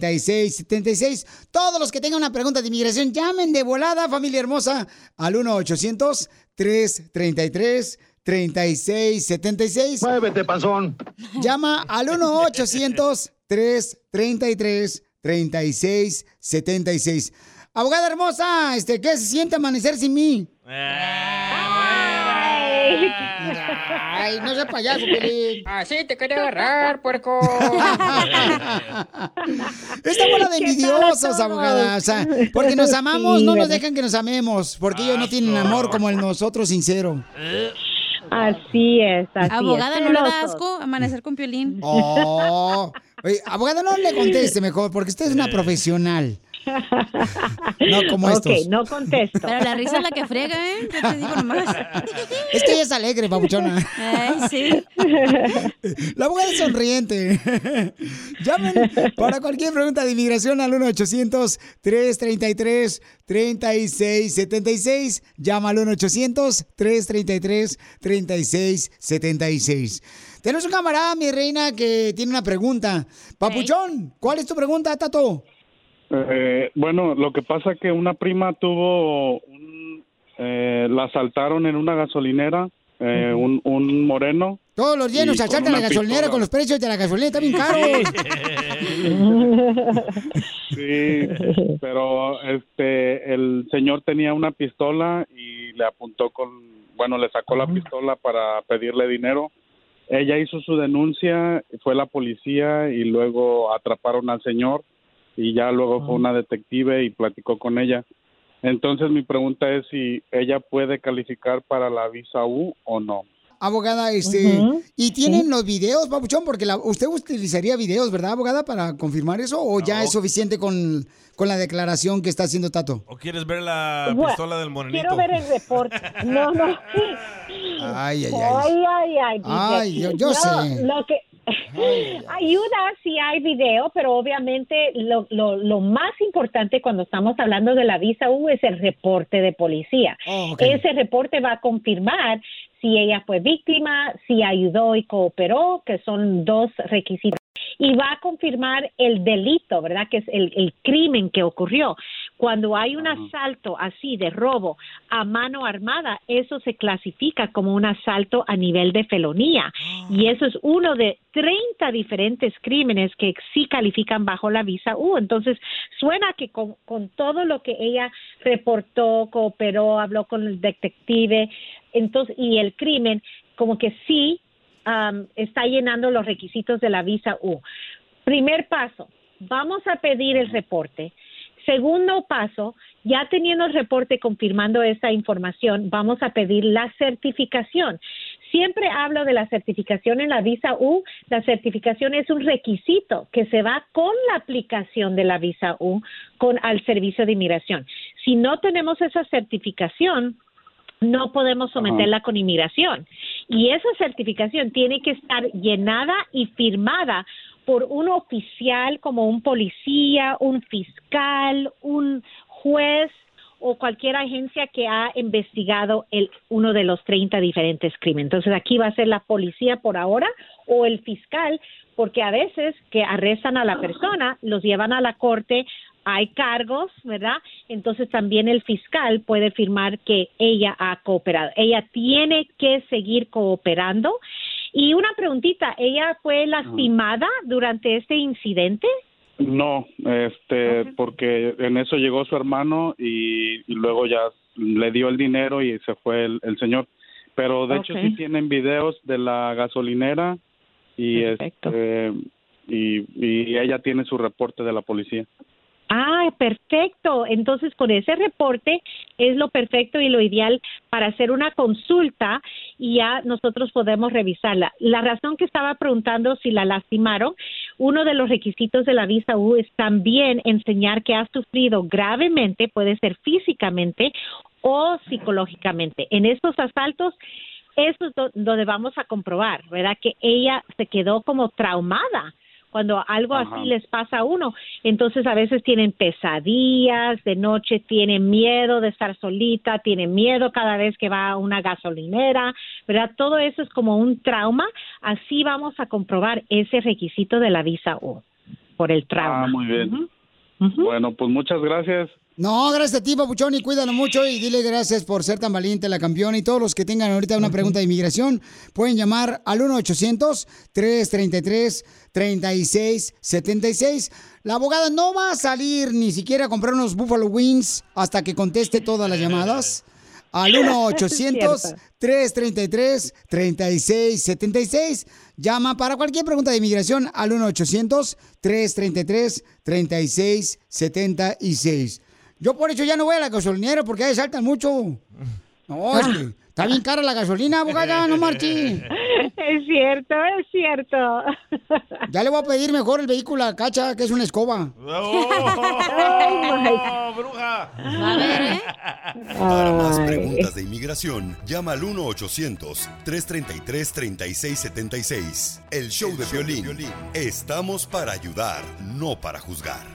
1-800-333-3676. Todos los que tengan una pregunta de inmigración, llamen de volada, familia hermosa, al 1-800-333-3676. 3676.
Muévete, panzón.
Llama al 1-800-333-3676. Abogada hermosa, este, ¿qué se siente amanecer sin mí? Ay, no seas payaso, Pelín.
Así te quería agarrar, puerco.
Esta bola de
¿Qué tal a
envidiosos,
todos?
abogada. o sea, porque nos amamos,
Sí,
no nos
¿verdad?
dejan que nos amemos. Porque ellos no tienen amor como el nosotros sincero.
Así es, así
Abogada, ¿no le da
Celosos.
asco amanecer con piolín?
Oh. Oye, abogada, no le conteste mejor, porque usted es una profesional. No como
Ok,
estos.
no contesto.
Pero la risa es la que frega, ¿eh? Yo te digo nomás.
Es que ella es alegre, papuchona.
Ay, sí.
La abogada es sonriente. Llamen para cualquier pregunta de inmigración al 1-800-333-3676. Llama al 1-800-333-3676. Tenemos un camarada, mi reina, que tiene una pregunta. Papuchón, ¿cuál es tu pregunta, Tato?
Eh, bueno, lo que pasa que una prima tuvo, un- eh, la asaltaron en una gasolinera, eh, un, un moreno.
Todos los días
Y
nos
con
asaltan la
una
gasolinera
pistola.
con los precios de la gasolina, están bien caros.
Sí, pero este, el señor tenía una pistola y le apuntó con, bueno, le sacó la pistola para pedirle dinero. Ella hizo su denuncia, fue la policía y luego atraparon al señor y ya luego fue una detective y platicó con ella. Entonces mi pregunta es si ella puede calificar para la visa U o no.
Abogada, este, ¿y tienen los videos, Papuchón? Porque la- usted utilizaría videos, ¿verdad, abogada, para confirmar eso? ¿O ya es suficiente con, con la declaración que está haciendo Tato?
¿O quieres ver la
Bueno,
pistola del morenito?
Quiero ver el reporte. No, no.
Ay,
ay, ay. Ay, ay,
Ay, yo- yo
No,
sé.
Lo que... Ayuda si hay video, pero obviamente lo, lo, lo más importante cuando estamos hablando de la visa U es el reporte de policía.
ok.
Ese reporte va a confirmar si ella fue víctima, si ayudó y cooperó, que son dos requisitos. Y va a confirmar el delito, ¿verdad? Que es el, el crimen que ocurrió. Cuando hay un asalto así de robo a mano armada, eso se clasifica como un asalto a nivel de felonía. Y eso es uno de 30 diferentes crímenes que sí califican bajo la visa U. Entonces, suena que con, con todo lo que ella reportó, cooperó, habló con el detective, entonces, y el crimen, como que sí um, está llenando los requisitos de la visa U. Primer paso, vamos a pedir el reporte. Segundo paso, ya teniendo el reporte confirmando esa información, vamos a pedir la certificación. Siempre hablo de la certificación en la visa U. La certificación es un requisito que se va con la aplicación de la visa U con al servicio de inmigración. Si no tenemos esa certificación, no podemos someterla con inmigración. Y esa certificación tiene que estar llenada y firmada por un oficial como un policía, un fiscal, un juez o cualquier agencia que ha investigado el, uno de los 30 diferentes crímenes. Entonces aquí va a ser la policía por ahora o el fiscal, porque a veces que arrestan a la persona, los llevan a la corte, hay cargos, ¿verdad? Entonces también el fiscal puede firmar que ella ha cooperado. Ella tiene que seguir cooperando. Y una preguntita, ¿ella fue lastimada durante este incidente?
No, este, porque en eso llegó su hermano y, y luego ya le dio el dinero y se fue el, el señor. Pero de hecho
Ok.
sí tienen videos de la gasolinera y este, y, y ella tiene su reporte de la policía.
Ah, perfecto. Entonces, con ese reporte es lo perfecto y lo ideal para hacer una consulta y ya nosotros podemos revisarla. La razón que estaba preguntando si la lastimaron, uno de los requisitos de la visa U es también enseñar que ha sufrido gravemente, puede ser físicamente o psicológicamente. En estos asaltos, eso es do- donde vamos a comprobar, ¿verdad? Que ella se quedó como traumada cuando algo
Ajá.
así les pasa a uno. Entonces a veces tienen pesadillas, de noche tienen miedo de estar solita, tienen miedo cada vez que va a una gasolinera, ¿verdad? Todo eso es como un trauma. Así vamos a comprobar ese requisito de la visa U por el trauma.
Ah, muy bien. Bueno, pues muchas gracias.
No, gracias a ti, papuchón, y cuídalo mucho y dile gracias por ser tan valiente la campeona. Y todos los que tengan ahorita una pregunta de inmigración pueden llamar al 1-800-333-3676. La abogada no va a salir ni siquiera a comprar unos Buffalo Wings hasta que conteste todas las llamadas. Al
Es
1-800-333-3676. Llama para cualquier pregunta de inmigración al 1-800-333-3676. Yo por eso ya no voy a la gasolinera porque ahí saltan mucho.
Ah.
No, es que está bien cara la gasolina, abogada, no marche.
Es cierto, es cierto.
Ya le voy a pedir mejor el vehículo a Cacha, que es una escoba.
¡Oh!
Para más preguntas de inmigración, llama al 1-800-333-3676. El show de violín. Estamos para ayudar, no para juzgar.